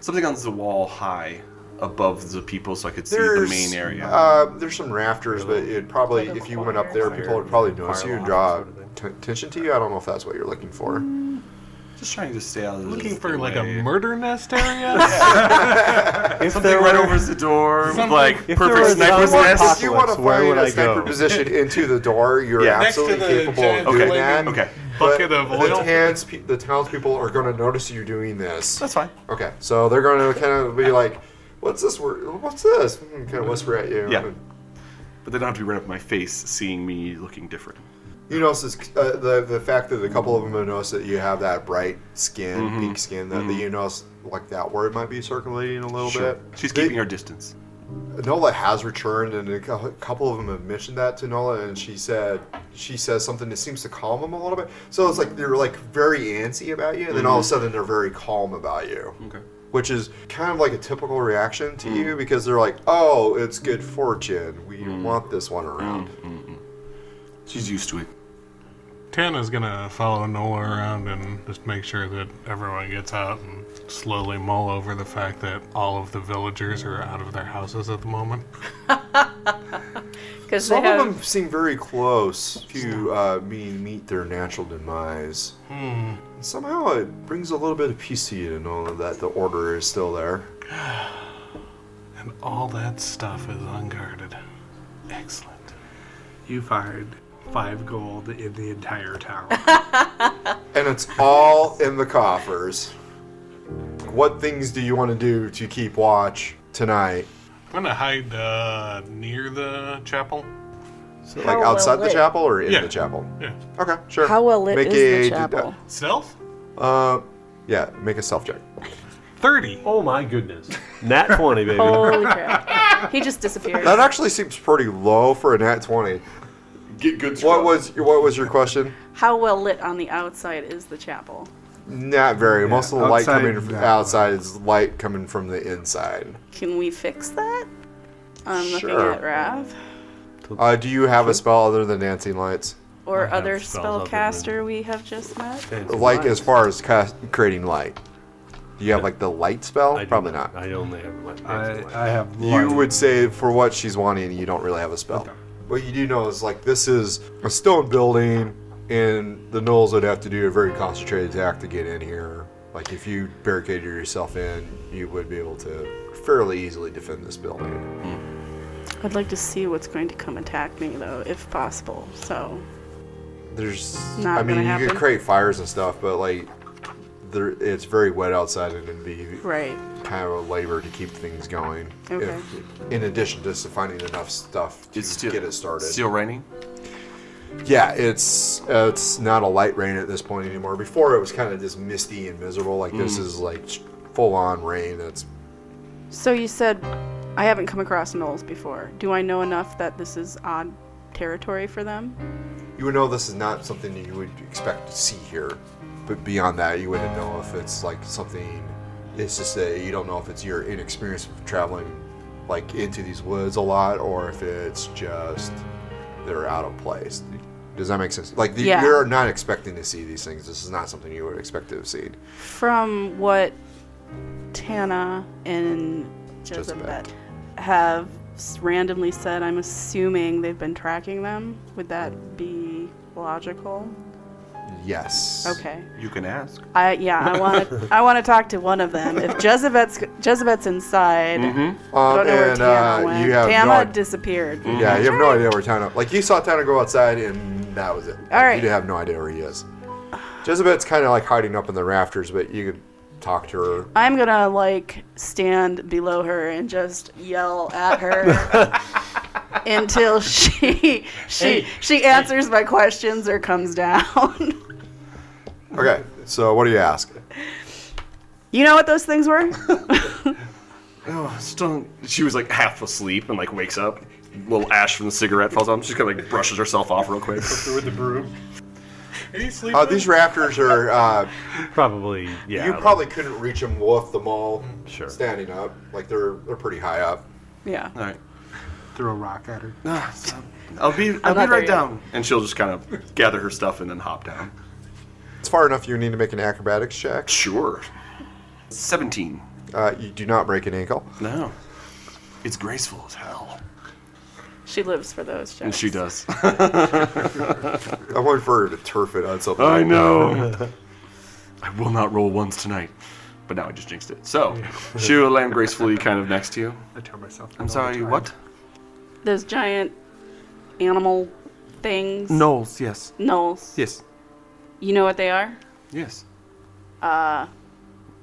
[SPEAKER 5] something on the wall high above the people so I could see the main area.
[SPEAKER 1] Uh, there's some rafters, but it probably
[SPEAKER 7] Like a
[SPEAKER 1] if you went up there,
[SPEAKER 7] choir.
[SPEAKER 1] people would probably notice you and draw
[SPEAKER 2] Firelock, sort of
[SPEAKER 1] t- attention to you. I don't know if that's what you're looking for.
[SPEAKER 5] Just trying to stay out of
[SPEAKER 6] Looking
[SPEAKER 5] this
[SPEAKER 6] for like a
[SPEAKER 5] way.
[SPEAKER 6] murder nest (laughs) area?
[SPEAKER 2] If
[SPEAKER 5] Something right over the door, with, like
[SPEAKER 2] If there
[SPEAKER 5] perfect
[SPEAKER 2] was
[SPEAKER 5] sniper's
[SPEAKER 2] another
[SPEAKER 5] nest.
[SPEAKER 2] pop-
[SPEAKER 1] If you want to
[SPEAKER 2] Apocalypse, where
[SPEAKER 1] find
[SPEAKER 2] would
[SPEAKER 1] a
[SPEAKER 2] I
[SPEAKER 1] sniper
[SPEAKER 2] go?
[SPEAKER 1] position into the door, you're
[SPEAKER 5] Yeah.
[SPEAKER 6] Next to
[SPEAKER 1] absolutely
[SPEAKER 6] the
[SPEAKER 1] capable
[SPEAKER 6] giant
[SPEAKER 1] of doing
[SPEAKER 5] flaming
[SPEAKER 1] that.
[SPEAKER 5] Okay.
[SPEAKER 1] But
[SPEAKER 6] bucket of
[SPEAKER 1] the
[SPEAKER 6] oil.
[SPEAKER 1] towns, the townspeople are going to notice you doing this.
[SPEAKER 5] That's fine.
[SPEAKER 1] Okay, so they're going to kind of be like, "What's this word? What's this?" And kind of whisper at you.
[SPEAKER 5] Yeah. But they don't have to be right up in my face seeing me looking different.
[SPEAKER 1] You notice this, uh, the the fact that a couple of them have noticed that you have that bright skin, pink skin, that, that you notice like that word might be circulating a little bit.
[SPEAKER 5] She's
[SPEAKER 1] They-
[SPEAKER 5] keeping her distance.
[SPEAKER 1] Nola has returned, and a cou- couple of them have mentioned that to Nola, and she said she says something that seems to calm them a little bit. So it's like they're like very antsy about you, and then all of a sudden they're very calm about you,
[SPEAKER 5] Okay.
[SPEAKER 1] which is kind of like a typical reaction to you because they're like, "Oh, it's good fortune. We want this one around."
[SPEAKER 5] She's used to it.
[SPEAKER 6] Tana's gonna follow Nola around and just make sure that everyone gets out and slowly mull over the fact that all of the villagers are out of their houses at the moment.
[SPEAKER 7] Because they
[SPEAKER 1] Some
[SPEAKER 7] have.
[SPEAKER 1] of them seem very close to uh, being meet their natural demise. Somehow it brings a little bit of peace to you to know that the order is still there.
[SPEAKER 6] And all that stuff is unguarded. Excellent.
[SPEAKER 4] you find five gold in the entire town.
[SPEAKER 1] And it's all in the coffers. What things do you want to do to keep watch tonight?
[SPEAKER 6] (laughs) I'm gonna hide uh, near the chapel.
[SPEAKER 1] Like
[SPEAKER 7] well
[SPEAKER 1] outside the
[SPEAKER 7] lit.
[SPEAKER 1] chapel or in
[SPEAKER 6] Yeah.
[SPEAKER 1] the chapel?
[SPEAKER 6] Yeah.
[SPEAKER 1] Okay, sure.
[SPEAKER 8] How well lit
[SPEAKER 1] Make
[SPEAKER 8] is
[SPEAKER 1] a-
[SPEAKER 8] the chapel?
[SPEAKER 6] Stealth?
[SPEAKER 1] Uh, yeah, make a self check.
[SPEAKER 6] 30.
[SPEAKER 2] Oh my goodness. Oh. Nat 20, baby.
[SPEAKER 3] (laughs) Holy crap! He just disappeared.
[SPEAKER 1] That actually seems pretty low for a nat twenty.
[SPEAKER 5] Get good.
[SPEAKER 1] What was what was your question?
[SPEAKER 3] How well lit on the outside is the chapel?
[SPEAKER 1] Not very. Most of the light
[SPEAKER 4] outside,
[SPEAKER 1] coming from
[SPEAKER 4] no.
[SPEAKER 1] outside is light coming from the inside.
[SPEAKER 3] Can we fix that? I'm
[SPEAKER 1] Sure.
[SPEAKER 3] looking at Rav.
[SPEAKER 1] Uh, do you have a spell other than dancing lights?
[SPEAKER 3] Or
[SPEAKER 2] I have
[SPEAKER 3] other
[SPEAKER 2] spells other than-
[SPEAKER 3] spellcaster we have just met?
[SPEAKER 2] Fancy
[SPEAKER 1] Like
[SPEAKER 2] lights.
[SPEAKER 1] as far as cast, creating light, do you have like the light spell?
[SPEAKER 2] I do
[SPEAKER 1] Probably not.
[SPEAKER 2] I only have my
[SPEAKER 4] I,
[SPEAKER 2] fancy
[SPEAKER 4] I
[SPEAKER 2] lights.
[SPEAKER 4] have.
[SPEAKER 1] You
[SPEAKER 4] light.
[SPEAKER 1] would say for what she's wanting, you don't really have a spell. What you do know is like this is a stone building, and the gnolls would have to do a very concentrated act to get in here. Like if you barricaded yourself in, you would be able to fairly easily defend this building.
[SPEAKER 3] I'd like to see what's going to come attack me, though, if possible. So,
[SPEAKER 1] There's,
[SPEAKER 3] Not
[SPEAKER 1] I mean,
[SPEAKER 3] gonna
[SPEAKER 1] you
[SPEAKER 3] happen.
[SPEAKER 1] could create fires and stuff, but like, there, it's very wet outside, and it'd be
[SPEAKER 3] right.
[SPEAKER 1] kind of a labor to keep things going.
[SPEAKER 3] Okay.
[SPEAKER 1] If, in addition to finding enough stuff to
[SPEAKER 5] It's still
[SPEAKER 1] get it started.
[SPEAKER 5] Still raining.
[SPEAKER 1] Yeah, it's uh, it's not a light rain at this point anymore. Before it was kind of just misty and miserable. Like this is like full on rain. That's
[SPEAKER 3] So you said I haven't come across gnolls before. Do I know enough that this is odd territory for them?
[SPEAKER 1] you would know this is not something that you would expect to see here. But beyond that, you wouldn't know if it's like something. It's just that you don't know if it's your inexperience of traveling like into these woods a lot, or if it's just they're out of place. Does that make sense? Like the,
[SPEAKER 3] Yeah.
[SPEAKER 1] you're not expecting to see these things. This is not something you would expect to have seen.
[SPEAKER 3] From what Tana and Jezebet
[SPEAKER 1] Jezebet.
[SPEAKER 3] have s- randomly said, I'm assuming they've been tracking them. Would that be logical?
[SPEAKER 1] Yes.
[SPEAKER 3] Okay.
[SPEAKER 5] You can ask.
[SPEAKER 3] I yeah, I want to I want to talk to one of them. If Jezebet's Jezebet's inside, I
[SPEAKER 1] Um,
[SPEAKER 3] don't know where
[SPEAKER 1] and
[SPEAKER 3] Tana
[SPEAKER 1] uh,
[SPEAKER 3] went.
[SPEAKER 1] you have
[SPEAKER 3] Tana
[SPEAKER 1] no idea.
[SPEAKER 3] disappeared.
[SPEAKER 1] Yeah, you have no idea where Tana. Like you saw Tana go outside, and that was it. Like,
[SPEAKER 3] right.
[SPEAKER 1] You have no idea where he is. Jezebel's kind of like hiding up in the rafters, but you could talk to her.
[SPEAKER 3] I'm gonna like stand below her and just yell at
[SPEAKER 5] (laughs)
[SPEAKER 3] her until she she she answers my questions or comes down. (laughs)
[SPEAKER 1] Okay, so what do you ask?
[SPEAKER 3] you know what those things
[SPEAKER 5] (laughs)
[SPEAKER 3] were?
[SPEAKER 5] Oh, still. She was like half asleep and like wakes up. Little ash from the cigarette falls on. She kind of like brushes herself off real (laughs) quick.
[SPEAKER 4] with the broom.
[SPEAKER 1] Uh, these rafters are. Uh,
[SPEAKER 2] Probably, yeah.
[SPEAKER 1] you
[SPEAKER 2] like-
[SPEAKER 1] probably couldn't reach them off the mall.
[SPEAKER 2] Sure.
[SPEAKER 1] Standing up, like they're they're pretty high up.
[SPEAKER 3] yeah.
[SPEAKER 5] All right.
[SPEAKER 4] Throw a rock at her.
[SPEAKER 5] Ah, so- I'll be.
[SPEAKER 3] not
[SPEAKER 5] I'll be
[SPEAKER 3] there
[SPEAKER 5] right
[SPEAKER 3] yet.
[SPEAKER 5] down. And she'll just kind of gather her stuff and then hop down.
[SPEAKER 1] It's far enough. You need to make an acrobatics check.
[SPEAKER 5] Sure. Seventeen.
[SPEAKER 1] Uh, you do not break an ankle.
[SPEAKER 5] No. It's graceful as hell.
[SPEAKER 3] She lives for those. Jokes.
[SPEAKER 5] And she does.
[SPEAKER 1] I want for her to turf it on something.
[SPEAKER 5] I know. (laughs) I will not roll ones tonight. But now I just jinxed it. So, (laughs) she will land gracefully kind of next to you.
[SPEAKER 4] I tell myself. that all
[SPEAKER 5] I'm
[SPEAKER 4] the
[SPEAKER 5] sorry,
[SPEAKER 4] time.
[SPEAKER 5] what?
[SPEAKER 3] Those giant animal things.
[SPEAKER 5] Knowles, yes.
[SPEAKER 3] Gnolls.
[SPEAKER 5] Yes.
[SPEAKER 3] You know what they are?
[SPEAKER 5] Yes. Uh,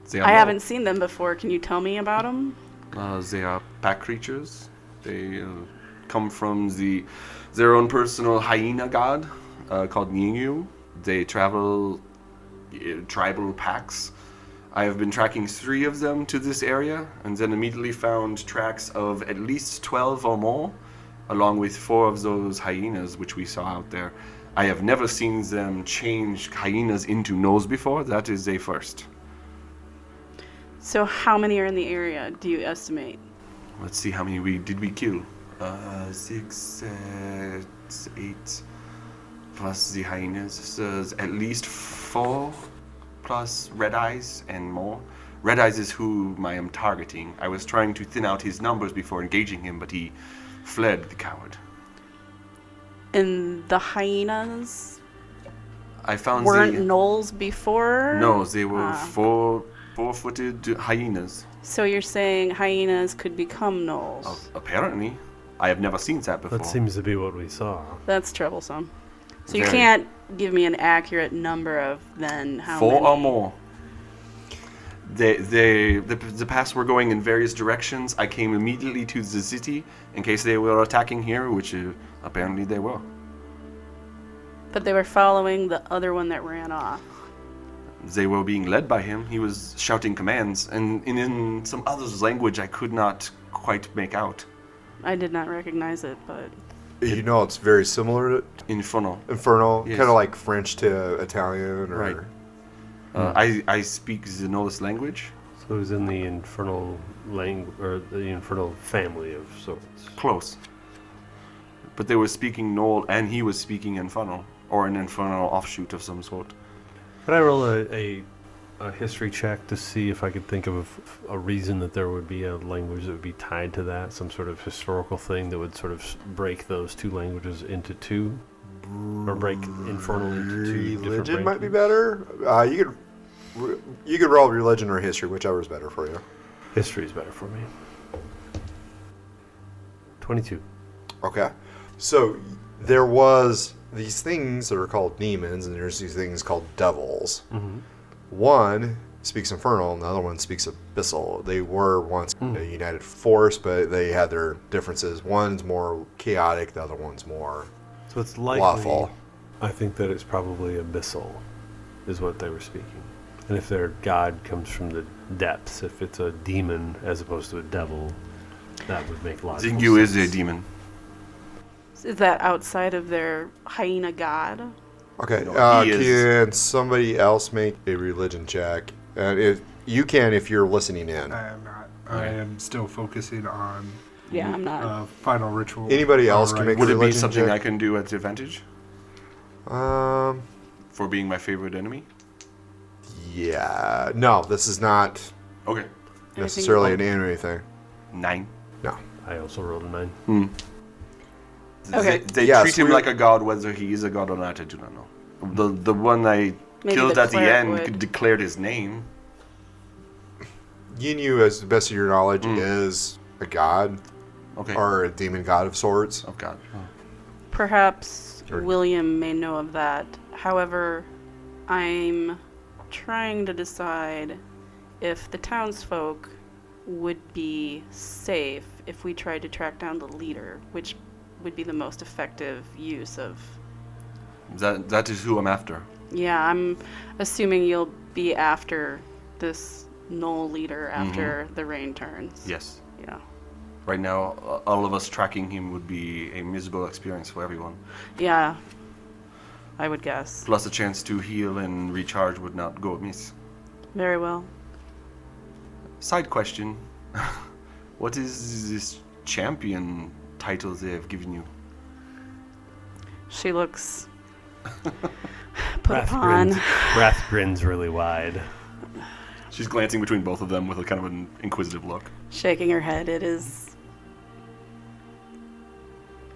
[SPEAKER 5] they
[SPEAKER 3] I haven't seen them before. Can you tell me about them?
[SPEAKER 5] Uh, they are pack creatures. They uh, come from the their own personal hyena god uh, called Nyingu. They travel uh, tribal packs. I have been tracking three of them to this area, and then immediately found tracks of at least twelve or more, along with four of those hyenas which we saw out there. I have never seen them change hyenas into nose before. That is a first.
[SPEAKER 3] So how many are in the area? Do you estimate?
[SPEAKER 5] Let's see how many we did we kill. Uh, six, uh, eight, plus the hyenas. So it's at least four, plus Red Eyes and more. Red Eyes is who I am targeting. I was trying to thin out his numbers before engaging him, but he fled, the coward.
[SPEAKER 3] And the hyenas
[SPEAKER 5] I found
[SPEAKER 3] weren't
[SPEAKER 5] the
[SPEAKER 3] gnolls before.
[SPEAKER 5] no, they were
[SPEAKER 3] Ah.
[SPEAKER 5] four four-footed hyenas.
[SPEAKER 3] So you're saying hyenas could become gnolls.
[SPEAKER 5] Uh, apparently, I have never seen that before.
[SPEAKER 2] That seems to be what we saw.
[SPEAKER 3] That's troublesome. So you
[SPEAKER 5] Very.
[SPEAKER 3] can't give me an accurate number of then how
[SPEAKER 5] Four um,
[SPEAKER 3] many.
[SPEAKER 5] or more. They, they, the, the paths were going in various directions. I came immediately to the city in case they were attacking here, which uh, apparently they were.
[SPEAKER 3] But they were following the other one that ran off.
[SPEAKER 5] They were being led by him. He was shouting commands, and in, in some other's language I could not quite make out.
[SPEAKER 3] I did not recognize it, but
[SPEAKER 1] You know, it's very similar to
[SPEAKER 5] Inferno.
[SPEAKER 1] Infernal,
[SPEAKER 5] Yes.
[SPEAKER 1] kind of like French to Italian, or
[SPEAKER 5] Right.
[SPEAKER 2] Ah.
[SPEAKER 5] Uh, I, I speak Zenola's language.
[SPEAKER 2] So he's in the infernal langu or the infernal family of sorts.
[SPEAKER 5] Close. But they were speaking Nol, and he was speaking Infernal, or an Infernal offshoot of some sort.
[SPEAKER 2] Could I roll a, a, a history check to see if I could think of a reason that there would be a language that would be tied to that, some sort of historical thing that would sort of s- break those two languages into two, or break infernal into two different.
[SPEAKER 1] Religion might be
[SPEAKER 2] branches?
[SPEAKER 1] better. Uh, you could re- you could roll religion or history, whichever is better for you.
[SPEAKER 2] History is better for me. Twenty-two.
[SPEAKER 1] Okay. So there was these things that are called demons, and there's these things called devils.
[SPEAKER 2] Mm-hmm.
[SPEAKER 1] One speaks infernal, and the other one speaks abyssal. They were once
[SPEAKER 2] Mm.
[SPEAKER 1] a united force, but they had their differences. One's more chaotic, the other one's more
[SPEAKER 2] So it's likely.
[SPEAKER 1] lawful.
[SPEAKER 2] I think that it's probably abyssal, is what they were speaking. And if their god comes from the depths, if it's a demon as opposed to a devil, that would make logical
[SPEAKER 5] Zingu is a
[SPEAKER 2] sense.
[SPEAKER 5] demon.
[SPEAKER 3] Is that outside of their hyena god?
[SPEAKER 1] Okay.
[SPEAKER 5] No,
[SPEAKER 1] Uh,
[SPEAKER 5] he is-
[SPEAKER 1] can somebody else make a religion check? And if you can, if you're listening in.
[SPEAKER 4] I am not. I am still focusing on
[SPEAKER 3] Yeah, I'm not.
[SPEAKER 4] uh, final ritual.
[SPEAKER 1] Anybody else can
[SPEAKER 4] Alright.
[SPEAKER 1] make
[SPEAKER 5] Would it be
[SPEAKER 1] Religion
[SPEAKER 5] something
[SPEAKER 1] check?
[SPEAKER 5] I can do at advantage
[SPEAKER 1] Um.
[SPEAKER 5] for being my favorite enemy?
[SPEAKER 1] Yeah. No, this is not
[SPEAKER 5] Okay.
[SPEAKER 1] necessarily an anime thing.
[SPEAKER 5] Nine.
[SPEAKER 1] No.
[SPEAKER 2] I also rolled a nine.
[SPEAKER 3] Okay.
[SPEAKER 5] They, they
[SPEAKER 1] Yes,
[SPEAKER 5] treat him
[SPEAKER 1] we-
[SPEAKER 5] like a god, whether he is a god or not, I do not know. The the one I
[SPEAKER 3] Maybe
[SPEAKER 5] killed
[SPEAKER 3] the
[SPEAKER 5] at the
[SPEAKER 3] cleric
[SPEAKER 5] end
[SPEAKER 3] would.
[SPEAKER 5] declared his name.
[SPEAKER 1] You knew, as the best of your knowledge,
[SPEAKER 5] Mm.
[SPEAKER 1] is a god
[SPEAKER 5] Okay.
[SPEAKER 1] or a demon god of sorts.
[SPEAKER 5] oh god.
[SPEAKER 3] Perhaps
[SPEAKER 1] Sure.
[SPEAKER 3] William may know of that. However, I'm trying to decide if the townsfolk would be safe if we tried to track down the leader, which would be the most effective use of.
[SPEAKER 5] That that is who I'm after.
[SPEAKER 3] Yeah, I'm assuming you'll be after this knoll leader after the rain turns.
[SPEAKER 5] Yes.
[SPEAKER 3] Yeah.
[SPEAKER 5] Right now, uh, all of us tracking him would be a miserable experience for everyone.
[SPEAKER 3] Yeah. I would guess.
[SPEAKER 5] Plus, a chance to heal and recharge would not go amiss.
[SPEAKER 3] Very well.
[SPEAKER 5] Side question: (laughs) What is this champion title they have given you?
[SPEAKER 3] She looks put
[SPEAKER 2] Wrath
[SPEAKER 3] upon. (laughs)
[SPEAKER 2] grins, Wrath grins really wide.
[SPEAKER 5] She's glancing between both of them with a kind of an inquisitive look.
[SPEAKER 3] Shaking her head, it is.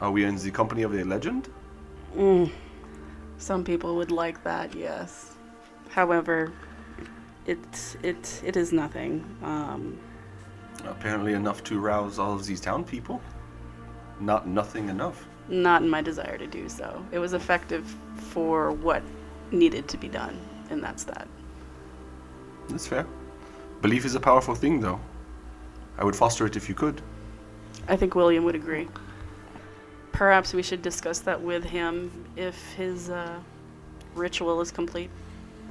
[SPEAKER 5] Are we in the company of a legend?
[SPEAKER 3] Some people would like that, yes. However, it it it is nothing. Um,
[SPEAKER 5] Apparently enough to rouse all of these town people. Not nothing enough.
[SPEAKER 3] not in my desire to do so. It was effective for what needed to be done, and that's that.
[SPEAKER 5] That's fair. Belief is a powerful thing, though. I would foster it if you could.
[SPEAKER 3] I think William would agree. Perhaps we should discuss that with him if his uh, ritual is complete.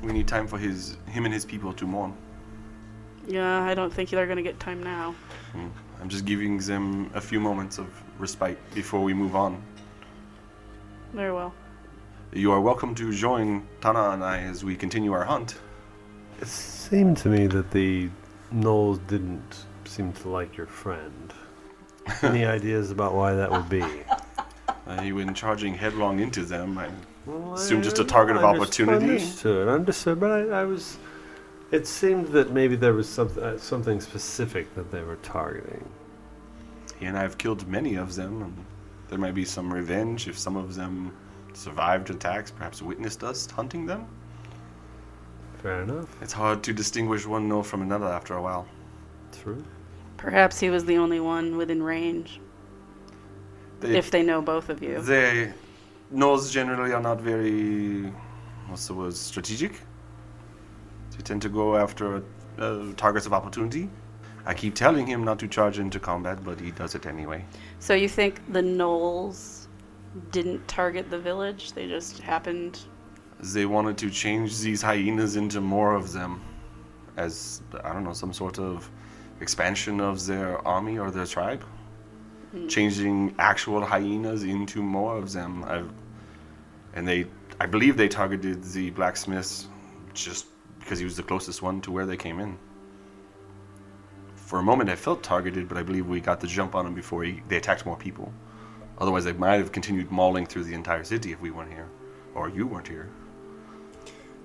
[SPEAKER 5] We need time for his him and his people to mourn.
[SPEAKER 3] Yeah, I don't think they're going to get time now.
[SPEAKER 5] Mm. I'm just giving them a few moments of respite before we move on.
[SPEAKER 3] Very well.
[SPEAKER 5] You are welcome to join Tana and I as we continue our hunt.
[SPEAKER 2] It seemed to me that the gnolls didn't seem to like your friend.
[SPEAKER 5] (laughs)
[SPEAKER 2] Any ideas about why that would be?
[SPEAKER 5] Uh, you in charging headlong into them. I,
[SPEAKER 2] Well,
[SPEAKER 5] Assume just
[SPEAKER 2] I-
[SPEAKER 5] a target of
[SPEAKER 2] underst-
[SPEAKER 5] opportunity?
[SPEAKER 2] Understood, understood. But I, I was. It seemed that maybe there was something, uh, something specific that they were targeting.
[SPEAKER 5] he and I have killed many of them, and there might be some revenge if some of them survived attacks, perhaps witnessed us hunting them.
[SPEAKER 2] Fair enough.
[SPEAKER 5] It's hard to distinguish one no from another after a while.
[SPEAKER 2] True.
[SPEAKER 3] Perhaps he was the only one within range.
[SPEAKER 5] They,
[SPEAKER 3] if they know both of you.
[SPEAKER 5] they no's generally are not very what's the word strategic. They tend to go after uh, targets of opportunity. I keep telling him not to charge into combat, but he does it anyway.
[SPEAKER 3] so you think the Knolls didn't target the village? They just happened.
[SPEAKER 5] They wanted to change these hyenas into more of them, as I don't know some sort of expansion of their army or their tribe. Changing actual hyenas into more of them. I've, and they, I believe they targeted the blacksmiths, just because he was the closest one to where they came in. For a moment, I felt targeted, but I believe we got the jump on him before he, they attacked more people. Otherwise, they might have continued mauling through the entire city if we weren't here, or you weren't here.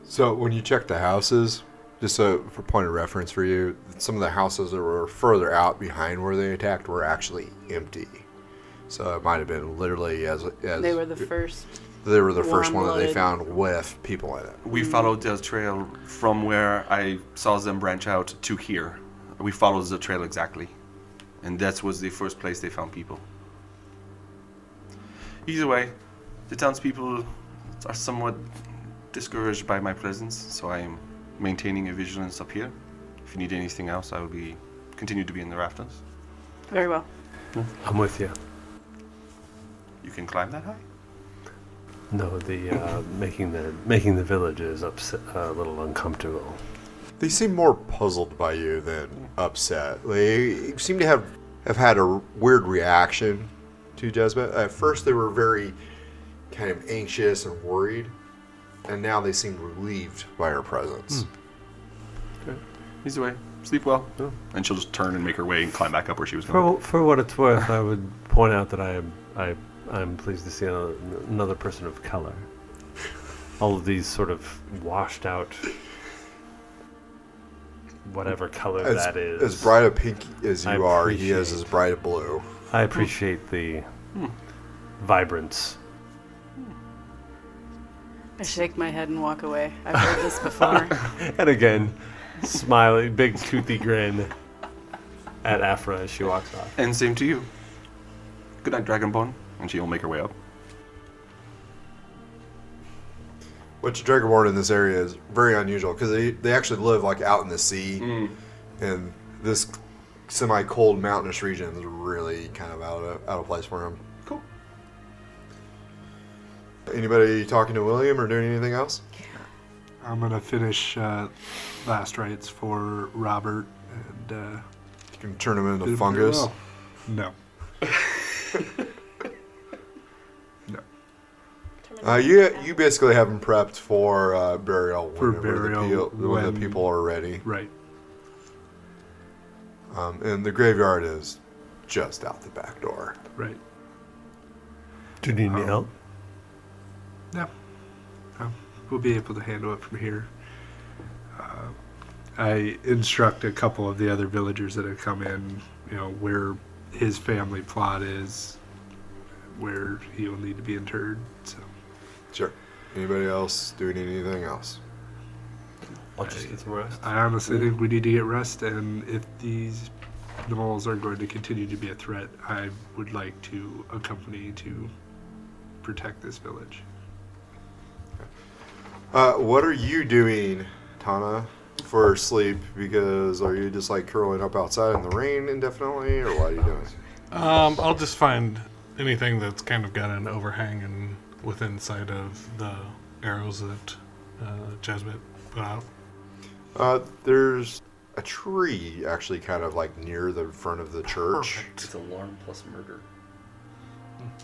[SPEAKER 1] So when you check the houses, just so for point of reference for you, some of the houses that were further out behind where they attacked were actually empty. So it might have been literally as, as
[SPEAKER 3] They were the first.
[SPEAKER 1] they were the first one that they
[SPEAKER 3] warm-blooded.
[SPEAKER 1] found with people in it.
[SPEAKER 5] We followed the trail from where I saw them branch out to here. We followed the trail exactly. And that was the first place they found people. Either way, the townspeople are somewhat discouraged by my presence, so I am maintaining a vigilance up here. If you need anything else, I will be continue to be in the rafters.
[SPEAKER 3] Very well.
[SPEAKER 2] I'm with you.
[SPEAKER 5] You can climb that high?
[SPEAKER 2] No, the uh, making the making the village is upset, a little uncomfortable.
[SPEAKER 1] They seem more puzzled by you than upset. They seem to have have had a weird reaction to Jezebel. At first, they were very kind of anxious and worried, and now they seem relieved by her
[SPEAKER 2] Hmm.
[SPEAKER 1] presence.
[SPEAKER 5] Either way, sleep well. And she'll just turn and make her way and climb back up where she was
[SPEAKER 2] For
[SPEAKER 5] going.
[SPEAKER 2] for what it's worth, I would point out that I am I I'm pleased to see another, another person of color. All of these sort of washed out, whatever color
[SPEAKER 1] As,
[SPEAKER 2] that is.
[SPEAKER 1] as bright a pink as you
[SPEAKER 2] I
[SPEAKER 1] are, he is
[SPEAKER 2] appreciate-
[SPEAKER 1] as bright a blue.
[SPEAKER 2] I appreciate the vibrance.
[SPEAKER 3] I shake my head and walk away. I've heard this before.
[SPEAKER 2] And again, smiling, big toothy grin at Afra as she walks off.
[SPEAKER 5] And same to you. Good night, Dragonborn. And she'll make her way up.
[SPEAKER 1] Which dragonborn in this area is very unusual because they, they actually live like out in the sea, and this semi-cold mountainous region is really kind of out of out of place for him.
[SPEAKER 5] Cool.
[SPEAKER 1] Anybody talking to William or doing anything else?
[SPEAKER 4] I'm gonna finish uh, last rites for Robert and uh,
[SPEAKER 1] You can turn him into
[SPEAKER 4] did pretty
[SPEAKER 1] fungus.
[SPEAKER 4] well. No,
[SPEAKER 1] Uh, you you basically have him prepped for uh, burial
[SPEAKER 4] For
[SPEAKER 1] whenever
[SPEAKER 4] burial
[SPEAKER 1] the, peo- when the
[SPEAKER 4] when-
[SPEAKER 1] people are ready,
[SPEAKER 4] right.
[SPEAKER 1] um, and the graveyard is just out the back door.
[SPEAKER 4] Right.
[SPEAKER 2] Do you need any help?
[SPEAKER 4] No. No. We'll be able to handle it from here. Uh, I instruct a couple of the other villagers that have come in, you know, where his family plot is, where he will need to be interred. So
[SPEAKER 1] Sure. Anybody else doing anything else?
[SPEAKER 2] I'll just get some rest.
[SPEAKER 4] I honestly think we need to get rest, and if these gnolls are going to continue to be a threat, I would like to accompany to protect this village.
[SPEAKER 1] Uh, what are you doing, Tana, for sleep? Because are you just like curling up outside in the rain indefinitely, or what are you doing?
[SPEAKER 6] Um, I'll just find anything that's kind of got an overhang and within sight of the arrows that uh, Jasmine put out.
[SPEAKER 1] Uh, there's a tree actually kind of like near the front of the church.
[SPEAKER 5] It's alarm plus murder.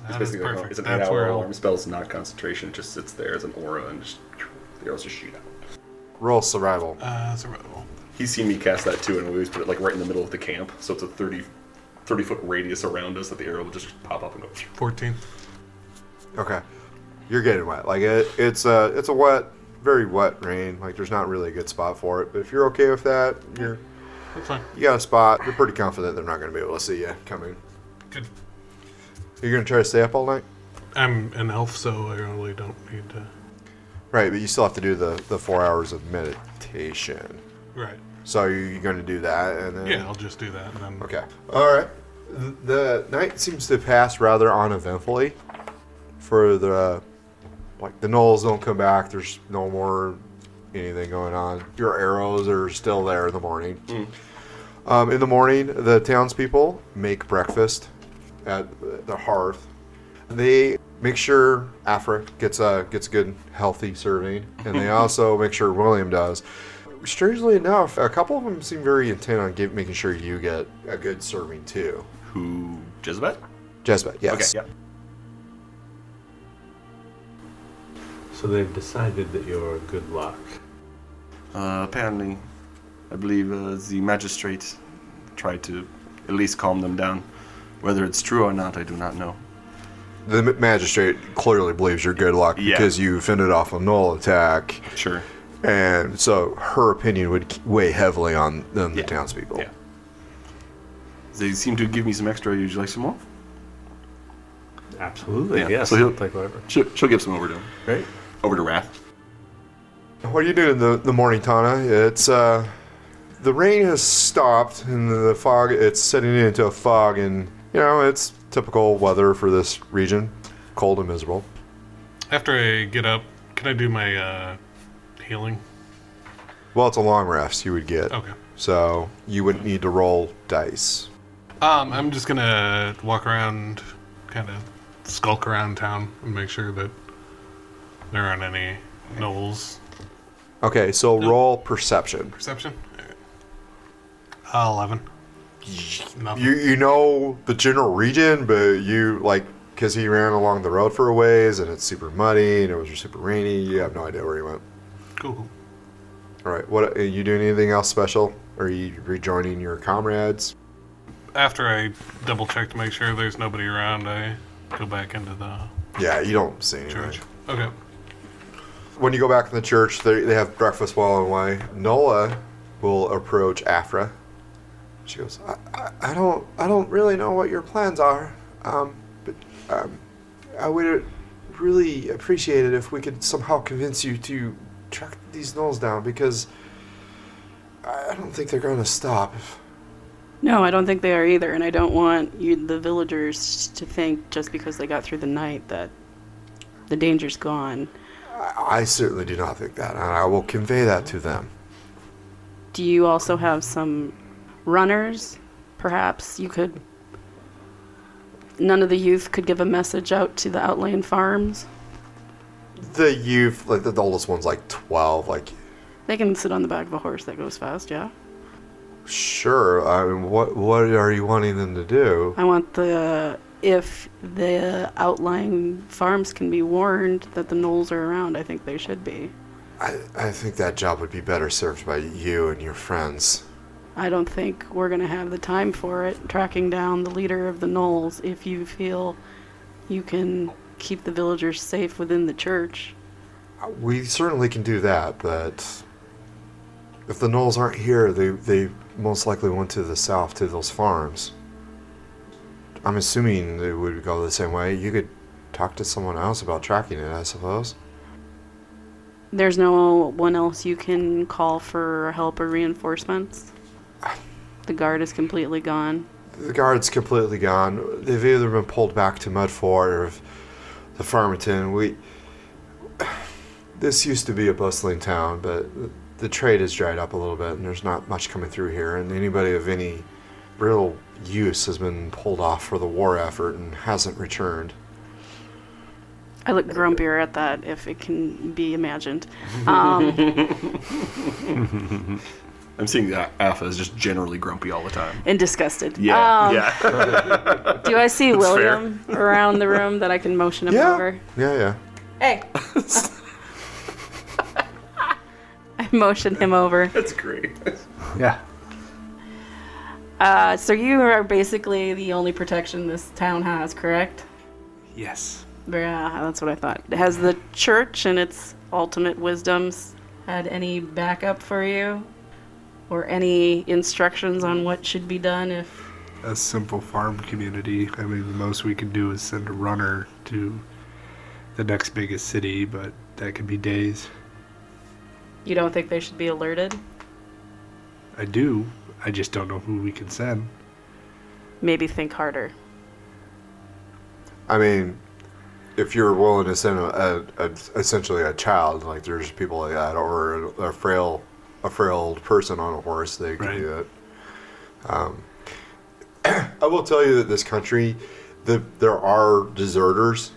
[SPEAKER 6] That is perfect.
[SPEAKER 5] It's an
[SPEAKER 6] That's
[SPEAKER 5] eight-hour
[SPEAKER 6] what I'll-
[SPEAKER 5] alarm spell. It's not concentration. It just sits there as an aura and just the arrows just shoot out.
[SPEAKER 1] Roll survival.
[SPEAKER 6] Uh, it's a roll.
[SPEAKER 5] He's seen me cast that too, and we always put it like right in the middle of the camp, so it's a 30, 30 foot radius around us that the arrow will just pop up and go. phew.
[SPEAKER 6] 14.
[SPEAKER 1] Okay, you're getting wet. Like it, it's a it's a wet, very wet rain. Like there's not really a good spot for it. But if you're okay with that, you're
[SPEAKER 6] That's fine.
[SPEAKER 1] you got a spot. You're pretty confident they're not going to be able to see you coming.
[SPEAKER 6] Good.
[SPEAKER 1] You're going to try to stay up all night,
[SPEAKER 6] I'm an elf, so I really don't need to.
[SPEAKER 1] right? But you still have to do the the four hours of meditation.
[SPEAKER 6] Right.
[SPEAKER 1] So are you going to do that and then?
[SPEAKER 6] Yeah, I'll just do that and then.
[SPEAKER 1] Okay. All right. Th- The night seems to pass rather uneventfully. For the like, the knolls don't come back. There's no more anything going on. Your arrows are still there in the morning. Um, in the morning, the townspeople make breakfast at the hearth. They make sure Afra gets a gets a good healthy serving, and
[SPEAKER 5] (laughs)
[SPEAKER 1] they also make sure William does. Strangely enough, a couple of them seem very intent on give, making sure you get a good serving too.
[SPEAKER 5] Who Jezebel?
[SPEAKER 1] Jezebel,
[SPEAKER 5] Okay.
[SPEAKER 1] yes.
[SPEAKER 5] Yep.
[SPEAKER 2] So they've decided that you're good luck.
[SPEAKER 5] Uh, apparently, I believe uh, the magistrate tried to at least calm them down. Whether it's true or not, I do not know.
[SPEAKER 1] The ma- magistrate clearly believes you're good luck
[SPEAKER 5] Yeah.
[SPEAKER 1] because you fended off a null attack,
[SPEAKER 5] Sure.
[SPEAKER 1] and so her opinion would weigh heavily on on the
[SPEAKER 5] Yeah.
[SPEAKER 1] townspeople.
[SPEAKER 5] Yeah. They seem to give me some extra. Would you like some more?
[SPEAKER 2] Absolutely,
[SPEAKER 5] Yeah,
[SPEAKER 2] yes.
[SPEAKER 5] so he'll-
[SPEAKER 2] take whatever.
[SPEAKER 5] She'll, she'll give some over to him.
[SPEAKER 2] Great.
[SPEAKER 5] Over to Wrath.
[SPEAKER 1] What are you doing in the, the morning, Tana? It's uh, the rain has stopped and the fog. It's setting into a fog, and you know it's typical weather for this region, cold and miserable.
[SPEAKER 6] After I get up, can I do my uh, healing?
[SPEAKER 1] Well, it's a long rest you would get,
[SPEAKER 6] Okay.
[SPEAKER 1] so you wouldn't need to roll dice.
[SPEAKER 6] Um, I'm just gonna walk around, kind of skulk around town and make sure that there aren't any gnolls.
[SPEAKER 1] Okay, so roll perception.
[SPEAKER 6] Perception. Uh, Eleven. Nothing.
[SPEAKER 1] You you know the general region, but you like because he ran along the road for a ways, and it's super muddy, and it was super rainy. You have no idea where he went.
[SPEAKER 6] Cool. cool.
[SPEAKER 1] All right. What are you doing? Anything else special? Are you rejoining your comrades?
[SPEAKER 6] After I double check to make sure there's nobody around, I go back into the
[SPEAKER 1] Yeah, you don't see anything.
[SPEAKER 6] church. Okay.
[SPEAKER 1] When you go back in the church, they, they have breakfast while on the way. Nola will approach Afra. She goes, I, I, I don't I don't really know what your plans are, um, but um, I would really appreciate it if we could somehow convince you to track these gnolls down because I I don't think they're going to stop.
[SPEAKER 3] No, I don't think they are either, and I don't want you, the villagers to think just because they got through the night that the danger's gone.
[SPEAKER 1] I, I certainly do not think that, and I will convey that to them.
[SPEAKER 3] Do you also have some runners? Perhaps you could. None of the youth could give a message out to the outland farms.
[SPEAKER 1] the youth, like the oldest one's like 12. Like,
[SPEAKER 3] They can sit on the back of a horse that goes fast, yeah?
[SPEAKER 1] sure. I mean, what what are you wanting them to do?
[SPEAKER 3] I want the. If the outlying farms can be warned that the gnolls are around, I think they should be.
[SPEAKER 1] I, I think that job would be better served by you and your friends.
[SPEAKER 3] I don't think we're going to have the time for it, tracking down the leader of the Knolls. If you feel you can keep the villagers safe within the church,
[SPEAKER 1] We certainly can do that, but if the Knolls aren't here, they they most likely went to the south to those farms. I'm assuming they would go the same way. You could talk to someone else about tracking it, I suppose.
[SPEAKER 3] there's no one else you can call for help or reinforcements. The guard is completely gone.
[SPEAKER 1] The guard's completely gone. They've either been pulled back to Mudford or f- the Farmington. We this used to be a bustling town, but th- the trade has dried up a little bit, and there's not much coming through here. And anybody of any real use has been pulled off for the war effort and hasn't returned.
[SPEAKER 3] I look grumpier at that, if it can be imagined. Um,
[SPEAKER 5] I'm seeing that Alpha is just generally grumpy all the time.
[SPEAKER 3] and disgusted.
[SPEAKER 5] Yeah.
[SPEAKER 3] Um,
[SPEAKER 5] yeah. (laughs)
[SPEAKER 3] Do I see
[SPEAKER 5] That's fair.
[SPEAKER 3] William around the room that I can motion him over?
[SPEAKER 1] yeah, yeah.
[SPEAKER 7] Hey,
[SPEAKER 3] I motion him over.
[SPEAKER 5] That's great.
[SPEAKER 4] Yeah.
[SPEAKER 3] Uh, so you are basically the only protection this town has, correct?
[SPEAKER 4] Yes.
[SPEAKER 3] Yeah, that's what I thought. Has the church and its ultimate wisdoms had any backup for you? Or any instructions on what should be done if.
[SPEAKER 4] A simple farm community. I mean, the most we could do is send a runner to the next biggest city, but that could be days.
[SPEAKER 3] You don't think they should be alerted?
[SPEAKER 4] I do. I just don't know who we can send.
[SPEAKER 3] Maybe think harder.
[SPEAKER 1] I mean, if you're willing to send a, a, a essentially a child, like there's people like that, or a, a frail, a frail person on a horse, they can
[SPEAKER 4] Right.
[SPEAKER 1] do it. Um, (clears throat) I will tell you that this country, the, there are deserters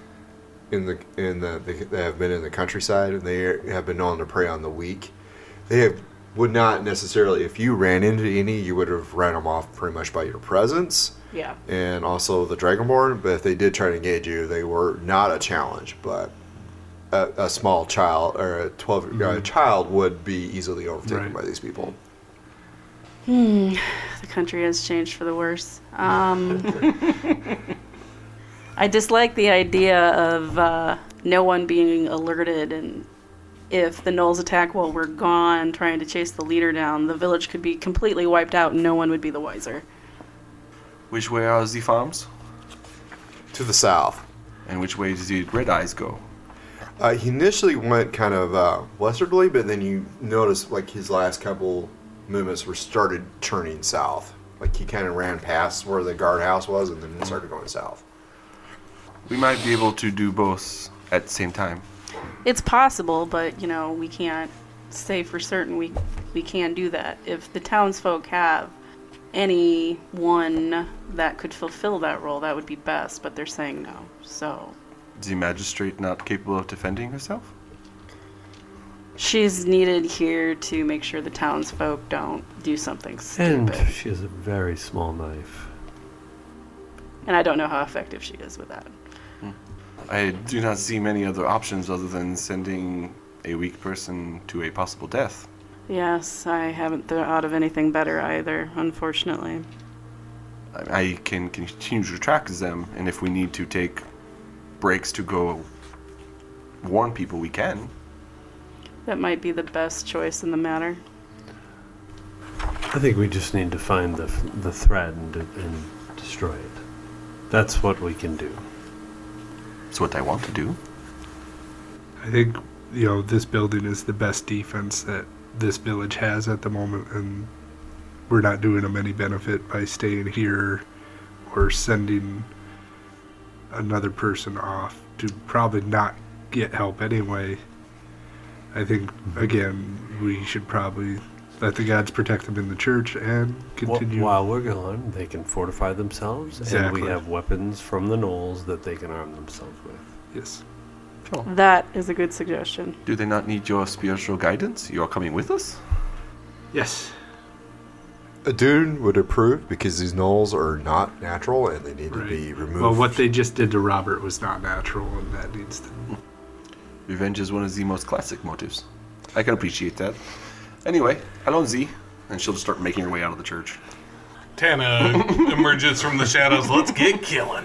[SPEAKER 1] in the in the they, they have been in the countryside, and they have been known to prey on the weak. They have would not necessarily if you ran into any you would have ran them off pretty much by your presence
[SPEAKER 3] Yeah.
[SPEAKER 1] and also the Dragonborn. But if they did try to engage you, they were not a challenge. But a, a small child or a 12 or a child would be easily overtaken
[SPEAKER 4] Mm-hmm. Right.
[SPEAKER 1] by these people.
[SPEAKER 3] The country has changed for the worse. Um, I dislike the idea of uh, no one being alerted, and if the gnolls attack while we're gone, trying to chase the leader down, the village could be completely wiped out and no one would be the wiser.
[SPEAKER 5] Which way are the farms?
[SPEAKER 1] To the south.
[SPEAKER 5] And which way did the red eyes go?
[SPEAKER 1] Uh, he initially went kind of uh, westwardly, but then you notice like his last couple movements were started turning south. Like he kind of ran past where the guardhouse was, and then it started going south.
[SPEAKER 5] We might be able to do both at the same time.
[SPEAKER 3] It's possible, but you know we can't say for certain we we can do that. If the townsfolk have any one that could fulfill that role, that would be best. But they're saying no, so
[SPEAKER 5] The magistrate not capable of defending herself?
[SPEAKER 3] she's needed here to make sure the townsfolk don't do something
[SPEAKER 2] And
[SPEAKER 3] stupid.
[SPEAKER 2] she has a very small knife.
[SPEAKER 3] And I don't know how effective she is with that.
[SPEAKER 5] I do not see many other options other than sending a weak person to a possible death.
[SPEAKER 3] Yes, I haven't thought of anything better either, unfortunately.
[SPEAKER 5] I I can continue to track them, and if we need to take breaks to go warn people, we can.
[SPEAKER 3] That might be the best choice in the matter.
[SPEAKER 2] I think we just need to find the, f- the thread and, de- and destroy it. That's what we can do.
[SPEAKER 5] It's what I want to do.
[SPEAKER 4] I think you know this building is the best defense that this village has at the moment, and we're not doing them any benefit by staying here or sending another person off to probably not get help anyway. I think again we should probably let the gods protect them in the church and
[SPEAKER 2] Wh-
[SPEAKER 4] continue.
[SPEAKER 2] While we're gone, they can fortify themselves, and
[SPEAKER 4] Exactly.
[SPEAKER 2] we have weapons from the Knolls that they can arm themselves with.
[SPEAKER 4] Yes.
[SPEAKER 3] That is a good suggestion.
[SPEAKER 5] Do they not need your spiritual guidance? You're coming with us?
[SPEAKER 4] Yes.
[SPEAKER 1] A dune would approve because these knolls are not natural and they need to be removed.
[SPEAKER 4] Well, what they just did to Robert was not natural, and that needs to.
[SPEAKER 5] Revenge is one of the most classic motives. I can appreciate that. Anyway, Alonzi, and she'll just start making her way out of the church.
[SPEAKER 6] Tana (laughs) emerges from the shadows. Let's get killing.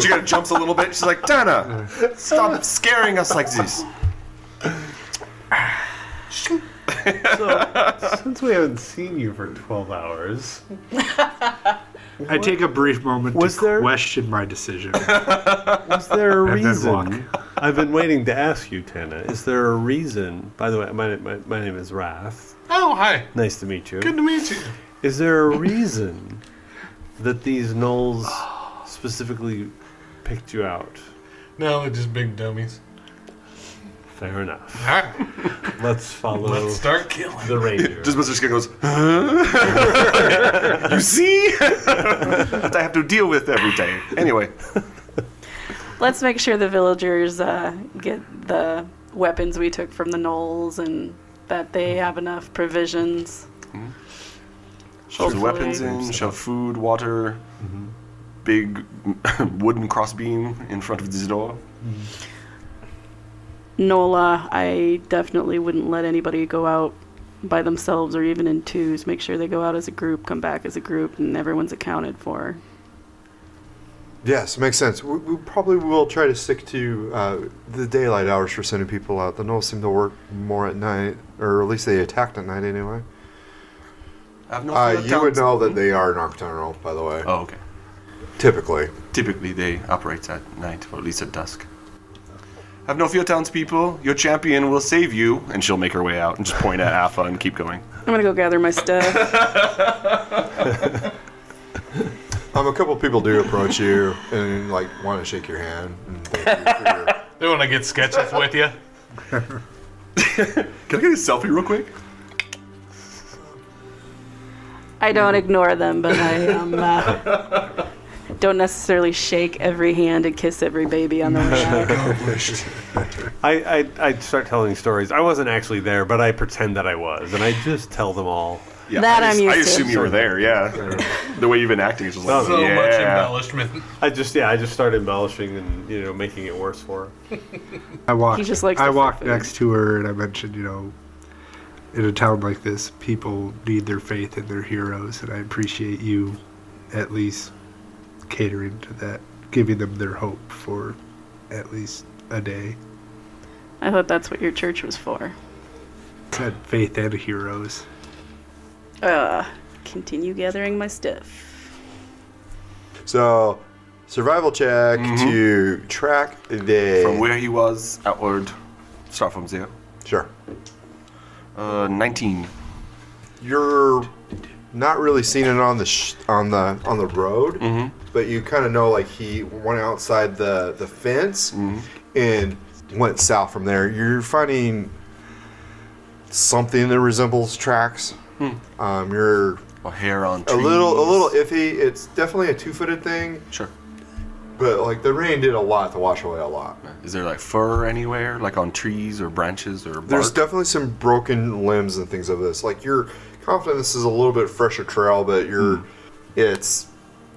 [SPEAKER 5] She kind of jumps a little bit. She's like, Dana, stop scaring us like this.
[SPEAKER 2] So, since we haven't seen you for 12 hours,
[SPEAKER 4] I take a brief moment
[SPEAKER 2] Was
[SPEAKER 4] to
[SPEAKER 2] there-
[SPEAKER 4] question my decision.
[SPEAKER 2] is there a
[SPEAKER 4] (laughs) And then
[SPEAKER 2] reason? (laughs) I've been waiting to ask you, Tana. Is there a reason? By the way, my, my, my name is Wrath.
[SPEAKER 6] Oh, hi.
[SPEAKER 2] Nice to meet you.
[SPEAKER 6] Good to meet you.
[SPEAKER 2] Is there a reason that these Knolls specifically picked you out?
[SPEAKER 6] No, they're just big dummies.
[SPEAKER 2] Fair enough.
[SPEAKER 6] All right,
[SPEAKER 2] Let's follow
[SPEAKER 6] let's start killing.
[SPEAKER 2] the ranger.
[SPEAKER 5] Just Mr. Skin goes, huh? (laughs) You see? (laughs) that I have to deal with every day. Anyway,
[SPEAKER 3] Let's make sure the villagers uh, get the weapons we took from the knolls and that they have enough provisions.
[SPEAKER 5] shove the
[SPEAKER 3] Hopefully.
[SPEAKER 5] weapons in, shove food, water,
[SPEAKER 1] Mm-hmm.
[SPEAKER 5] big (laughs) wooden crossbeam in front of this door.
[SPEAKER 3] Nola, I definitely wouldn't let anybody go out by themselves or even in twos. Make sure they go out as a group, come back as a group, and everyone's accounted for.
[SPEAKER 1] Yes, makes sense. We, we probably will try to stick to uh, the daylight hours for sending people out. The gnolls seem to work more at night, or at least they attacked at night anyway.
[SPEAKER 5] I've no
[SPEAKER 1] Uh,
[SPEAKER 5] further
[SPEAKER 1] you would
[SPEAKER 5] towns-
[SPEAKER 1] know that they are nocturnal, by the way.
[SPEAKER 5] Oh, okay.
[SPEAKER 1] Typically.
[SPEAKER 5] Typically, they operate at night, or at least at dusk. Have no fear, townspeople. Your champion will save you. And she'll make her way out and just point
[SPEAKER 1] (laughs)
[SPEAKER 5] at Alpha and keep going.
[SPEAKER 3] I'm gonna go gather my stuff.
[SPEAKER 1] Um, a couple people do approach you and like want to shake your hand. And thank you for your-
[SPEAKER 6] They want to get sketches with you.
[SPEAKER 5] Can I get a selfie real quick?
[SPEAKER 3] I don't ignore them, but I um, uh, don't necessarily shake every hand and kiss every baby on the way out.
[SPEAKER 2] I, I, I start telling stories. I wasn't actually there, but I pretend that I was, and I just tell them all.
[SPEAKER 9] Yeah,
[SPEAKER 3] That
[SPEAKER 9] I
[SPEAKER 3] I'm
[SPEAKER 9] just-
[SPEAKER 3] used
[SPEAKER 9] I
[SPEAKER 3] to.
[SPEAKER 9] assume you were there.
[SPEAKER 5] (laughs)
[SPEAKER 9] Yeah, the way you've been acting is just like
[SPEAKER 6] So
[SPEAKER 9] yeah.
[SPEAKER 6] much embellishment.
[SPEAKER 2] I just yeah, I just started embellishing and you know making it worse for her.
[SPEAKER 4] I walked.
[SPEAKER 3] He just likes
[SPEAKER 4] I
[SPEAKER 3] the
[SPEAKER 4] walked
[SPEAKER 3] food.
[SPEAKER 4] next to her, and I mentioned, you know, in a town like this, people need their faith in their heroes, and I appreciate you, at least, catering to that, giving them their hope for, at least a day.
[SPEAKER 3] I thought that's what your church was for.
[SPEAKER 4] Said faith and heroes.
[SPEAKER 3] Uh, continue gathering my stuff.
[SPEAKER 1] So, survival check to track the.
[SPEAKER 5] From where he was outward, start from zero.
[SPEAKER 1] Sure.
[SPEAKER 5] Uh, 19.
[SPEAKER 1] You're not really seeing it on the sh- on the on the road, but you kind of know like he went outside the the fence and went south from there. You're finding something that resembles tracks. Um, you're
[SPEAKER 5] Or hair on
[SPEAKER 1] a
[SPEAKER 5] trees.
[SPEAKER 1] little a little iffy. It's definitely a two footed thing,
[SPEAKER 5] Sure.
[SPEAKER 1] but like the rain did a lot to wash away a lot.
[SPEAKER 5] Is there like fur anywhere, like on trees or branches or bark?
[SPEAKER 1] There's definitely some broken limbs and things of this. Like you're confident this is a little bit fresher trail, but you're
[SPEAKER 5] Hmm.
[SPEAKER 1] it's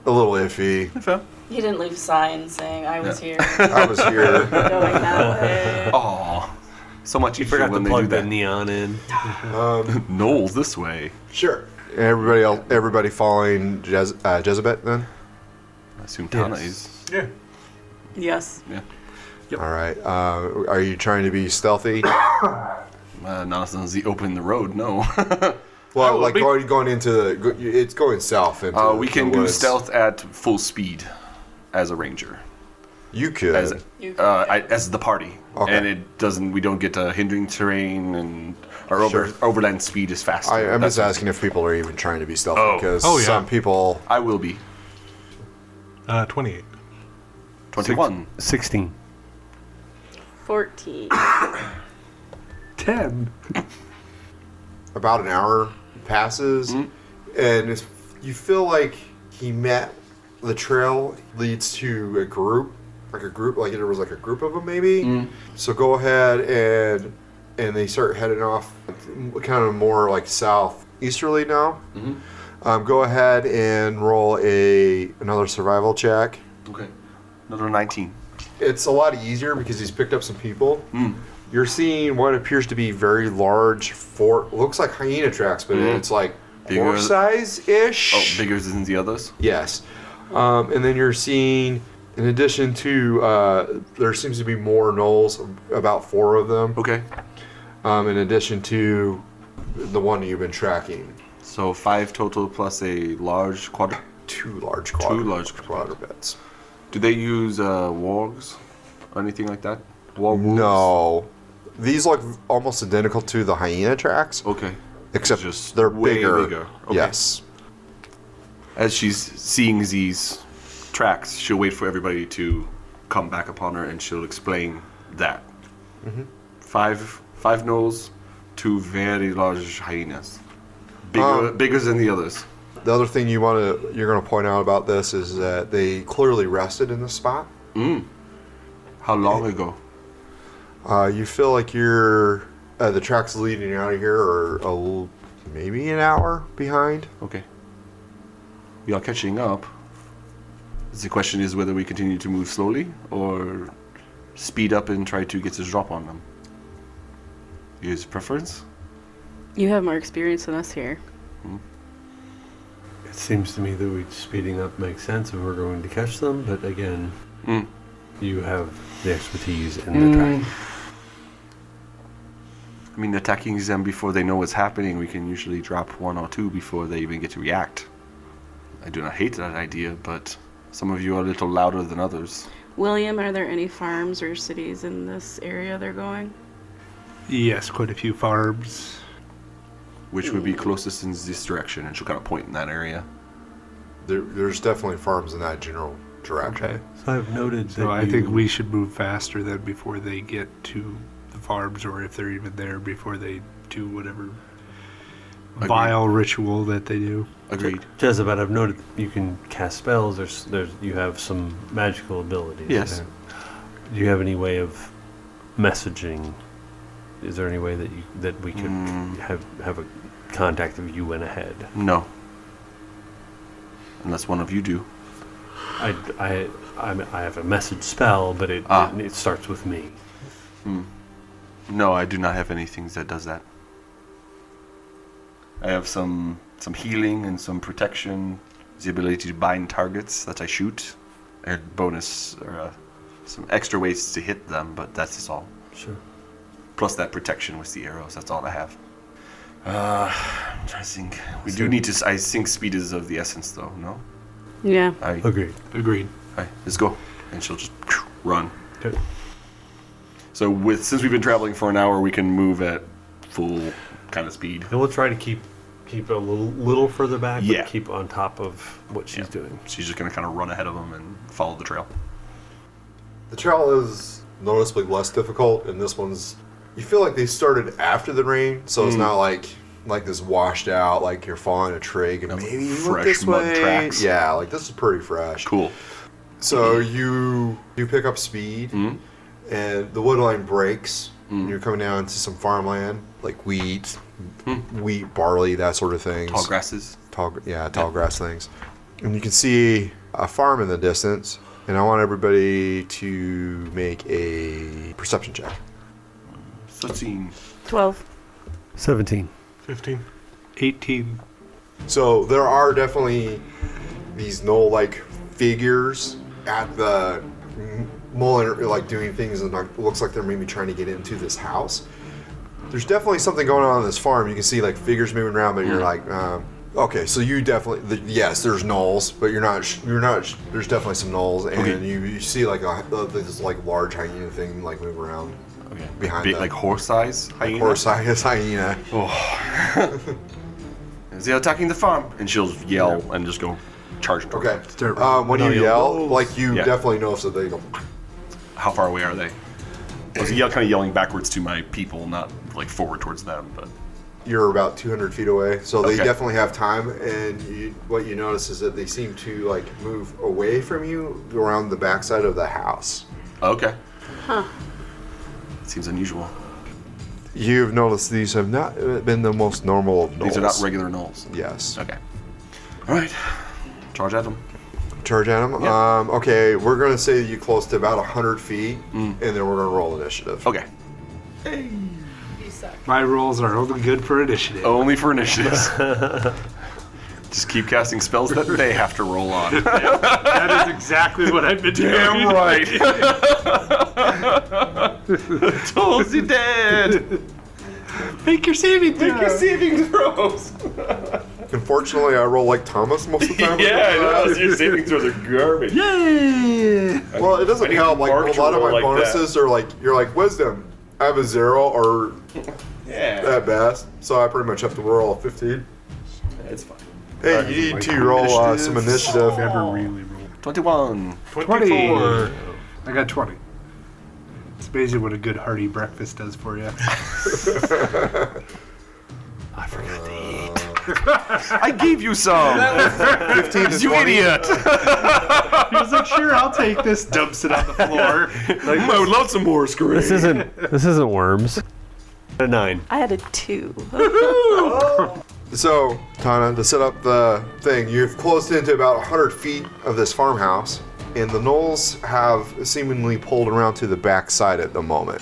[SPEAKER 1] a little iffy.
[SPEAKER 5] Okay.
[SPEAKER 10] He didn't leave signs saying I was here,
[SPEAKER 1] I was
[SPEAKER 5] (laughs)
[SPEAKER 1] here.
[SPEAKER 10] going that way.
[SPEAKER 5] (laughs) Aw, so much
[SPEAKER 2] You
[SPEAKER 5] easier
[SPEAKER 2] forgot to
[SPEAKER 5] when they do
[SPEAKER 2] plug
[SPEAKER 5] that.
[SPEAKER 2] that neon in.
[SPEAKER 5] (laughs) Knowles this way.
[SPEAKER 1] sure. And everybody else, everybody following Jez, uh, Jezebel then.
[SPEAKER 5] I assume Tana
[SPEAKER 2] Yes.
[SPEAKER 5] is.
[SPEAKER 6] Yeah.
[SPEAKER 3] Yes.
[SPEAKER 5] Yeah.
[SPEAKER 1] All right. Uh, are you trying to be
[SPEAKER 5] (coughs)
[SPEAKER 1] stealthy?
[SPEAKER 5] Uh, not as long as he opened the road, no.
[SPEAKER 1] Well,
[SPEAKER 6] will
[SPEAKER 1] like
[SPEAKER 6] be.
[SPEAKER 1] going going into the go- it's going south. Into
[SPEAKER 5] (laughs) Oh, uh, we can
[SPEAKER 1] the
[SPEAKER 5] do
[SPEAKER 1] woods.
[SPEAKER 5] stealth at full speed as a ranger.
[SPEAKER 1] You could.
[SPEAKER 5] As
[SPEAKER 10] You-
[SPEAKER 5] uh, I, as the party.
[SPEAKER 1] Okay.
[SPEAKER 5] And it doesn't we don't get to hindering terrain and our over,
[SPEAKER 1] Sure.
[SPEAKER 5] overland speed is faster.
[SPEAKER 1] I, I'm
[SPEAKER 5] That's-
[SPEAKER 1] just asking if people are even trying to be stealthy
[SPEAKER 5] Oh.
[SPEAKER 1] because
[SPEAKER 6] Oh, yeah.
[SPEAKER 1] some people.
[SPEAKER 5] I will be.
[SPEAKER 6] Uh, 28.
[SPEAKER 5] Twenty one.
[SPEAKER 2] Sixteen.
[SPEAKER 3] 14.
[SPEAKER 4] Ten.
[SPEAKER 1] about an hour passes, and it's, you feel like he met the trail leads to a group, like a group, like there was like a group of them maybe. So go ahead and and they start heading off, kind of more like south easterly now. Um, go ahead and roll a another survival check.
[SPEAKER 5] Okay. Another nineteen.
[SPEAKER 1] It's a lot easier because he's picked up some people.
[SPEAKER 5] Hmm.
[SPEAKER 1] You're seeing what appears to be very large fort. Looks like hyena tracks, but it's like
[SPEAKER 5] Hmm. Bigger-
[SPEAKER 1] horse size ish.
[SPEAKER 5] Oh, bigger than the others?
[SPEAKER 1] Yes. Um, and then you're seeing, in addition to, uh, there seems to be more knolls, about four of them.
[SPEAKER 5] Okay.
[SPEAKER 1] Um, in addition to the one you've been tracking,
[SPEAKER 5] So five total plus a large quadra.
[SPEAKER 1] two large quadrupeds.
[SPEAKER 5] large
[SPEAKER 1] quadrupeds.
[SPEAKER 5] Do they use uh, wargs or anything like that? War wolves?
[SPEAKER 1] No, these look almost identical to the hyena tracks.
[SPEAKER 5] Okay.
[SPEAKER 1] Except
[SPEAKER 5] Just
[SPEAKER 1] they're
[SPEAKER 5] way
[SPEAKER 1] bigger.
[SPEAKER 5] bigger. Okay.
[SPEAKER 1] Yes.
[SPEAKER 5] As she's seeing these tracks, she'll wait for everybody to come back upon her, and she'll explain that.
[SPEAKER 1] Mm-hmm.
[SPEAKER 5] Five five gnolls, two very large hyenas, bigger
[SPEAKER 1] Um,
[SPEAKER 5] bigger than the others.
[SPEAKER 1] The other thing you want to you're going to point out about this is that they clearly rested in this spot.
[SPEAKER 5] How long
[SPEAKER 1] eh,
[SPEAKER 5] ago?
[SPEAKER 1] Uh, you feel like you're uh, the tracks leading out of here are a l- maybe an hour behind.
[SPEAKER 5] Okay. We are catching up. The question is whether we continue to move slowly or speed up and try to get this drop on them. Is preference?
[SPEAKER 3] You have more experience than us here.
[SPEAKER 2] It seems to me that we speeding up makes sense if we're going to catch them, but again,
[SPEAKER 5] Mm.
[SPEAKER 2] you have the expertise in the
[SPEAKER 4] Mm.
[SPEAKER 2] track.
[SPEAKER 5] I mean, attacking them before they know what's happening, we can usually drop one or two before they even get to react. I do not hate that idea, but some of you are a little louder than others.
[SPEAKER 3] William, are there any farms or cities in this area they're going?
[SPEAKER 4] Yes, quite a few farms.
[SPEAKER 5] Which would be closest in this direction? And she'll kind of point in that area.
[SPEAKER 1] There, there's definitely farms in that general direction.
[SPEAKER 4] Okay.
[SPEAKER 2] So I've noted that
[SPEAKER 4] So I
[SPEAKER 2] you-
[SPEAKER 4] think we should move faster than before they get to the farms, or if they're even there before they do whatever
[SPEAKER 5] Agreed.
[SPEAKER 4] vile ritual that they do.
[SPEAKER 5] Agreed.
[SPEAKER 2] Jezebel, I've noted that you can cast spells. There's, there's, you have some magical abilities.
[SPEAKER 5] Yes.
[SPEAKER 2] Do you have any way of Mm. messaging? Is there any way that you that we could have have a contact if you went ahead.
[SPEAKER 5] No. Unless one of you do.
[SPEAKER 2] I, I, I'm- I have a message spell, but it,
[SPEAKER 5] Ah.
[SPEAKER 2] it, it starts with me.
[SPEAKER 5] No, I do not have anything that does that. I have some some healing and some protection, the ability to bind targets that I shoot, and bonus or uh, some extra ways to hit them, but that's just all.
[SPEAKER 2] Sure.
[SPEAKER 5] Plus that protection with the arrows. That's all I have. Uh, I think we do need to. s- I think speed is of the essence, though. No,
[SPEAKER 3] Yeah.
[SPEAKER 5] I.
[SPEAKER 2] Agreed.
[SPEAKER 4] Agreed.
[SPEAKER 5] Alright, let's go. And she'll just run.
[SPEAKER 2] Okay.
[SPEAKER 5] So with since we've been traveling for an hour, we can move at full kind of speed.
[SPEAKER 2] And we'll try to keep keep a little, little further back,
[SPEAKER 5] Yeah.
[SPEAKER 2] but keep on top of what she's
[SPEAKER 5] Yeah.
[SPEAKER 2] doing.
[SPEAKER 5] She's just gonna kind of run ahead of them and follow the trail.
[SPEAKER 1] The trail is noticeably less difficult, and this one's. You feel like they started after the rain, so
[SPEAKER 5] Mm.
[SPEAKER 1] it's not like like this washed out, like you're following a trig and
[SPEAKER 5] No,
[SPEAKER 1] maybe you
[SPEAKER 5] fresh
[SPEAKER 1] went this
[SPEAKER 5] mud
[SPEAKER 1] way.
[SPEAKER 5] tracks.
[SPEAKER 1] Yeah, like this is pretty fresh.
[SPEAKER 5] Cool.
[SPEAKER 1] So you you pick up speed, and the wood line breaks. And you're coming down to some farmland, like wheat, wheat, barley, that sort of thing
[SPEAKER 5] Tall grasses.
[SPEAKER 1] tall, gr- yeah, tall grass things. And you can see a farm in the distance. And I want everybody to make a perception check.
[SPEAKER 5] Thirteen.
[SPEAKER 3] 12.
[SPEAKER 2] 17.
[SPEAKER 6] 15.
[SPEAKER 4] 18.
[SPEAKER 1] So there are definitely these knoll-like figures at the m- mulling, like doing things, and like, looks like they're maybe trying to get into this house. There's definitely something going on on this farm. You can see like figures moving around, but
[SPEAKER 5] Mm.
[SPEAKER 1] you're like, um, okay, so you definitely the, yes, there's knolls, but you're not sh- you're not sh- there's definitely some knolls, and
[SPEAKER 5] Okay.
[SPEAKER 1] you, you see like a, uh, this like large hyena thing like move around
[SPEAKER 5] Okay.
[SPEAKER 1] Behind
[SPEAKER 5] Big,
[SPEAKER 1] the-
[SPEAKER 5] like horse eyes.
[SPEAKER 1] like
[SPEAKER 5] hyena.
[SPEAKER 1] horse (laughs) hyena.
[SPEAKER 5] They're attacking the farm, and she'll yell and just go charge. toward
[SPEAKER 1] Okay,
[SPEAKER 5] them.
[SPEAKER 4] Dirt.
[SPEAKER 1] um, when
[SPEAKER 4] No,
[SPEAKER 1] you
[SPEAKER 4] you-
[SPEAKER 1] yell, like you
[SPEAKER 5] Yeah.
[SPEAKER 1] definitely notice that they go.
[SPEAKER 5] How far away are they? I was yell, kind of yelling backwards to my people, not like forward towards them, but
[SPEAKER 1] you're about 200 feet away so they
[SPEAKER 5] Okay.
[SPEAKER 1] definitely have time and you, what you notice is that they seem to like move away from you around the backside of the house
[SPEAKER 5] okay. Huh. Seems unusual.
[SPEAKER 1] you've noticed these have not been the most normal of
[SPEAKER 5] These are not regular knolls.
[SPEAKER 1] yes
[SPEAKER 5] Okay. All right. Charge at them.
[SPEAKER 1] charge at them
[SPEAKER 5] Yeah.
[SPEAKER 1] um, okay we're gonna say you close to about 100 feet and then we're gonna roll initiative
[SPEAKER 5] Mm. Okay.
[SPEAKER 11] You suck.
[SPEAKER 4] My rolls are only good for initiative.
[SPEAKER 5] Only
[SPEAKER 4] (laughs)
[SPEAKER 5] for initiatives. Just keep casting spells that they have to roll
[SPEAKER 4] (laughs)
[SPEAKER 5] on.
[SPEAKER 4] That is exactly what I've been doing. (laughs)
[SPEAKER 5] Damn right. (laughs) Told you dead.
[SPEAKER 4] Make your saving throw.
[SPEAKER 5] saving throws.
[SPEAKER 1] unfortunately i roll like thomas most of the time
[SPEAKER 5] (laughs) yeah, I know. Your saving throws are garbage.
[SPEAKER 4] Yay!
[SPEAKER 1] well it
[SPEAKER 5] I
[SPEAKER 1] doesn't
[SPEAKER 5] need
[SPEAKER 1] help
[SPEAKER 5] to
[SPEAKER 1] like
[SPEAKER 5] mark
[SPEAKER 1] a lot
[SPEAKER 5] to
[SPEAKER 1] of my
[SPEAKER 5] roll like that.
[SPEAKER 1] bonuses are like you're like wisdom i have a zero or
[SPEAKER 5] Yeah,
[SPEAKER 1] at best so i pretty much have to roll a 15
[SPEAKER 5] it's fine.
[SPEAKER 1] Hey, you need to roll uh, some initiative.
[SPEAKER 4] Never really rolled.
[SPEAKER 5] Twenty-one.
[SPEAKER 6] 24.
[SPEAKER 4] I got 20. It's amazing what a good hearty breakfast does for you.
[SPEAKER 5] I gave you some. (laughs)
[SPEAKER 1] Fifteen to
[SPEAKER 5] you
[SPEAKER 1] twenty.
[SPEAKER 5] idiot. (laughs)
[SPEAKER 4] He was like, sure, I'll take this. Dumps it on the floor.
[SPEAKER 5] (laughs) I would love some more screw.
[SPEAKER 2] This isn't this isn't worms. A nine.
[SPEAKER 3] I had a 2.
[SPEAKER 1] So, Tana, to set up the thing, you've closed into about hundred feet of this farmhouse, and the knolls have seemingly pulled around to the backside at the moment.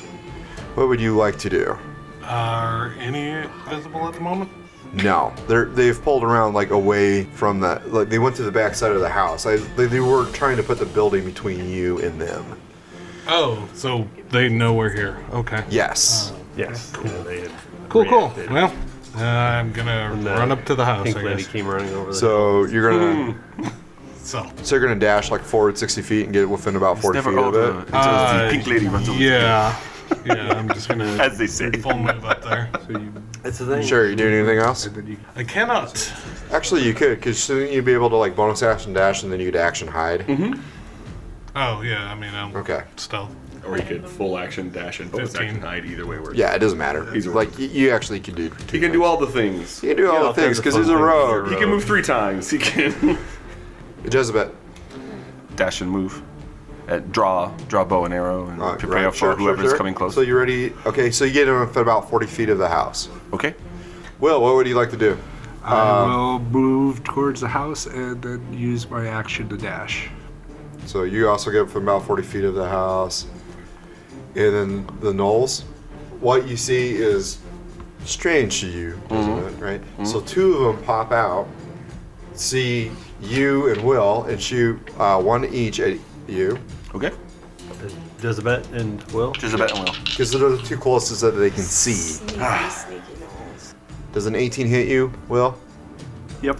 [SPEAKER 1] What would you like to do?
[SPEAKER 6] Are any visible at the moment?
[SPEAKER 1] No, they're they've pulled around like away from the like they went to the backside of the house. I, they, they were trying to put the building between you and them.
[SPEAKER 6] Oh, so they know we're here. Okay.
[SPEAKER 1] Yes.
[SPEAKER 2] Yes. Yeah, they had
[SPEAKER 6] Cool, cool.
[SPEAKER 2] reacted.
[SPEAKER 6] Well, uh, I'm gonna
[SPEAKER 2] And the
[SPEAKER 6] run up to the house,
[SPEAKER 2] Pink
[SPEAKER 6] I
[SPEAKER 2] lady
[SPEAKER 6] guess.
[SPEAKER 2] came running over.
[SPEAKER 5] Oh,
[SPEAKER 2] the-
[SPEAKER 1] So you're gonna
[SPEAKER 5] Hmm.
[SPEAKER 6] So,
[SPEAKER 1] so you're gonna dash like forward sixty feet and get within about forty
[SPEAKER 5] Never
[SPEAKER 1] feet of
[SPEAKER 5] over
[SPEAKER 1] it.
[SPEAKER 5] until the pink lady runs over.
[SPEAKER 6] yeah. Yeah, I'm just gonna
[SPEAKER 5] As they say.
[SPEAKER 6] full move up there.
[SPEAKER 2] It's a thing.
[SPEAKER 1] Sure, you doing anything else?
[SPEAKER 6] I cannot.
[SPEAKER 1] Actually, you could, because shouldn't you be able to like bonus action dash and then you could action hide?
[SPEAKER 6] Oh, yeah, I mean, I'm
[SPEAKER 1] Okay.
[SPEAKER 6] stealth.
[SPEAKER 2] Oh,
[SPEAKER 5] Or you could full action dash and bonus
[SPEAKER 6] 15.
[SPEAKER 5] action hide. Either way works.
[SPEAKER 1] Yeah, it doesn't matter.
[SPEAKER 5] He's a
[SPEAKER 1] like y- you actually can do.
[SPEAKER 5] He can do all the things.
[SPEAKER 1] You can do all
[SPEAKER 2] all
[SPEAKER 1] the things
[SPEAKER 2] kinds of
[SPEAKER 1] because
[SPEAKER 2] fun
[SPEAKER 1] he's a
[SPEAKER 2] things as a
[SPEAKER 1] rogue.
[SPEAKER 5] He can move three times. He
[SPEAKER 8] (laughs)
[SPEAKER 5] can
[SPEAKER 1] Jezebel.
[SPEAKER 5] dash and move. Uh, draw, draw bow and arrow, and
[SPEAKER 1] All uh, right,
[SPEAKER 5] prepare
[SPEAKER 1] right,
[SPEAKER 5] for
[SPEAKER 1] sure, sure,
[SPEAKER 5] whoever's
[SPEAKER 1] sure.
[SPEAKER 5] coming close.
[SPEAKER 1] So you ready? Okay, so you get him within about forty feet of the house.
[SPEAKER 5] okay.
[SPEAKER 1] Will, what would you like to do?
[SPEAKER 4] I will move towards the house and then use my action to dash.
[SPEAKER 1] So you also get from about 40 feet of the house. And then the knolls. What you see is strange to you, isn't it? Right? So two of them pop out, see you and Will, and shoot uh, one each at you.
[SPEAKER 8] Okay.
[SPEAKER 2] Jezebel and Will.
[SPEAKER 8] Just a bet and will.
[SPEAKER 1] Because they're the two closest that they can
[SPEAKER 10] (sighs)
[SPEAKER 1] see.
[SPEAKER 7] Sneaky, sneaky knolls.
[SPEAKER 1] Does an 18 hit you, Will?
[SPEAKER 4] Yep.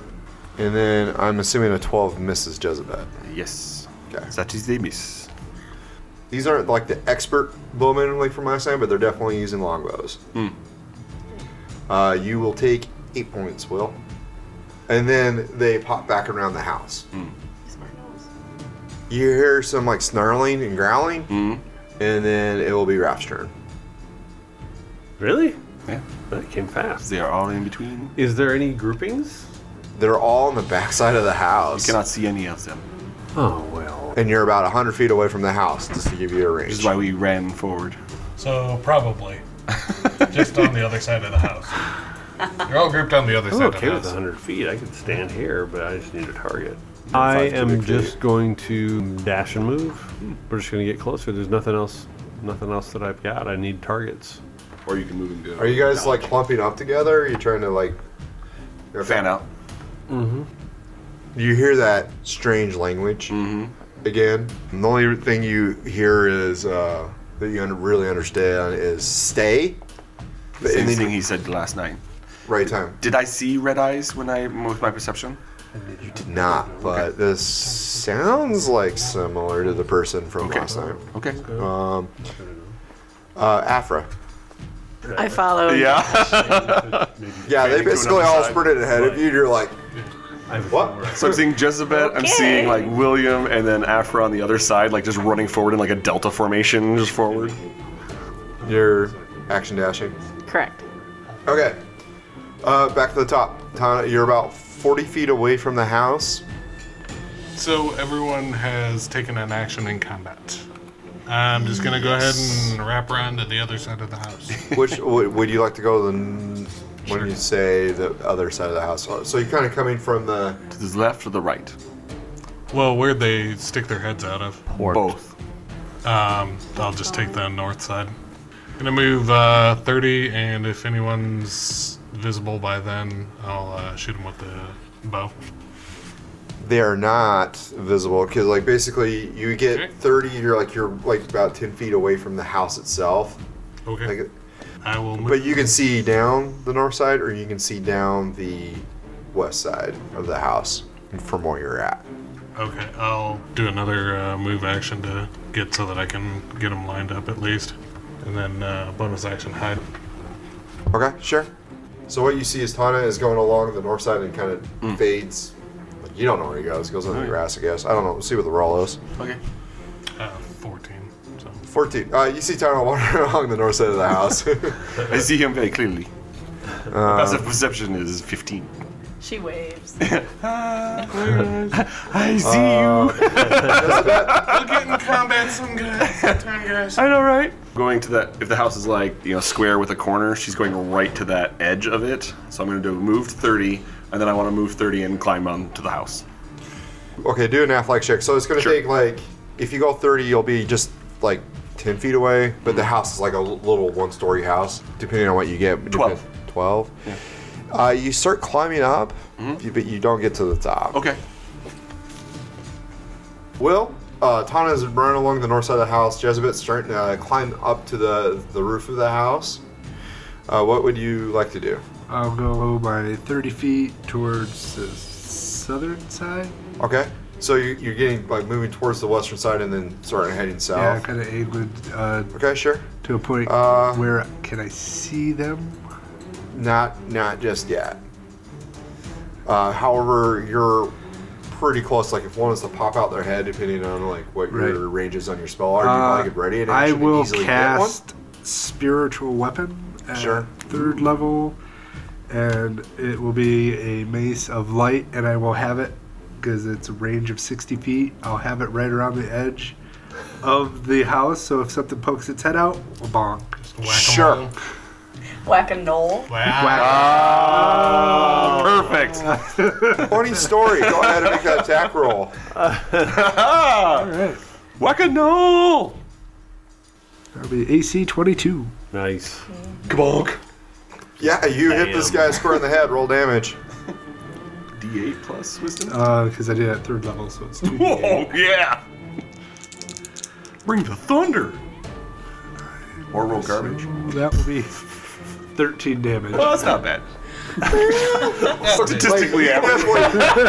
[SPEAKER 1] And then I'm assuming a 12 misses Jezebel.
[SPEAKER 8] Yes.
[SPEAKER 1] Okay.
[SPEAKER 8] That is the miss.
[SPEAKER 1] These aren't like the expert bowmen like from last time, but they're definitely using longbows. Uh, you will take eight points, Will. And then they pop back around the house.
[SPEAKER 7] Use my nose.
[SPEAKER 1] You hear some like snarling and growling, and then it will be Ralph's turn.
[SPEAKER 2] Really?
[SPEAKER 8] Yeah.
[SPEAKER 2] That came fast.
[SPEAKER 8] They are all in between.
[SPEAKER 2] Is there any groupings?
[SPEAKER 1] They're all on the backside of the
[SPEAKER 8] You
[SPEAKER 1] house,
[SPEAKER 8] cannot see any of them.
[SPEAKER 2] Oh well.
[SPEAKER 1] and you're about 100 feet away from the house just to give you a
[SPEAKER 8] Which
[SPEAKER 1] range.
[SPEAKER 8] is why we ran forward.
[SPEAKER 6] So
[SPEAKER 2] (laughs)
[SPEAKER 6] probably just on the other side of the house. You're all grouped on the other
[SPEAKER 2] I'm
[SPEAKER 6] side
[SPEAKER 2] okay
[SPEAKER 6] of
[SPEAKER 2] with
[SPEAKER 6] the house.
[SPEAKER 2] 100 feet. I could stand here, but I just need a target. I am just going to dash and move. We're just going to get closer. There's nothing else, nothing else that I've got. I need targets.
[SPEAKER 8] Or you can move and go.
[SPEAKER 1] Are you guys like clumping up together? Or are you trying to like
[SPEAKER 8] fan out?
[SPEAKER 1] You hear that strange language
[SPEAKER 8] Mm-hmm.
[SPEAKER 1] again. And the only thing you hear is uh, that you un- really understand is stay. But-
[SPEAKER 8] Same
[SPEAKER 1] and then-
[SPEAKER 8] thing he said last night.
[SPEAKER 1] right time.
[SPEAKER 8] Did I see red eyes when I moved my perception?
[SPEAKER 1] Did not, but this sounds like similar to the person from
[SPEAKER 8] Okay.
[SPEAKER 1] last time.
[SPEAKER 8] Okay.
[SPEAKER 1] Um, uh, Afra.
[SPEAKER 3] I follow.
[SPEAKER 8] Yeah.
[SPEAKER 1] Yeah, they
[SPEAKER 8] Maybe to
[SPEAKER 1] basically
[SPEAKER 8] another
[SPEAKER 1] all
[SPEAKER 8] side.
[SPEAKER 1] sprinted ahead of you. You're like,
[SPEAKER 2] I've
[SPEAKER 1] what?
[SPEAKER 8] So I'm seeing Jezebel, I'm
[SPEAKER 3] Okay.
[SPEAKER 8] seeing like William and then Afra on the other side, like just running forward in like a delta formation, just forward.
[SPEAKER 1] You're action dashing.
[SPEAKER 3] Correct.
[SPEAKER 1] Okay. Uh, back to the top. Tana, you're about 40 feet away from the house.
[SPEAKER 6] So everyone has taken an action in combat. I'm just gonna go ahead and wrap around to the other side of the house.
[SPEAKER 2] (laughs)
[SPEAKER 1] Which w- would you like to go to the n- when you say the other side of the house? So you're kind of coming from the
[SPEAKER 8] To the left or the right?
[SPEAKER 6] well, where'd they stick their heads out of?
[SPEAKER 8] Both.
[SPEAKER 6] Um, I'll just take the north side. Gonna move uh, 30, and if anyone's visible by then, I'll uh, shoot him with the bow.
[SPEAKER 1] they are not visible because like basically you
[SPEAKER 6] Okay.
[SPEAKER 1] get 30. You're like you're like about 10 feet away from the house itself.
[SPEAKER 6] Okay.
[SPEAKER 1] Like,
[SPEAKER 6] I will move.
[SPEAKER 1] but you can see down the north side, or you can see down the west side of the house from where you're at.
[SPEAKER 6] Okay, I'll do another uh, move action to get so that I can get them lined up at least. And then uh, bonus action hide.
[SPEAKER 1] Okay, sure. So what you see is Tana is going along the north side and kind of fades. Like, you don't know where he goes. He goes under the grass, I guess. I don't know. We'll see what the roll is.
[SPEAKER 8] Okay.
[SPEAKER 6] Uh, 14. So.
[SPEAKER 1] 14. Uh, you see Tyrone wandering (laughs) along the north side of the house. (laughs)
[SPEAKER 8] I see him very clearly. Passive perception is 15.
[SPEAKER 7] She waves.
[SPEAKER 8] I see you.
[SPEAKER 6] I'll get in combat some guys. Sometime, guys.
[SPEAKER 8] I know, right? Going to that, if the house is like, you know, square with a corner, she's going right to that edge of it. So I'm going to do move 30, and then I want to move 30 and climb on to the house.
[SPEAKER 1] okay, do an athletic check. So it's going to
[SPEAKER 8] Sure.
[SPEAKER 1] take, like, if you go 30, you'll be just, like, 10 feet away. But the
[SPEAKER 8] Mm-hmm.
[SPEAKER 1] house is, like, a l- little one story house, depending on what you get.
[SPEAKER 8] 12.
[SPEAKER 1] 12. Uh, you start climbing up, you- but you don't get to the top.
[SPEAKER 8] Mm-hmm. Okay.
[SPEAKER 1] Will, uh, Tana's running along the north side of the house. Jezebel's starting to uh, climb up to the, the roof of the house. Uh, what would you like to do?
[SPEAKER 4] I'll go my 30 feet towards the southern side.
[SPEAKER 1] Okay. So you- you're getting like moving towards the western side and then starting heading
[SPEAKER 4] Yeah,
[SPEAKER 1] south.
[SPEAKER 4] kind of angled uh,
[SPEAKER 1] okay, sure.
[SPEAKER 4] to a point
[SPEAKER 1] Oh. Uh,
[SPEAKER 4] where can I see them?
[SPEAKER 1] Not not just yet. Uh, however, you're pretty close. Like if one is to pop out their head, depending on like what your
[SPEAKER 4] Right.
[SPEAKER 1] ranges on your spell are, you
[SPEAKER 4] Uh,
[SPEAKER 1] can like get ready and
[SPEAKER 4] I
[SPEAKER 1] action and
[SPEAKER 4] will
[SPEAKER 1] easily
[SPEAKER 4] cast spiritual weapon at
[SPEAKER 1] Sure.
[SPEAKER 4] third level, and it will be a mace of light, and I will have it because it's a range of sixty feet. I'll have it right around the edge of the house, so if something pokes its head out, a bonk.
[SPEAKER 6] Whack
[SPEAKER 4] (laughs)
[SPEAKER 6] 'em
[SPEAKER 1] Sure.
[SPEAKER 6] all.
[SPEAKER 7] Whack a knoll.
[SPEAKER 5] Perfect.
[SPEAKER 1] Morning story. Go ahead and make that attack roll.
[SPEAKER 5] Waka no!
[SPEAKER 4] That'll be AC 22.
[SPEAKER 2] Nice.
[SPEAKER 5] Kabonk.
[SPEAKER 1] Yeah, you hit this guy square in the head. Roll damage.
[SPEAKER 5] D8 plus wisdom?
[SPEAKER 4] Because uh, I did it at third level, so it's 2
[SPEAKER 5] Whoa, Oh, yeah! Bring the thunder! Or roll garbage.
[SPEAKER 4] That will be 13 damage.
[SPEAKER 5] Well, that's
[SPEAKER 2] (laughs)
[SPEAKER 5] not bad. (laughs) Statistically
[SPEAKER 1] Like, (laughs)
[SPEAKER 5] average.
[SPEAKER 1] halfway-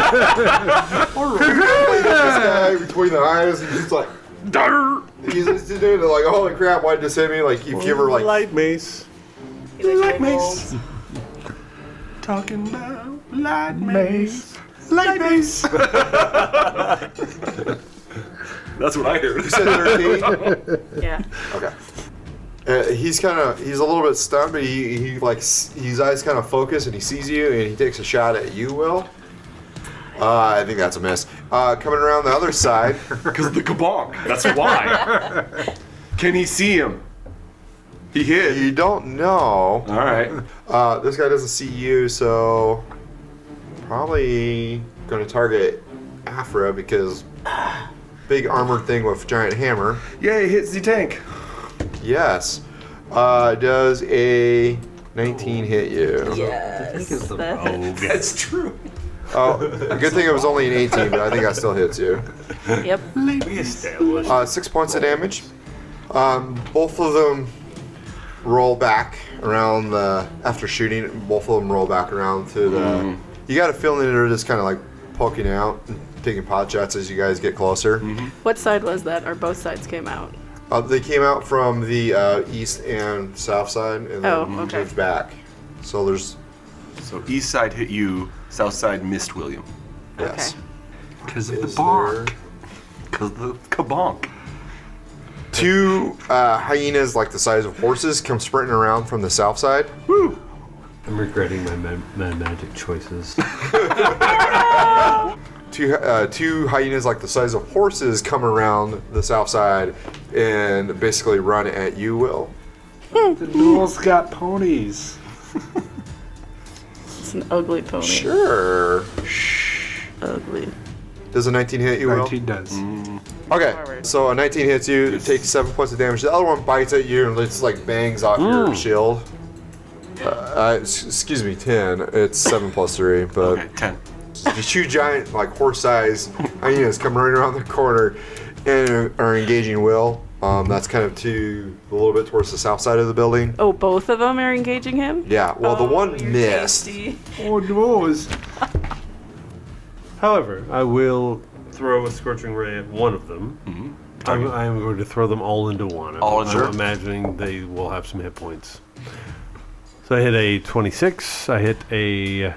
[SPEAKER 4] (laughs)
[SPEAKER 1] halfway hit this guy between the eyes, and he's like,
[SPEAKER 5] Darr!
[SPEAKER 1] he's just doing it like, holy crap, why did this hit me? Like, you give her like
[SPEAKER 2] light mace.
[SPEAKER 7] You like mace?
[SPEAKER 5] Talking about light maze. Light maze! That's what I heard.
[SPEAKER 1] You
[SPEAKER 5] (laughs)
[SPEAKER 1] said 13?
[SPEAKER 3] Yeah.
[SPEAKER 1] okay. Uh, he's kind of he's a little bit stunned, but he, he like s- his eyes kind of focus, and he sees you, and he takes a shot at you. Will. Uh, I think that's a miss. Uh, coming around the other side,
[SPEAKER 5] Because the kabonk. That's why. Can he see him? He hid.
[SPEAKER 1] you don't know.
[SPEAKER 5] Alright.
[SPEAKER 1] Uh, this guy doesn't see you, so probably going to target Afra because big armored thing with giant hammer.
[SPEAKER 5] Yay, hits the tank.
[SPEAKER 1] Yes. Uh, does a 19 hit you?
[SPEAKER 7] Yes. That-
[SPEAKER 5] That's true.
[SPEAKER 1] Oh, good thing it was only an 18, but I think I still hits you.
[SPEAKER 3] (laughs) Yep.
[SPEAKER 1] Uh, six points of damage. Um, both of them roll back around the after shooting. Both of them roll back around to the. You got a feeling that they're just kind of like poking out, and taking pot shots as you guys get closer.
[SPEAKER 3] What side was that? Or both sides came out?
[SPEAKER 1] Uh, they came out from the uh, east and south side, and then
[SPEAKER 3] Oh,
[SPEAKER 1] moved
[SPEAKER 3] okay.
[SPEAKER 1] back. So there's
[SPEAKER 8] So east side hit you, south side missed William.
[SPEAKER 1] yes.
[SPEAKER 4] Because of the
[SPEAKER 1] Is
[SPEAKER 4] bar.
[SPEAKER 1] there-
[SPEAKER 8] Because the kabonk.
[SPEAKER 1] Two uh, hyenas like the size of horses come sprinting around from the south side.
[SPEAKER 2] I'm regretting my, ma- my magic choices.
[SPEAKER 1] two uh, two hyenas like the size of horses come around the south side and basically run at you will
[SPEAKER 4] The duel's got ponies.
[SPEAKER 3] It's an ugly pony.
[SPEAKER 1] sure
[SPEAKER 3] Ugly.
[SPEAKER 1] does a 19 hit you will
[SPEAKER 4] 19 does.
[SPEAKER 1] okay
[SPEAKER 3] Forward.
[SPEAKER 1] so a 19 hits you it takes seven points of damage the other one bites at you and just like bangs off your shield uh, uh, s- excuse me 10 it's 7 plus 3 but
[SPEAKER 8] Okay, 10.
[SPEAKER 1] the two giant like horse sized hyenas come running around the corner and are engaging will um, that's kind of to a little bit towards the south side of the building
[SPEAKER 3] Oh, both of them are engaging him?
[SPEAKER 1] Yeah, well, the one
[SPEAKER 7] Oh, you're
[SPEAKER 1] missed.
[SPEAKER 7] tasty.
[SPEAKER 4] Oh no, is
[SPEAKER 2] (laughs) However, I will throw a scorching ray at one of them. I'm, I am going to throw them all into one. I'm-
[SPEAKER 8] All
[SPEAKER 2] I'm,
[SPEAKER 8] in one.
[SPEAKER 2] imagining they will have some hit points. So I hit a 26. I hit a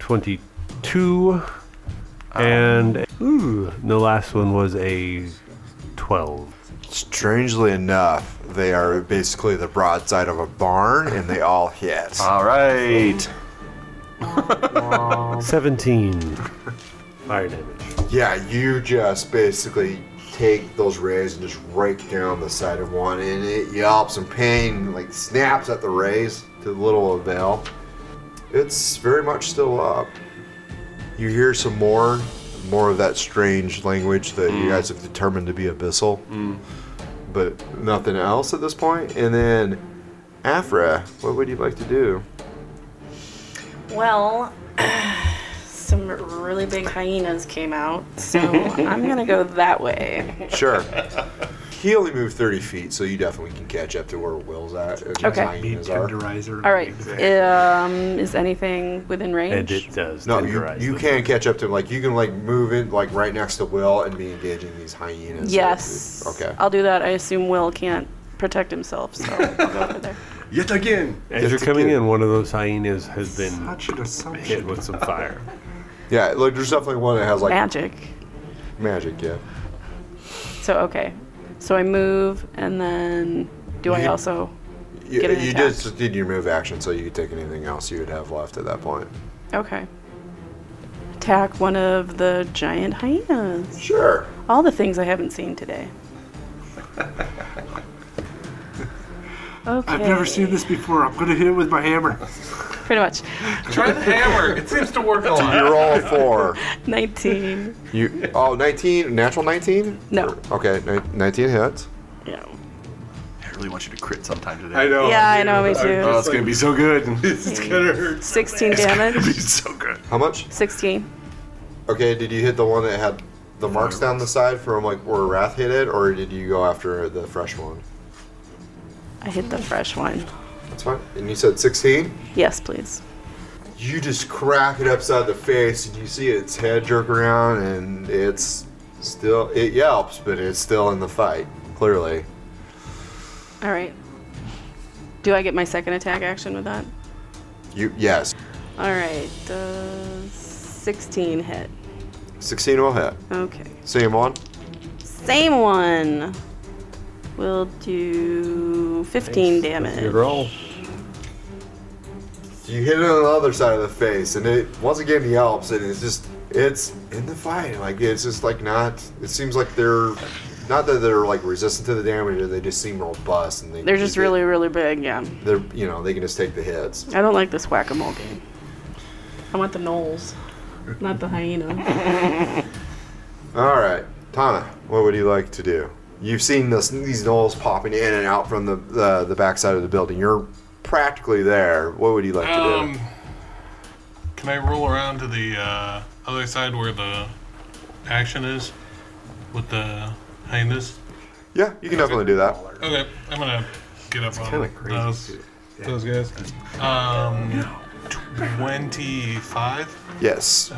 [SPEAKER 2] 22, and ooh, the last one was a 12.
[SPEAKER 1] Strangely enough, they are basically the broadside of a barn, and they all hit.
[SPEAKER 5] Ah.
[SPEAKER 8] All right.
[SPEAKER 2] (laughs) 17 fire damage.
[SPEAKER 1] yeah, you just basically take those rays and just rake down the side of one, and it yelps and pain, like snaps at the rays to little avail. It's very much still up. You hear some more, more of that strange language that you guys have determined to be abyssal, but nothing else at this point. And then, Afra, what would you like to do?
[SPEAKER 7] Well,
[SPEAKER 3] (sighs) Some really big hyenas came out,
[SPEAKER 1] (laughs)
[SPEAKER 3] so I'm gonna go that way.
[SPEAKER 1] Sure. (laughs) He only moved 30 feet, so you definitely can catch up to where Will's at. and
[SPEAKER 3] Okay.
[SPEAKER 1] Hyenas are.
[SPEAKER 4] tenderizer.
[SPEAKER 3] All right. Um, is anything within
[SPEAKER 2] And
[SPEAKER 3] range?
[SPEAKER 2] it does.
[SPEAKER 1] No, you,
[SPEAKER 2] tenderize
[SPEAKER 1] you
[SPEAKER 2] them.
[SPEAKER 1] can catch up to him. Like, you can, like, move in, like, right next to Will and be engaging these hyenas.
[SPEAKER 3] Yes.
[SPEAKER 1] Okay.
[SPEAKER 3] I'll do that. I assume Will can't protect himself, so I'll go over there.
[SPEAKER 5] Yet again.
[SPEAKER 2] As you're coming in, one of those hyenas has been
[SPEAKER 4] Such an
[SPEAKER 2] hit
[SPEAKER 4] assumption.
[SPEAKER 2] with some fire.
[SPEAKER 1] Yeah, like, there's definitely one that has, (laughs) like,
[SPEAKER 3] Magic.
[SPEAKER 1] magic, yeah.
[SPEAKER 3] So okay. So I move, and then do I
[SPEAKER 1] You-
[SPEAKER 3] also?
[SPEAKER 1] You,
[SPEAKER 3] Get an
[SPEAKER 1] you
[SPEAKER 3] attack.
[SPEAKER 1] just did your move action, so you could take anything else you would have left at that point.
[SPEAKER 3] Okay. Attack one of the giant hyenas.
[SPEAKER 1] Sure.
[SPEAKER 3] All the things I haven't seen today. Okay.
[SPEAKER 4] I've never seen this before. I'm gonna hit it with my hammer.
[SPEAKER 3] Pretty much.
[SPEAKER 6] Try the hammer. It seems to work a lot.
[SPEAKER 1] You're (laughs) all four.
[SPEAKER 3] 19.
[SPEAKER 1] You oh 19 natural 19?
[SPEAKER 3] No.
[SPEAKER 1] Okay, ni- 19 hits.
[SPEAKER 3] Yeah.
[SPEAKER 5] I really want you to crit sometime today.
[SPEAKER 4] I know.
[SPEAKER 3] Yeah, I know, me too.
[SPEAKER 5] Oh, it's gonna be so good. it's
[SPEAKER 3] gonna
[SPEAKER 5] hurt.
[SPEAKER 3] 16 damage.
[SPEAKER 5] It's so good.
[SPEAKER 1] How much?
[SPEAKER 3] 16.
[SPEAKER 1] Okay, did you hit the one that had the marks down the side from like where Wrath hit it, or did you go after the fresh one?
[SPEAKER 3] I hit the fresh one.
[SPEAKER 1] That's fine. And you said 16?
[SPEAKER 3] Yes, please.
[SPEAKER 1] You just crack it upside the face, and you see its head jerk around, and it's still, it yelps, but it's still in the fight, clearly.
[SPEAKER 3] All right. Do I get my second attack action with that?
[SPEAKER 1] You, yes.
[SPEAKER 3] All right. Uh, 16 hit.
[SPEAKER 1] 16 will hit.
[SPEAKER 3] Okay.
[SPEAKER 1] Same one?
[SPEAKER 3] Same one. We'll do 15
[SPEAKER 2] Good
[SPEAKER 3] damage.
[SPEAKER 2] roll.
[SPEAKER 1] You hit it on the other side of the face, and it once again yelps, and it's just it's in the fight. Like it's just like not. It seems like they're not that they're like resistant to the damage, or they just seem robust, and they
[SPEAKER 3] They're just
[SPEAKER 1] they-
[SPEAKER 3] really, really big, yeah.
[SPEAKER 1] They're you know they can just take the hits.
[SPEAKER 3] I don't like this whack a mole game. I want the gnolls, not the hyena.
[SPEAKER 1] All right, Tana, what would you like to do? You've seen this, these knolls popping in and out from the, the the backside of the building. You're practically there. What would you like to
[SPEAKER 6] Um,
[SPEAKER 1] do?
[SPEAKER 6] can I roll around to the uh, other side where the action is with the hyenas?
[SPEAKER 1] Yeah, you can definitely do that.
[SPEAKER 6] Okay, I'm gonna get up on
[SPEAKER 12] kinda crazy,
[SPEAKER 6] those,
[SPEAKER 12] too.
[SPEAKER 6] those guys. Um, 25?
[SPEAKER 1] Yes,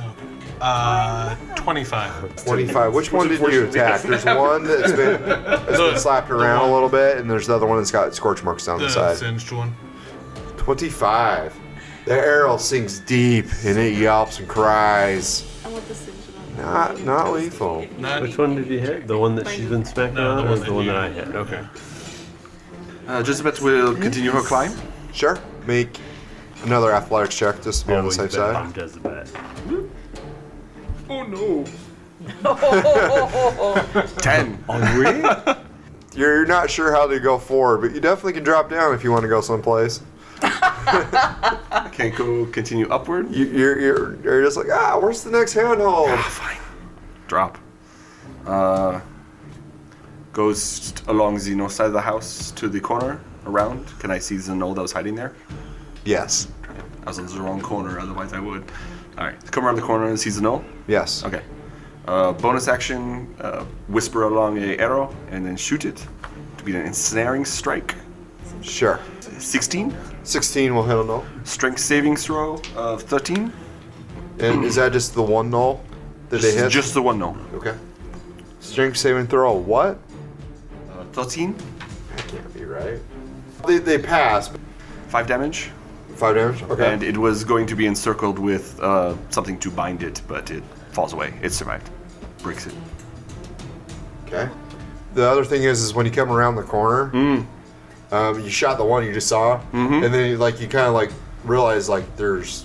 [SPEAKER 6] Uh, 25.
[SPEAKER 1] twenty-five. Which one did you attack? There's one that's been has been slapped around a little bit, and there's the other one that's got scorch marks down the
[SPEAKER 6] The
[SPEAKER 1] side.
[SPEAKER 6] singed one.
[SPEAKER 1] 25. The arrow sinks deep and it yelps and cries.
[SPEAKER 3] I want the sigil on
[SPEAKER 1] Not, not lethal.
[SPEAKER 6] Not,
[SPEAKER 2] Which one did you hit? The one that she's been smacking
[SPEAKER 6] No, the
[SPEAKER 2] on, or
[SPEAKER 6] one
[SPEAKER 2] the
[SPEAKER 6] that
[SPEAKER 2] one
[SPEAKER 6] you-
[SPEAKER 2] that I hit? Okay.
[SPEAKER 5] Uh, Jezebet will continue her climb.
[SPEAKER 1] Sure. Make another athletics check just to be on the
[SPEAKER 2] Always
[SPEAKER 1] safe
[SPEAKER 2] bet
[SPEAKER 1] side.
[SPEAKER 2] on Jezebel.
[SPEAKER 6] oh no.
[SPEAKER 5] (laughs) Ten.
[SPEAKER 1] You're, you're not sure how to go forward, but you definitely can drop down if you want to go someplace.
[SPEAKER 5] Can't go continue upward.
[SPEAKER 1] You, you're, you're, you're just like, ah, where's the next handhold?
[SPEAKER 5] Drop. Uh, goes along the north side of the house to the corner around. Can I see the knoll that was hiding there?
[SPEAKER 1] Yes.
[SPEAKER 5] I was on the wrong corner, otherwise I would. All right, come around the corner and seize the knoll.
[SPEAKER 1] Yes.
[SPEAKER 5] Okay. Uh, bonus action: uh, whisper along a arrow and then shoot it to be an ensnaring strike.
[SPEAKER 1] Sure.
[SPEAKER 5] Sixteen.
[SPEAKER 1] 16 will hit a null.
[SPEAKER 5] Strength saving throw of thirteen.
[SPEAKER 1] And is that just the one null that
[SPEAKER 5] Just,
[SPEAKER 1] they hit?
[SPEAKER 5] just the one knoll.
[SPEAKER 1] Okay. Strength saving throw, what?
[SPEAKER 5] Uh, Thirteen.
[SPEAKER 1] That can't be right. They, they pass.
[SPEAKER 5] Five damage.
[SPEAKER 1] Five damage? Okay.
[SPEAKER 5] And it was going to be encircled with uh, something to bind it, but it falls away. It survived. Breaks it.
[SPEAKER 1] Okay. The other thing is, is when you come around the corner, um, you shot the one you just saw, and then you, like you kind of like realize like there's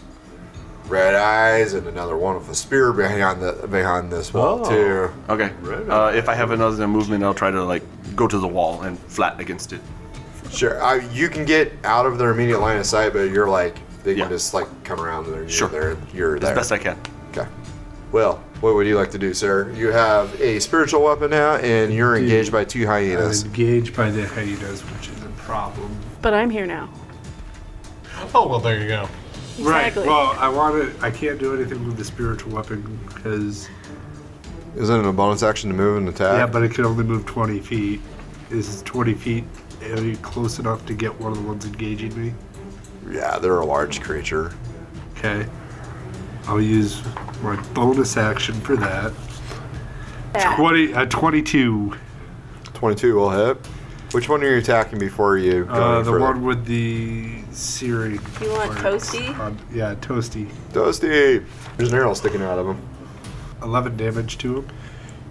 [SPEAKER 1] red eyes and another one with a spear behind the behind this wall
[SPEAKER 2] Oh.
[SPEAKER 1] too.
[SPEAKER 5] Okay. Uh, if I have another movement, I'll try to like go to the wall and flat against it.
[SPEAKER 1] Sure, I, you can get out of their immediate line of sight, but you're like they
[SPEAKER 5] Yeah.
[SPEAKER 1] can just like come around and you're
[SPEAKER 5] Sure.
[SPEAKER 1] there. You're
[SPEAKER 5] As
[SPEAKER 1] there.
[SPEAKER 5] best I can.
[SPEAKER 1] okay. Well, what would you like to do, sir? You have a spiritual weapon now, and you're engaged by two
[SPEAKER 4] I'm
[SPEAKER 1] hyenas.
[SPEAKER 4] engaged by the hyenas, which is a problem.
[SPEAKER 3] But I'm here now.
[SPEAKER 6] Oh, well, there you go.
[SPEAKER 3] Exactly.
[SPEAKER 4] Right. Well, I want to. I can't do anything with the spiritual weapon because
[SPEAKER 1] Isn't it a bonus action to move and attack?
[SPEAKER 4] yeah, but it can only move 20 feet. Is 20 feet any close enough to get one of the ones engaging me?
[SPEAKER 1] Yeah, they're a large creature.
[SPEAKER 4] Okay. I'll use my bonus action for that.
[SPEAKER 3] Yeah.
[SPEAKER 4] 20, uh, 22.
[SPEAKER 1] 22 will hit. Which one are you attacking before you go
[SPEAKER 4] Uh,
[SPEAKER 1] any
[SPEAKER 4] the
[SPEAKER 1] further?
[SPEAKER 4] one with the searing.
[SPEAKER 3] You want
[SPEAKER 4] marks
[SPEAKER 3] toasty?
[SPEAKER 4] on- yeah, toasty.
[SPEAKER 1] Dusty! There's an arrow sticking out of him.
[SPEAKER 4] 11 damage to him.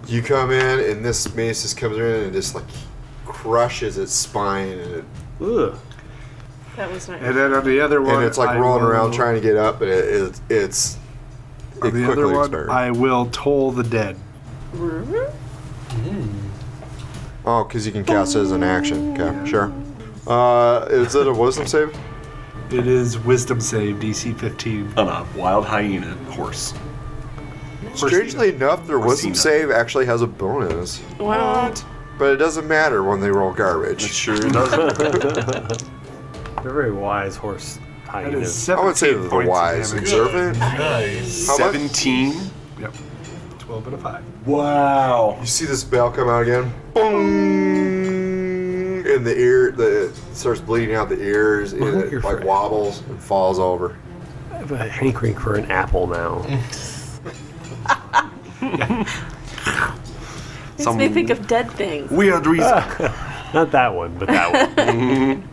[SPEAKER 1] You come in, and this mace just comes in and just like crushes its spine, and, it,
[SPEAKER 2] Ugh.
[SPEAKER 3] That was not
[SPEAKER 4] And then on the other one.
[SPEAKER 1] and it's like
[SPEAKER 4] I
[SPEAKER 1] rolling around
[SPEAKER 4] will-
[SPEAKER 1] trying to get up, but it, it, it's.
[SPEAKER 4] On
[SPEAKER 1] It
[SPEAKER 4] the
[SPEAKER 1] quickly
[SPEAKER 4] other one,
[SPEAKER 1] expired.
[SPEAKER 4] I will toll the dead.
[SPEAKER 1] Oh, because you can cast it as an action. Okay, sure. Uh, is it a wisdom save?
[SPEAKER 4] It is wisdom save DC 15.
[SPEAKER 5] on a wild hyena horse.
[SPEAKER 1] Strangely enough, their wisdom
[SPEAKER 5] Orsina.
[SPEAKER 1] save actually has a bonus,
[SPEAKER 3] Well,
[SPEAKER 1] but it doesn't matter when they roll
[SPEAKER 5] It
[SPEAKER 1] garbage.
[SPEAKER 5] sure does.
[SPEAKER 2] They're very wise horse
[SPEAKER 4] That is
[SPEAKER 2] hyenas.
[SPEAKER 4] 17
[SPEAKER 1] I would say that the
[SPEAKER 4] points of
[SPEAKER 1] wise,
[SPEAKER 4] damage.
[SPEAKER 1] observant.
[SPEAKER 6] Nice.
[SPEAKER 1] How much?
[SPEAKER 5] Seventeen.
[SPEAKER 4] Yep. 12 and a 5.
[SPEAKER 5] Wow.
[SPEAKER 1] You see this bell come out again, boom, and the ear the it starts bleeding out the ears, and
[SPEAKER 2] Well,
[SPEAKER 1] it
[SPEAKER 2] you're
[SPEAKER 1] like
[SPEAKER 2] right.
[SPEAKER 1] wobbles and falls over.
[SPEAKER 2] I have a hankering for an apple now.
[SPEAKER 3] makes me think of dead things.
[SPEAKER 5] Weird reason.
[SPEAKER 2] Not that one, but that one.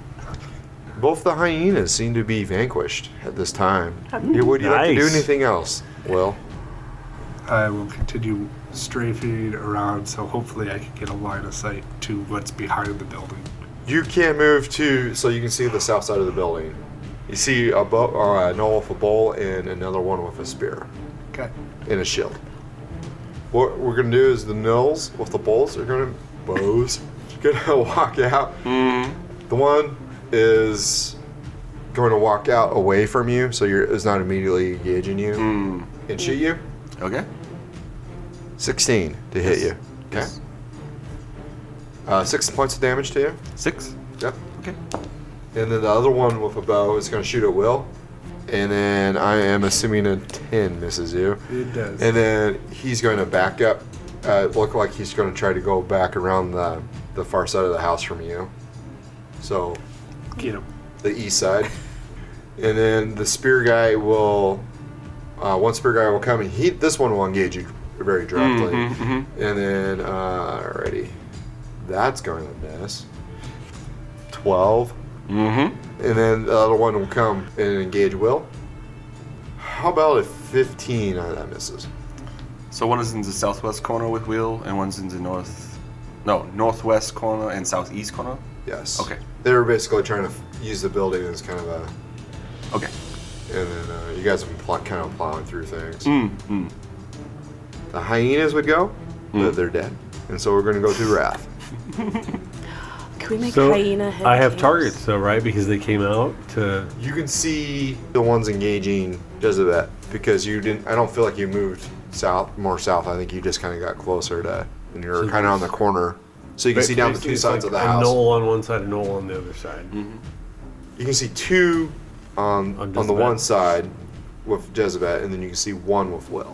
[SPEAKER 1] Both the hyenas seem to be vanquished at this time. You- Would you like to do
[SPEAKER 2] Nice.
[SPEAKER 1] anything else? Well,
[SPEAKER 4] I will continue strafing around, so hopefully I can get a line of sight to what's behind the building.
[SPEAKER 1] you can move to so you can see the south side of the building. You see a bo- uh, an owl with a bowl and another one with a spear.
[SPEAKER 4] Okay.
[SPEAKER 1] in a shield. What we're gonna do is the nulls with the bowls are gonna bows (laughs) gonna walk out.
[SPEAKER 5] Mm-hmm.
[SPEAKER 1] The one is going to walk out away from you, so you're it's not immediately engaging you
[SPEAKER 5] Mm.
[SPEAKER 1] and shoot you.
[SPEAKER 5] Okay.
[SPEAKER 1] Sixteen to hit you. Okay.
[SPEAKER 5] Yes.
[SPEAKER 1] Uh, six points of damage to you.
[SPEAKER 5] Six.
[SPEAKER 1] Yep.
[SPEAKER 5] Okay.
[SPEAKER 1] And then the other one with a bow is gonna shoot at will. And then I am assuming a ten misses you.
[SPEAKER 4] It does.
[SPEAKER 1] And then he's going to back up. Uh, look like he's going to try to go back around the, the far side of the house from you. So
[SPEAKER 4] get him.
[SPEAKER 1] the east side. and then the spear guy will. Uh, one spear guy will come and he. This one will engage you very directly.
[SPEAKER 5] Mm-hmm.
[SPEAKER 1] And then uh, alrighty, that's going to miss. Twelve. Mm-hmm. And then the other one will come and engage Will. How about a fifteen? Uh, that misses.
[SPEAKER 5] So one is in the southwest corner with wheel, and one's in the north, no northwest corner and southeast corner.
[SPEAKER 1] Yes.
[SPEAKER 5] Okay.
[SPEAKER 1] They were basically trying to f- use the building as kind of a,
[SPEAKER 5] Okay.
[SPEAKER 1] and then uh, you guys have been pl- kind of plowing through things.
[SPEAKER 5] Mm, mm.
[SPEAKER 1] The hyenas would go, but they're dead, and so we're going to go to Wrath.
[SPEAKER 3] Can we (laughs) make
[SPEAKER 2] So
[SPEAKER 3] hyena head
[SPEAKER 2] I have
[SPEAKER 3] cams?
[SPEAKER 2] targets though, right? Because they came out to.
[SPEAKER 1] You can see the ones engaging because of that, because you didn't. I don't feel like you moved south, more south. I think you just kind of got closer to, and you're
[SPEAKER 2] So
[SPEAKER 1] kind of on the corner, so you can see down the
[SPEAKER 2] Basically,
[SPEAKER 1] two
[SPEAKER 2] it's
[SPEAKER 1] sides
[SPEAKER 2] like
[SPEAKER 1] of the
[SPEAKER 2] a
[SPEAKER 1] house.
[SPEAKER 2] knoll on one side, a knoll on the other side.
[SPEAKER 1] You can see two um, on
[SPEAKER 2] On
[SPEAKER 1] on, the
[SPEAKER 2] Jezebel.
[SPEAKER 1] one side with Jezebel, and then you can see one with Will.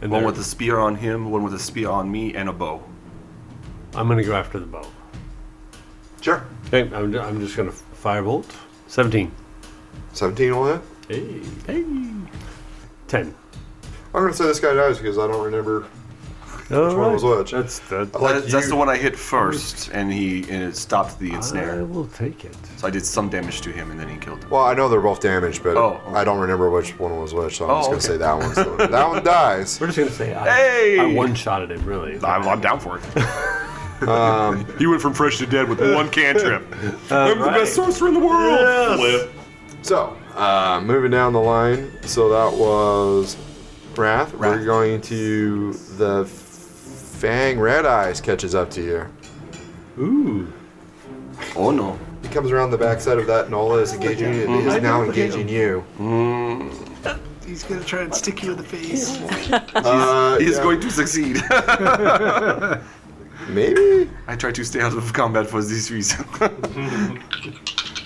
[SPEAKER 2] And
[SPEAKER 5] One
[SPEAKER 2] they're-
[SPEAKER 5] with a spear on him, one with a spear on me, and a bow.
[SPEAKER 2] I'm gonna go after the bow.
[SPEAKER 1] Sure.
[SPEAKER 2] Okay, I'm, ju- I'm just gonna firebolt. 17.
[SPEAKER 1] Seventeen will hit.
[SPEAKER 2] Hey. Hey. 10.
[SPEAKER 1] I'm gonna say this guy dies because I don't remember.
[SPEAKER 2] All
[SPEAKER 1] one was which?
[SPEAKER 2] That's that.
[SPEAKER 1] Like
[SPEAKER 5] That- that's
[SPEAKER 1] you-
[SPEAKER 5] the one I hit first, and he and it stopped the ensnare.
[SPEAKER 2] I will take it.
[SPEAKER 5] So I did some damage to him, and then he killed him.
[SPEAKER 1] Well, I know they're both damaged, but
[SPEAKER 5] Oh, okay.
[SPEAKER 1] I don't remember which one was which, so I'm
[SPEAKER 5] Oh,
[SPEAKER 1] just gonna
[SPEAKER 5] okay.
[SPEAKER 1] say that one's the one. That
[SPEAKER 5] (laughs)
[SPEAKER 1] one dies.
[SPEAKER 2] We're just gonna say I,
[SPEAKER 5] Hey!
[SPEAKER 2] I one shotted him really.
[SPEAKER 5] I'm, I'm down (laughs) for it. (laughs) he went from fresh to dead (laughs) with one cantrip.
[SPEAKER 2] I'm
[SPEAKER 5] sorcerer in the world.
[SPEAKER 1] So, uh, moving down the line, so that was Wrath. We're
[SPEAKER 5] Wrath.
[SPEAKER 1] going to the Fang Red Eyes catches up to you.
[SPEAKER 2] Ooh.
[SPEAKER 5] Oh no.
[SPEAKER 1] He comes around the backside of that Nola is engaging you
[SPEAKER 5] Mm-hmm.
[SPEAKER 1] and is now engaging you.
[SPEAKER 4] He's going to try and stick you in the face.
[SPEAKER 1] Uh,
[SPEAKER 5] He's
[SPEAKER 1] yeah,
[SPEAKER 5] going
[SPEAKER 8] (laughs)
[SPEAKER 5] to succeed.
[SPEAKER 1] maybe.
[SPEAKER 5] I try to stay out of combat for
[SPEAKER 8] (laughs)
[SPEAKER 5] this reason.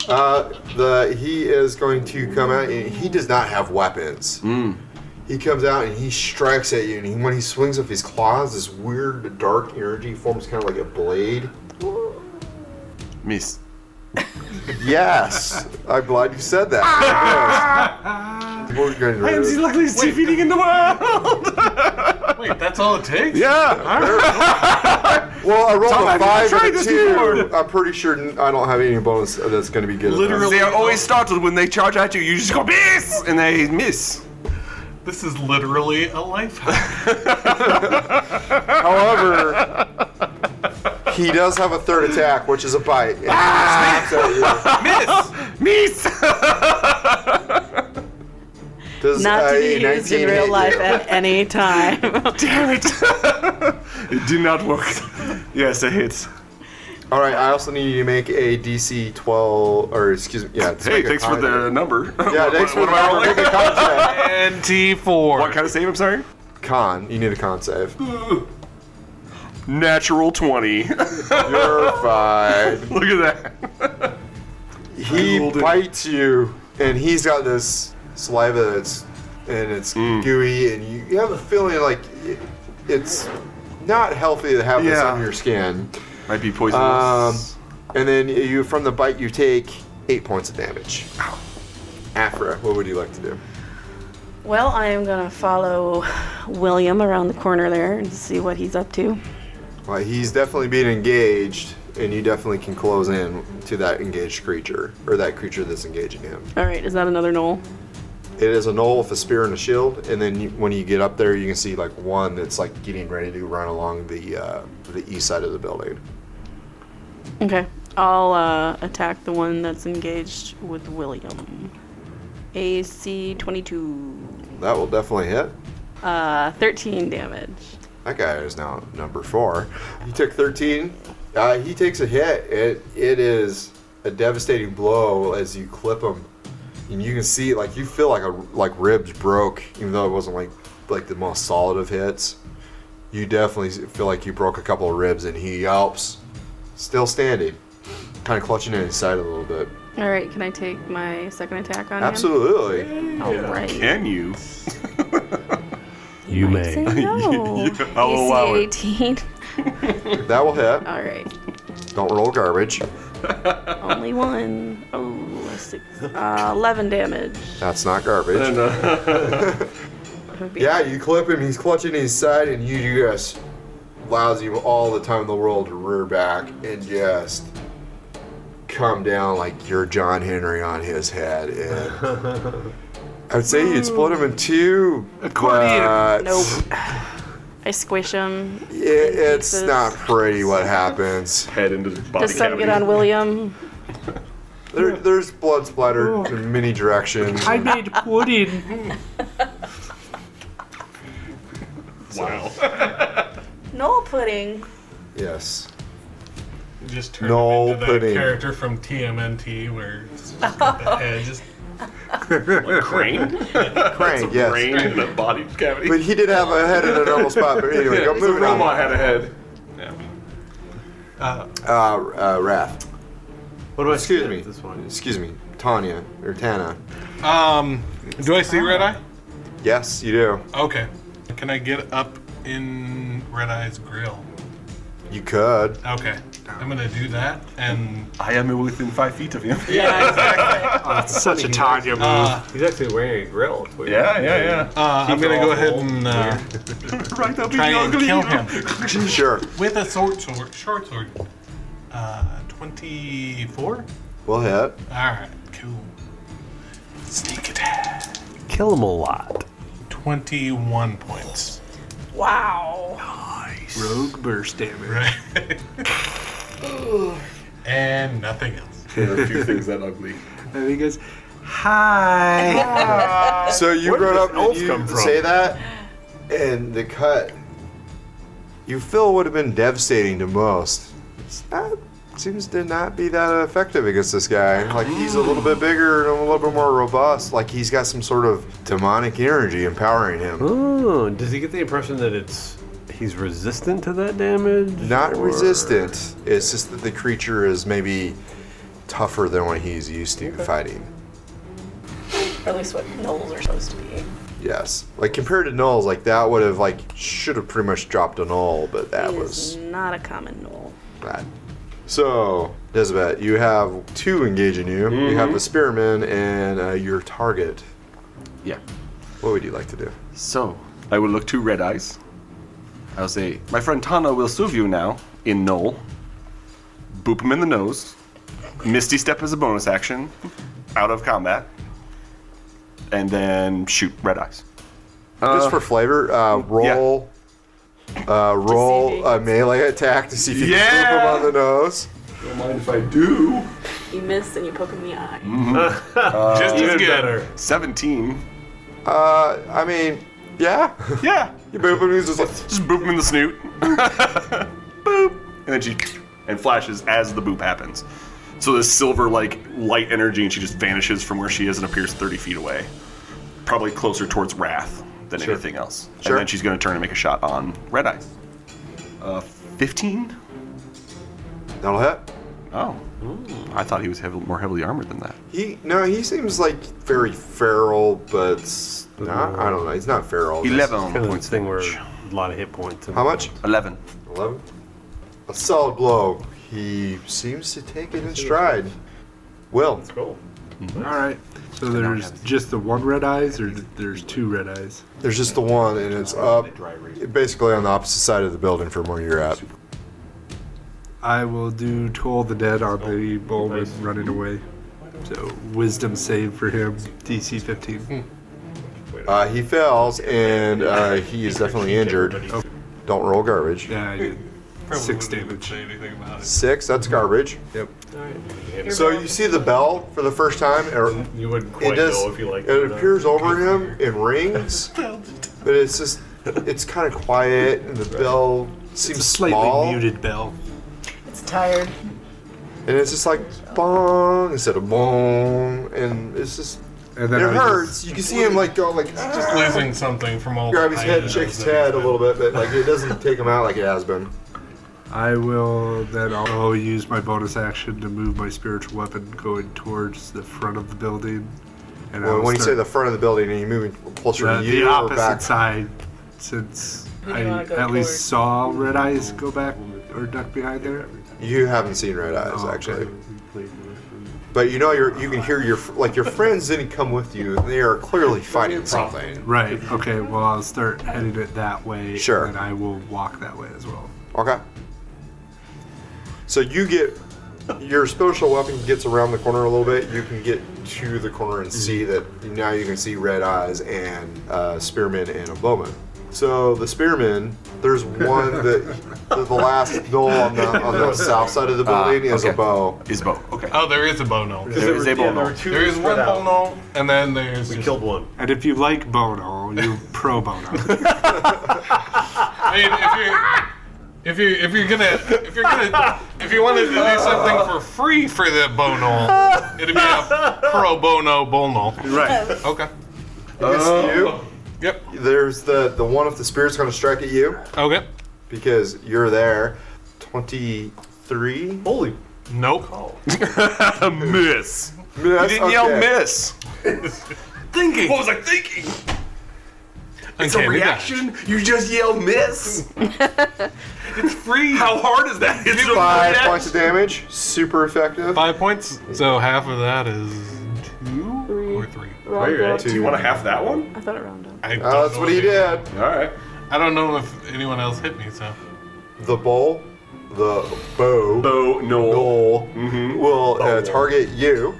[SPEAKER 1] Uh, the he is going to come out. And he does not have weapons. He comes out and he strikes at you. And he, when he swings with his claws, this weird dark energy forms, kind of like a blade.
[SPEAKER 5] Miss.
[SPEAKER 1] Yes, (laughs) Ah. I'm glad you said that. Yes. We're getting rid of it.
[SPEAKER 5] luckiest defeating in the world.
[SPEAKER 6] Wait, that's (laughs) all it takes?
[SPEAKER 5] yeah.
[SPEAKER 1] Well, I rolled
[SPEAKER 5] Tom,
[SPEAKER 1] a
[SPEAKER 5] have you
[SPEAKER 1] five
[SPEAKER 5] tried
[SPEAKER 1] and a
[SPEAKER 5] this
[SPEAKER 1] two.
[SPEAKER 5] before?
[SPEAKER 1] I'm pretty sure n- I don't have any bonus that's going to be good. enough.
[SPEAKER 6] Literally.
[SPEAKER 5] They are always startled when they charge at you. You just go miss, and they miss.
[SPEAKER 6] This is literally a life hack.
[SPEAKER 1] However,
[SPEAKER 8] (laughs)
[SPEAKER 1] he does have a third attack, which is a bite. And he
[SPEAKER 8] Ah!
[SPEAKER 1] snaps at
[SPEAKER 5] Miss.
[SPEAKER 8] (laughs)
[SPEAKER 5] miss.
[SPEAKER 1] you. Does
[SPEAKER 3] Not to
[SPEAKER 1] a
[SPEAKER 3] be used
[SPEAKER 1] 19 hit
[SPEAKER 3] in real
[SPEAKER 1] you?
[SPEAKER 3] life at any
[SPEAKER 2] (laughs)
[SPEAKER 3] time.
[SPEAKER 8] (laughs)
[SPEAKER 5] Damn it. it did not work. Yes, it hits.
[SPEAKER 1] All right, I also need you to make a DC 12, or excuse me, yeah.
[SPEAKER 8] Hey, thanks for the
[SPEAKER 1] (laughs)
[SPEAKER 8] number.
[SPEAKER 1] Yeah, thanks for the number. Make a con save.
[SPEAKER 6] And T4.
[SPEAKER 8] What kind of save? I'm sorry.
[SPEAKER 1] Con, you need a con save.
[SPEAKER 8] Natural twenty. (laughs) Look (laughs)
[SPEAKER 1] You're fine.
[SPEAKER 8] at that.
[SPEAKER 1] He
[SPEAKER 8] rolled it.
[SPEAKER 1] bites you, and he's got this saliva that's, and it's
[SPEAKER 8] Hmm.
[SPEAKER 1] gooey, and you, you have a feeling like it, it's not healthy to have this
[SPEAKER 4] Yeah.
[SPEAKER 1] on your skin.
[SPEAKER 8] Might be
[SPEAKER 1] Um,
[SPEAKER 8] poisonous.
[SPEAKER 1] and then you, from the bite, you take eight points of damage. Afra, what would you like to do?
[SPEAKER 3] Well, I am gonna follow William around the corner there and see what he's up to.
[SPEAKER 1] Well, he's definitely being engaged, and you definitely can close in to that engaged creature, or that creature that's engaging him.
[SPEAKER 3] All right, is that another knoll?
[SPEAKER 1] It is a knoll with a spear and a shield, and then you, when you get up there, you can see like one that's like getting ready to run along the uh, the east side of the building.
[SPEAKER 3] Okay, I'll uh, attack the one that's engaged with William. AC 22.
[SPEAKER 1] That will definitely hit.
[SPEAKER 3] Uh, 13 damage.
[SPEAKER 1] That guy is now number four. He took 13. Uh, he takes a hit. It it is a devastating blow as you clip him, and you can see like you feel like a like ribs broke, even though it wasn't like like the most solid of hits. You definitely feel like you broke a couple of ribs, and he yelps, still standing, kind of clutching at his side a little bit.
[SPEAKER 3] All right, can I take my second attack on
[SPEAKER 1] Absolutely.
[SPEAKER 3] him? Absolutely. All right.
[SPEAKER 8] Can you?
[SPEAKER 2] You
[SPEAKER 1] (laughs)
[SPEAKER 3] Say
[SPEAKER 2] may.
[SPEAKER 3] no.
[SPEAKER 8] Yeah, I'll allow it.
[SPEAKER 3] AC 18.
[SPEAKER 1] That will hit.
[SPEAKER 3] All right.
[SPEAKER 1] Don't roll garbage.
[SPEAKER 3] Only one. Oh, six. Uh, 11 damage.
[SPEAKER 1] That's not garbage.
[SPEAKER 3] That would be-
[SPEAKER 1] Yeah, you clip him. He's clutching his side, and you just allows you all the time in the world to rear back and just come down like you're John Henry on his head. And
[SPEAKER 3] (laughs)
[SPEAKER 1] I would say you'd split him in two.
[SPEAKER 4] Accordion.
[SPEAKER 1] but
[SPEAKER 3] Nope. I squish him.
[SPEAKER 1] it- it's
[SPEAKER 3] Jesus.
[SPEAKER 1] not pretty what happens.
[SPEAKER 8] Head into the body
[SPEAKER 3] Does some
[SPEAKER 8] cavity.
[SPEAKER 3] get on William?
[SPEAKER 1] There, there's blood splatter in many directions.
[SPEAKER 4] I made pudding.
[SPEAKER 8] Wow.
[SPEAKER 1] (laughs)
[SPEAKER 3] No pudding.
[SPEAKER 1] Yes.
[SPEAKER 6] Just turn
[SPEAKER 1] No
[SPEAKER 6] him into
[SPEAKER 1] pudding.
[SPEAKER 6] that character from TMNT where it's just got the head just
[SPEAKER 8] (laughs) Crane.
[SPEAKER 1] Crank, yes.
[SPEAKER 8] Crane in the body cavity.
[SPEAKER 1] But he did have a head in a normal spot. But anyway, go
[SPEAKER 8] It's a
[SPEAKER 1] moving
[SPEAKER 8] robot
[SPEAKER 1] on.
[SPEAKER 8] had a head.
[SPEAKER 6] yeah.
[SPEAKER 1] Uh, uh, Raph.
[SPEAKER 2] What do I
[SPEAKER 1] Excuse
[SPEAKER 2] skip
[SPEAKER 1] me.
[SPEAKER 2] at This one.
[SPEAKER 1] Excuse me. Tanya or Tana.
[SPEAKER 6] Um do I see red eye?
[SPEAKER 1] Yes, you do.
[SPEAKER 6] Okay. Can I get up in red eye's grill?
[SPEAKER 1] You could.
[SPEAKER 8] (laughs)
[SPEAKER 6] Okay. I'm gonna do that and
[SPEAKER 8] I am within five feet of him.
[SPEAKER 3] Yeah, exactly.
[SPEAKER 4] Oh, it's such a Tanya
[SPEAKER 8] (laughs)
[SPEAKER 4] move.
[SPEAKER 6] uh,
[SPEAKER 2] He's actually wearing a grill. It's weird.
[SPEAKER 8] Yeah, yeah, yeah.
[SPEAKER 6] uh, I'm
[SPEAKER 2] Keep it
[SPEAKER 6] gonna go
[SPEAKER 2] all
[SPEAKER 6] ahead
[SPEAKER 2] whole.
[SPEAKER 6] and
[SPEAKER 8] (laughs)
[SPEAKER 6] uh,
[SPEAKER 8] Right, that'll be
[SPEAKER 6] try and
[SPEAKER 8] ugly.
[SPEAKER 6] kill him
[SPEAKER 8] (laughs)
[SPEAKER 1] Sure.
[SPEAKER 6] with a sword sword short sword. Uh twenty-four?
[SPEAKER 1] We'll hit.
[SPEAKER 6] Alright, cool. Sneak attack.
[SPEAKER 2] Kill him a lot.
[SPEAKER 6] Twenty-one points.
[SPEAKER 3] Wow.
[SPEAKER 4] Rogue burst damage.
[SPEAKER 6] Right. and nothing else.
[SPEAKER 8] There are a few things that ugly.
[SPEAKER 4] I think it's hi.
[SPEAKER 1] So you
[SPEAKER 8] Where did
[SPEAKER 1] run
[SPEAKER 8] this
[SPEAKER 1] up
[SPEAKER 8] elf
[SPEAKER 1] and you
[SPEAKER 8] come from?
[SPEAKER 1] say that, and the cut you feel would have been devastating to most. It's not, seems to not be that effective against this guy. Like he's a little bit bigger and a little bit more robust. Like he's got some sort of demonic energy empowering him.
[SPEAKER 2] Oh, does he get the impression that it's he's resistant to that damage?
[SPEAKER 1] Not
[SPEAKER 2] or-
[SPEAKER 1] resistant. It's just that the creature is maybe tougher than what he's used to fighting.
[SPEAKER 3] Or at least what knolls are supposed to be.
[SPEAKER 1] Yes. Like compared to nulls, like that would have like should have pretty much dropped a null, but that
[SPEAKER 3] He is
[SPEAKER 1] was
[SPEAKER 3] not a common knoll.
[SPEAKER 1] bad. So, Desibet, you have two engaging you. You have a spearman and uh, your target.
[SPEAKER 8] Yeah.
[SPEAKER 1] What would you like to do?
[SPEAKER 8] So, I will look to Red Eyes. I'll say, My friend Tana will serve you now, in Null. Boop him in the nose. Misty Step is a bonus action, out of combat. And then shoot Red Eyes.
[SPEAKER 1] Just for flavor, uh, roll, uh, roll
[SPEAKER 3] if
[SPEAKER 1] a melee attack to see if you
[SPEAKER 8] Yeah!
[SPEAKER 1] can swoop him on the nose.
[SPEAKER 8] Don't mind if I do.
[SPEAKER 3] You miss and you poke him in the eye.
[SPEAKER 5] Mm.
[SPEAKER 6] Just as
[SPEAKER 2] Even
[SPEAKER 6] good.
[SPEAKER 2] better.
[SPEAKER 8] 17.
[SPEAKER 1] Uh, I mean, yeah. (laughs)
[SPEAKER 8] Yeah.
[SPEAKER 1] you boop him. He's just like,
[SPEAKER 5] (laughs)
[SPEAKER 8] Just boop him in the snoot. Boop. And then she
[SPEAKER 5] and flashes as the boop happens. So this silver like light energy, and she just vanishes from where she is and appears 30 feet away, probably closer towards Wrath than
[SPEAKER 1] Sure.
[SPEAKER 5] anything else.
[SPEAKER 1] Sure.
[SPEAKER 5] And then she's going to turn and make a shot on Red Eyes. Uh, 15.
[SPEAKER 1] That'll hit.
[SPEAKER 5] Oh, I thought he was heav- more heavily armored than that.
[SPEAKER 1] He no, he seems like very feral, but s- not, I don't know. He's not feral.
[SPEAKER 2] Kind of the
[SPEAKER 5] points
[SPEAKER 2] thing where
[SPEAKER 5] damage.
[SPEAKER 2] a lot of hit points.
[SPEAKER 1] How much?
[SPEAKER 5] 11.
[SPEAKER 1] Eleven. A solid blow. He seems to take it in stride. Will.
[SPEAKER 2] Cool.
[SPEAKER 4] All right. So there's just the one red eyes, or th- there's two red eyes?
[SPEAKER 1] There's just the one, and it's up, basically on the opposite side of the building from where you're at.
[SPEAKER 4] I will do Toll the Dead on the Bowman running away. So wisdom save for him, DC 15.
[SPEAKER 1] Uh, he fails, and uh, he is definitely injured.
[SPEAKER 4] Okay.
[SPEAKER 1] Don't roll garbage.
[SPEAKER 4] Yeah, I did.
[SPEAKER 6] Probably
[SPEAKER 4] Six
[SPEAKER 6] wouldn't even
[SPEAKER 4] damage.
[SPEAKER 6] Say anything about it.
[SPEAKER 1] Six. That's garbage.
[SPEAKER 4] Yep.
[SPEAKER 1] So you see the bell for the first time. It,
[SPEAKER 2] You wouldn't
[SPEAKER 1] it
[SPEAKER 2] quite
[SPEAKER 1] does.
[SPEAKER 2] know if you like uh,
[SPEAKER 1] it appears over him. It rings, but it's just. It's kind of quiet, and the bell seems
[SPEAKER 4] It's a slightly
[SPEAKER 1] small,
[SPEAKER 4] muted bell.
[SPEAKER 7] It's tired.
[SPEAKER 1] and it's just like bong instead of bong, and it's just.
[SPEAKER 4] And
[SPEAKER 1] It
[SPEAKER 4] I was
[SPEAKER 1] hurts. You can see him like go like ah,
[SPEAKER 6] Just losing something from all.
[SPEAKER 1] grab
[SPEAKER 6] the
[SPEAKER 1] his head and
[SPEAKER 6] hyenas
[SPEAKER 1] shake his
[SPEAKER 6] that he's
[SPEAKER 1] head a
[SPEAKER 6] been-
[SPEAKER 1] little bit, but like it doesn't take him out like it has been.
[SPEAKER 4] just- I will then also use my bonus action to move my spiritual weapon going towards the front of the building. And I
[SPEAKER 1] Well,
[SPEAKER 4] will
[SPEAKER 1] when you say
[SPEAKER 4] start-
[SPEAKER 1] the front of the building and you're moving closer
[SPEAKER 4] the,
[SPEAKER 1] to
[SPEAKER 4] the
[SPEAKER 1] you or
[SPEAKER 4] opposite
[SPEAKER 1] back,
[SPEAKER 4] side, since
[SPEAKER 7] Who do
[SPEAKER 4] I
[SPEAKER 7] you wanna
[SPEAKER 4] at
[SPEAKER 7] go towards?
[SPEAKER 4] least saw red eyes go back or duck behind there.
[SPEAKER 1] you haven't seen red eyes
[SPEAKER 4] Oh, okay.
[SPEAKER 1] actually. But you know you're, you can hear your like your friends didn't come with you. They are clearly fighting something.
[SPEAKER 4] Right. Okay. Well, I'll start heading it that way.
[SPEAKER 1] Sure.
[SPEAKER 4] And I will walk that way as well.
[SPEAKER 1] Okay. So you get your spiritual weapon gets around the corner a little bit. You can get to the corner and see
[SPEAKER 4] Mm-hmm.
[SPEAKER 1] that now you can see red eyes and uh, spearmen and a bowman. So the spearmen, there's
[SPEAKER 4] (laughs)
[SPEAKER 1] one that the, the last knoll on the on the south side of the building is a
[SPEAKER 5] okay.
[SPEAKER 1] bow.
[SPEAKER 5] Is bow. Okay.
[SPEAKER 6] Oh, there is a bono.
[SPEAKER 5] There is a bow now.
[SPEAKER 6] There is one bono, and then there's.
[SPEAKER 2] We
[SPEAKER 6] just-
[SPEAKER 2] killed one.
[SPEAKER 4] And if you like Bono, you
[SPEAKER 1] (laughs)
[SPEAKER 4] pro Bono.
[SPEAKER 6] I mean, if you if you if you're gonna if you're gonna if you wanted to do something for free for the bono, it'd be a pro bono bono.
[SPEAKER 4] right.
[SPEAKER 6] Okay.
[SPEAKER 4] Oh.
[SPEAKER 1] It's
[SPEAKER 6] Yep.
[SPEAKER 1] you. There's the the one if the spirit's going to strike at you
[SPEAKER 6] Okay.
[SPEAKER 1] because you're there. Twenty three.
[SPEAKER 2] Holy.
[SPEAKER 6] Nope.
[SPEAKER 5] miss.
[SPEAKER 1] You
[SPEAKER 5] Didn't yell miss. thinking. What was I thinking? It's a
[SPEAKER 6] Uncanny dodge.
[SPEAKER 5] reaction. You just yell miss.
[SPEAKER 6] It's free.
[SPEAKER 5] How hard is that? It's a
[SPEAKER 1] Five
[SPEAKER 5] reaction.
[SPEAKER 1] points of damage. Super effective.
[SPEAKER 6] Five points. So half of that is two or three.
[SPEAKER 3] Round up.
[SPEAKER 5] Do you want to half that one?
[SPEAKER 3] I thought it rounded up.
[SPEAKER 6] I don't
[SPEAKER 1] Uh, that's
[SPEAKER 6] know
[SPEAKER 1] what he
[SPEAKER 6] if
[SPEAKER 1] did.
[SPEAKER 5] All right.
[SPEAKER 6] I don't know if anyone else hit me. So
[SPEAKER 1] The bowl, the bow,
[SPEAKER 5] Bow no.
[SPEAKER 1] goal
[SPEAKER 5] Mm-hmm.
[SPEAKER 1] will uh, target you.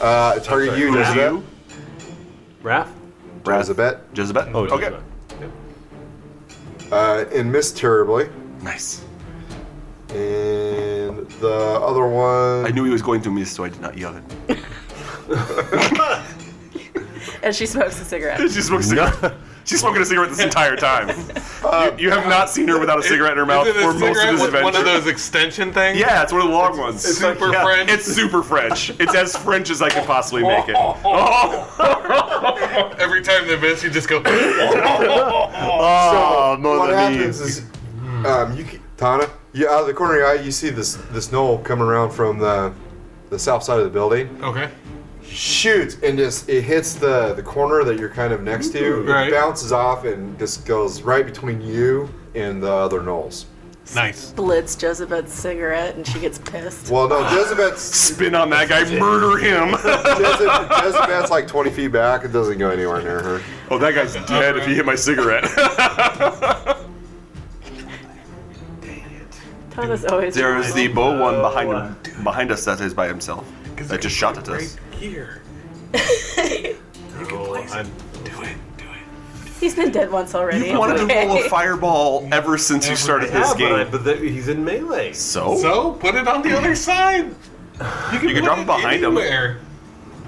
[SPEAKER 1] Uh, target you,
[SPEAKER 5] Does
[SPEAKER 1] Jezebet.
[SPEAKER 5] you?
[SPEAKER 2] Wrath?
[SPEAKER 5] Oh,
[SPEAKER 1] Jezebet.
[SPEAKER 5] Jezebel.
[SPEAKER 2] Oh,
[SPEAKER 5] okay.
[SPEAKER 2] Jesus.
[SPEAKER 1] Uh, and missed terribly.
[SPEAKER 5] Nice.
[SPEAKER 1] And the other one.
[SPEAKER 5] I knew he was going to miss, so I did not yell it.
[SPEAKER 3] And she smokes a
[SPEAKER 5] (laughs)
[SPEAKER 3] cigarette.
[SPEAKER 5] (laughs) She smokes cigarette. She's smoking a cigarette this entire (laughs) time. you, you have not seen her without a cigarette in her mouth
[SPEAKER 6] Is it a
[SPEAKER 5] for most of
[SPEAKER 6] cigarette
[SPEAKER 5] this
[SPEAKER 6] with
[SPEAKER 5] adventure.
[SPEAKER 6] One of those extension things.
[SPEAKER 5] Yeah, it's one of the long ones.
[SPEAKER 6] it's super French.
[SPEAKER 5] It's super French. It's as French as I could possibly make (laughs) it. Oh,
[SPEAKER 6] (laughs) Every time they miss, you just go. (laughs)
[SPEAKER 5] oh,
[SPEAKER 1] what
[SPEAKER 5] Mona
[SPEAKER 1] happens
[SPEAKER 5] Mia.
[SPEAKER 1] is, um, you can, Tana, you, out of the corner of your eye, you see this this knoll coming around from the the south side of the building.
[SPEAKER 6] okay.
[SPEAKER 1] Shoots and just it hits the the corner that you're kind of next to.
[SPEAKER 6] Right.
[SPEAKER 1] It bounces off and just goes right between you and the other knolls.
[SPEAKER 6] Nice.
[SPEAKER 3] Blitz Jezebel's cigarette and she gets pissed.
[SPEAKER 1] Well, no, Jezebet's
[SPEAKER 5] (laughs) Spin on that guy, murder (laughs) him.
[SPEAKER 1] Jezebel- Jezebel's like 20 feet back. It doesn't go anywhere near her.
[SPEAKER 5] oh, that guy's dead if he hit my cigarette.
[SPEAKER 3] Thomas always.
[SPEAKER 5] (laughs) there is the bow one behind him, behind us that is by himself. That just shot at us.
[SPEAKER 2] (laughs) Oh, I-
[SPEAKER 3] He's been dead once already.
[SPEAKER 5] You wanted
[SPEAKER 3] Okay.
[SPEAKER 5] to roll
[SPEAKER 3] (laughs)
[SPEAKER 5] a fireball ever since you started this
[SPEAKER 2] Yeah, but, I,
[SPEAKER 5] game.
[SPEAKER 2] but that- he's in melee.
[SPEAKER 5] So, so,
[SPEAKER 6] So put it on the other side. You can, put
[SPEAKER 5] drop it behind 'em.
[SPEAKER 6] anywhere.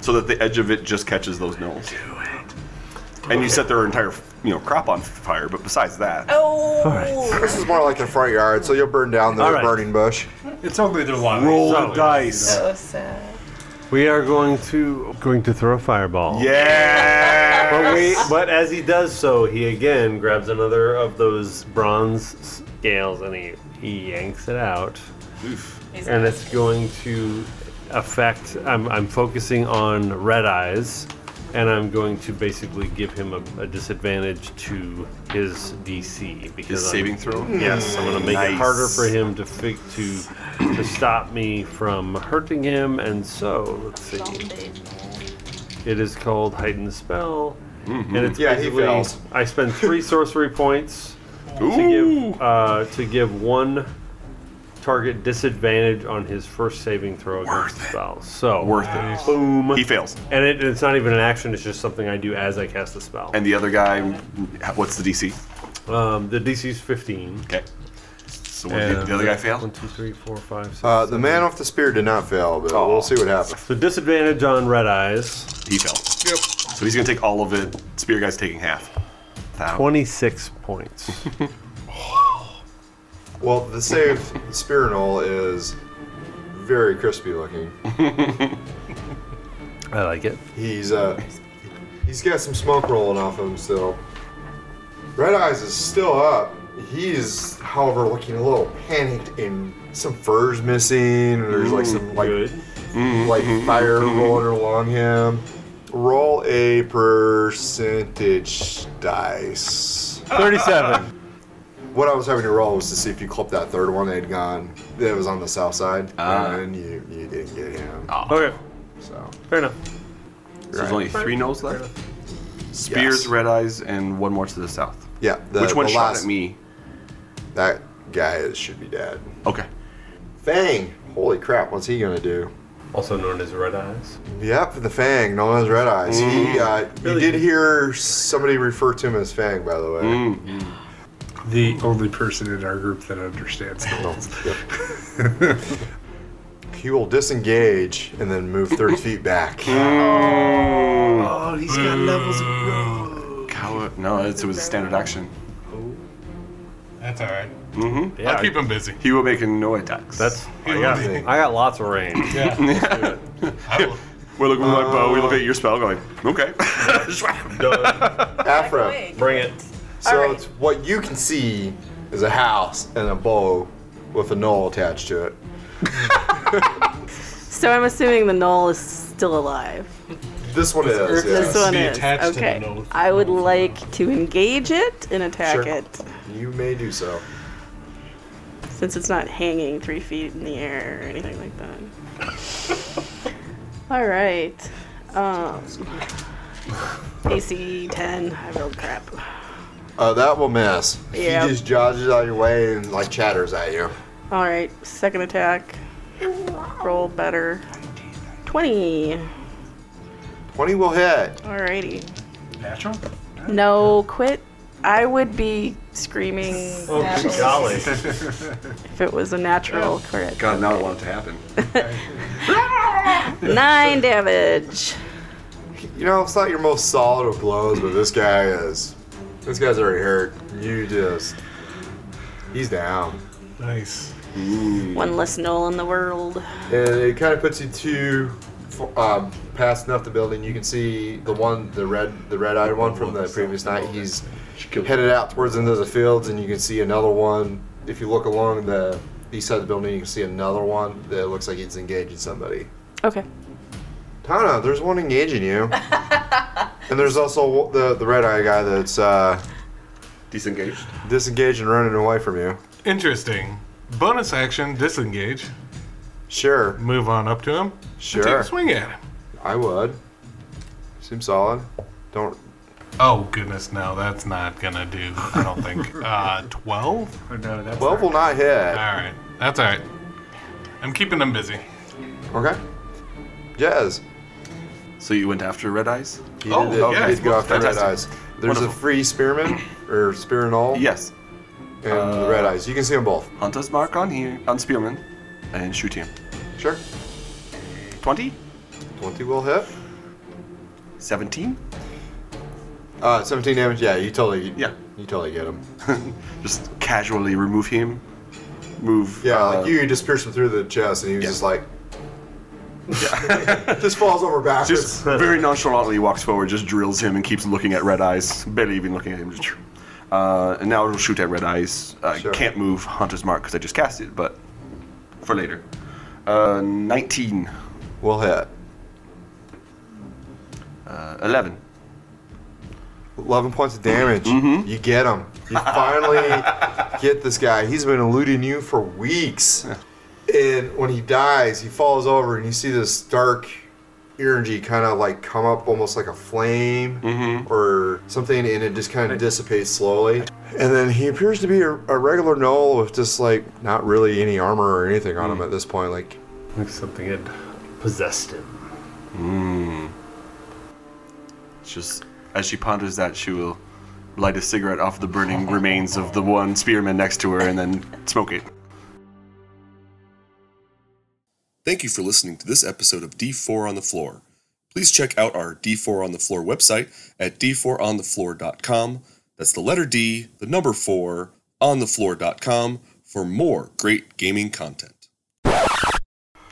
[SPEAKER 5] that the edge of it just catches those gnolls. Do it. And you set their entire, you know, crop on fire. But besides that,
[SPEAKER 3] Oh.
[SPEAKER 1] This is more like the front yard, so you'll burn down the
[SPEAKER 2] All right.
[SPEAKER 1] burning bush.
[SPEAKER 4] It's only the one.
[SPEAKER 8] Roll
[SPEAKER 2] So-
[SPEAKER 8] the dice.
[SPEAKER 7] So sad.
[SPEAKER 2] We are going to going to throw a fireball.
[SPEAKER 8] Yeah.
[SPEAKER 2] (laughs) But, we, but as he does so, he again grabs another of those bronze scales and he, he yanks it out.
[SPEAKER 7] He's
[SPEAKER 2] And it's going to affect. I'm, I'm focusing on red eyes, and I'm going to basically give him a, a disadvantage to his DC because
[SPEAKER 8] His
[SPEAKER 2] I'm-
[SPEAKER 8] saving throw.
[SPEAKER 2] Yes, I'm going to make it
[SPEAKER 8] Nice.
[SPEAKER 2] harder for him to fig- to to stop me from hurting him. And so let's see. It is called heightened spell, and it's
[SPEAKER 1] Yeah, he
[SPEAKER 2] basically
[SPEAKER 1] fails.
[SPEAKER 2] I spend three sorcery points to give uh, to give one target disadvantage on his first saving throw against the spell. So
[SPEAKER 8] Worth it.
[SPEAKER 2] boom,
[SPEAKER 8] He fails.
[SPEAKER 2] and it, it's not even an action; it's just something I do as I cast the spell.
[SPEAKER 8] And the other guy, what's the DC?
[SPEAKER 2] um, the DC is 15.
[SPEAKER 8] Okay. So what did the the other guy fail?
[SPEAKER 2] One, two, three, four, five, six.
[SPEAKER 1] Uh, the man off the spear did not fail, but
[SPEAKER 2] Oh.
[SPEAKER 8] Aw.
[SPEAKER 1] we'll see what happens.
[SPEAKER 2] So disadvantage on red eyes.
[SPEAKER 8] He fell. Yep. So he's gonna take all of it. Spear guy's taking half. Thou-
[SPEAKER 2] 26 points.
[SPEAKER 1] Well, the saved Spirinol is very crispy looking.
[SPEAKER 2] (laughs) I like it.
[SPEAKER 1] He's uh, he's got some smoke rolling off of him still. Red Eyes is still up. He's, however, looking a little panicked, and some furs missing. And there's like some like
[SPEAKER 2] Good.
[SPEAKER 1] like fire rolling along him. Roll a percentage dice.
[SPEAKER 2] (laughs) 37.
[SPEAKER 1] What I was having to roll was to see if you clipped that third one that had gone that was on the south side,
[SPEAKER 8] Ah.
[SPEAKER 1] and you you didn't get him.
[SPEAKER 2] okay,
[SPEAKER 1] So
[SPEAKER 2] fair enough.
[SPEAKER 8] So there's only three no's left. Spears,
[SPEAKER 1] Yes.
[SPEAKER 8] red eyes, and one more to the south.
[SPEAKER 1] yeah, the,
[SPEAKER 8] Which one
[SPEAKER 1] the
[SPEAKER 8] shot
[SPEAKER 1] last,
[SPEAKER 8] at me?
[SPEAKER 1] That guy is, should be dead.
[SPEAKER 8] Okay.
[SPEAKER 1] Fang, holy crap, what's he gonna do?
[SPEAKER 2] Also known as Red Eyes.
[SPEAKER 1] Yep, the Fang, known as Red Eyes.
[SPEAKER 8] Mm-hmm.
[SPEAKER 1] He uh,
[SPEAKER 2] Really?
[SPEAKER 1] you did hear somebody refer to him as Fang, by the way.
[SPEAKER 8] Mm.
[SPEAKER 4] The only person in our group that understands spells.
[SPEAKER 1] (laughs) He will disengage and then
[SPEAKER 8] (laughs)
[SPEAKER 1] move 30 feet back.
[SPEAKER 8] Mm. Oh, he's got levels of Coward. No, it's, it was a standard action.
[SPEAKER 6] That's all right.
[SPEAKER 8] Mm-hmm.
[SPEAKER 2] Yeah,
[SPEAKER 6] I'll keep him busy.
[SPEAKER 8] He will make no attacks. (laughs)
[SPEAKER 2] that's. I got, I got lots of range.
[SPEAKER 6] Yeah.
[SPEAKER 8] We're looking at my bow. We look at your spell, going, okay.
[SPEAKER 2] Duh.
[SPEAKER 1] Afra,
[SPEAKER 2] Bring it.
[SPEAKER 1] so
[SPEAKER 7] Alright.
[SPEAKER 1] it's, what you can see is a house and a bow with a knoll attached to it.
[SPEAKER 3] So I'm assuming the knoll is still alive.
[SPEAKER 1] This one is,
[SPEAKER 6] Earth
[SPEAKER 1] yeah.
[SPEAKER 3] This one
[SPEAKER 6] be
[SPEAKER 3] is.
[SPEAKER 6] attached to the
[SPEAKER 3] Okay.
[SPEAKER 6] knoll.
[SPEAKER 3] I would like to engage it and attack
[SPEAKER 1] Sure.
[SPEAKER 3] it.
[SPEAKER 1] You may do so.
[SPEAKER 3] since it's not hanging three feet in the air or anything like that. All right. Um, AC 10. I rolled crap.
[SPEAKER 1] Uh, that will miss.
[SPEAKER 3] Yeah.
[SPEAKER 1] He just dodges out of your way and like chatters at you.
[SPEAKER 3] All right. Second attack. Roll better. 20.
[SPEAKER 1] 20 will hit.
[SPEAKER 3] Alrighty.
[SPEAKER 4] Natural?
[SPEAKER 3] No, quit. I would be screaming
[SPEAKER 2] Oh, good golly.
[SPEAKER 3] (laughs) if it was a natural crit.
[SPEAKER 8] God, now I want it to happen.
[SPEAKER 3] Nine damage.
[SPEAKER 1] You know, it's not your most solid of blows, but this guy is. This guy's already hurt. You just. He's down.
[SPEAKER 6] nice.
[SPEAKER 3] One less null in the world.
[SPEAKER 1] And it kind of puts you to. f- Um, past enough the building, you can see the one, the red, the red-eyed one from the previous night. He's headed out towards into the fields, and you can see another one. If you look along the east side of the building, you can see another one that looks like he's engaging somebody.
[SPEAKER 3] Okay.
[SPEAKER 1] Tana, there's one engaging you, and there's also the the red-eyed guy that's uh,
[SPEAKER 8] Disengaged.
[SPEAKER 1] (laughs) disengaged and running away from you.
[SPEAKER 6] (laughs) Interesting. Bonus action, disengage.
[SPEAKER 1] Sure,
[SPEAKER 6] Move on up to him. and Take
[SPEAKER 1] sure.
[SPEAKER 6] a swing at him.
[SPEAKER 1] I would. Seems solid. Don't.
[SPEAKER 6] Oh goodness, no, that's not gonna do. I don't (laughs) think. Uh, twelve.
[SPEAKER 4] Oh, no, that's
[SPEAKER 1] Twelve will not
[SPEAKER 6] All
[SPEAKER 1] hit.
[SPEAKER 6] right, that's all right. I'm keeping him busy.
[SPEAKER 1] Okay. Jazz.
[SPEAKER 8] So you went after red eyes?
[SPEAKER 1] He
[SPEAKER 6] Oh,
[SPEAKER 1] did,
[SPEAKER 6] yeah,
[SPEAKER 1] he did go after red
[SPEAKER 8] fantastic.
[SPEAKER 1] eyes. There's a
[SPEAKER 8] Wonderful.
[SPEAKER 1] free spearman or spearinol
[SPEAKER 8] Yes.
[SPEAKER 1] and the red eyes. You can see them both.
[SPEAKER 8] Hunt his mark on here on Spearman, and shoot him.
[SPEAKER 1] Sure.
[SPEAKER 8] Twenty.
[SPEAKER 1] Twenty will hit.
[SPEAKER 8] 17?
[SPEAKER 1] Uh, seventeen damage. Yeah, you totally.
[SPEAKER 8] Yeah.
[SPEAKER 1] You totally get him.
[SPEAKER 8] Just casually remove him,
[SPEAKER 5] move.
[SPEAKER 1] Yeah,
[SPEAKER 5] uh,
[SPEAKER 1] like you just pierced him through the chest, and he was
[SPEAKER 5] yeah.
[SPEAKER 1] just like, (laughs) just falls over backwards. (laughs)
[SPEAKER 5] Just very nonchalantly walks forward, just drills him, and keeps looking at Red Eyes, barely even looking at him. Just- Uh, and now it'll shoot at Red Eyes. I
[SPEAKER 1] Sure.
[SPEAKER 5] can't move Hunter's Mark because I just cast it, but for later. Uh, 19,
[SPEAKER 1] We'll hit.
[SPEAKER 5] uh, 11.
[SPEAKER 1] 11 points of damage. You get him. You finally get this guy. He's been eluding you for weeks. And when he dies, he falls over and you see this dark energy kind of like come up almost like a flame or something and it just kind of dissipates slowly. And then he appears to be a, a regular gnoll with just like not really any armor or anything on him at this point. Like,
[SPEAKER 2] Like something had possessed him.
[SPEAKER 5] Just as she ponders that, she will light a cigarette off the burning remains of the one spearman next to her and then smoke it.
[SPEAKER 13] Thank you for listening to this episode of D4 on the Floor. Please check out our D4 on the Floor website at d4onthefloor.com. That's the letter D, the number 4, onthefloor.com for more great gaming content.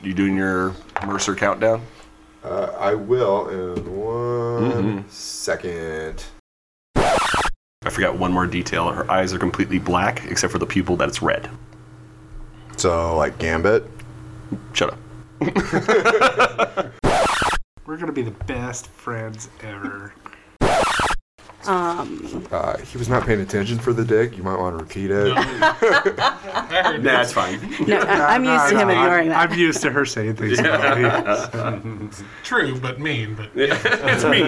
[SPEAKER 5] You doing your Mercer countdown?
[SPEAKER 1] uh, I will in one second.
[SPEAKER 5] I forgot one more detail. Her eyes are completely black, except for the pupil that's red.
[SPEAKER 1] So, like, Gambit.
[SPEAKER 5] Shut up.
[SPEAKER 4] We're gonna be the best friends ever.
[SPEAKER 3] Um,
[SPEAKER 1] Uh, he was not paying attention for the dig. You might want to repeat it.
[SPEAKER 5] Nah, that's (laughs) fine.
[SPEAKER 3] no, I, I'm
[SPEAKER 4] (laughs) No,
[SPEAKER 3] used to
[SPEAKER 4] no,
[SPEAKER 3] him
[SPEAKER 4] I'm-
[SPEAKER 3] ignoring that.
[SPEAKER 4] I'm used to her
[SPEAKER 1] (laughs)
[SPEAKER 4] saying things about me.
[SPEAKER 6] True, but mean. But (laughs)
[SPEAKER 5] it's me.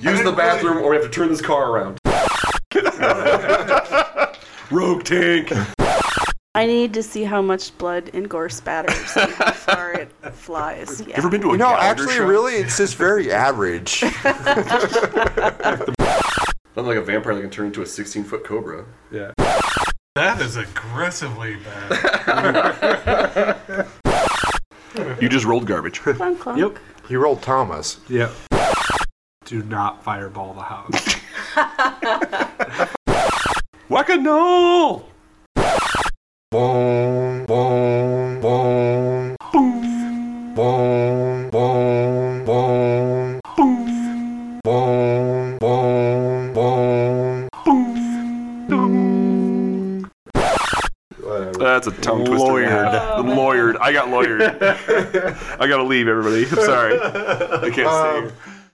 [SPEAKER 5] Use the bathroom, or we have to turn this car around. (laughs) Rogue tank.
[SPEAKER 3] I need to see how much blood and gore (laughs) spatters and how far it flies. Yeah.
[SPEAKER 5] Ever been to a
[SPEAKER 1] You know,
[SPEAKER 5] Gallagher
[SPEAKER 1] actually,
[SPEAKER 5] show?
[SPEAKER 1] really, it's just very average.
[SPEAKER 5] Nothing like a vampire that can turn into a 16 foot cobra.
[SPEAKER 6] that is aggressively bad.
[SPEAKER 5] You just rolled (laughs) garbage.
[SPEAKER 3] Clunk, clunk.
[SPEAKER 4] Yep.
[SPEAKER 1] he rolled Thomas.
[SPEAKER 4] Yep. Do not fireball the house.
[SPEAKER 5] Waka no!
[SPEAKER 1] Boom, boom, boom. Boom, boom, boom. Boom, boom, boom. Whatever.
[SPEAKER 5] That's a tongue twister.
[SPEAKER 2] Lawyered.
[SPEAKER 5] The (laughs) lawyered. I got lawyered. I gotta leave, everybody. I'm sorry. I can't
[SPEAKER 1] Um,
[SPEAKER 5] stay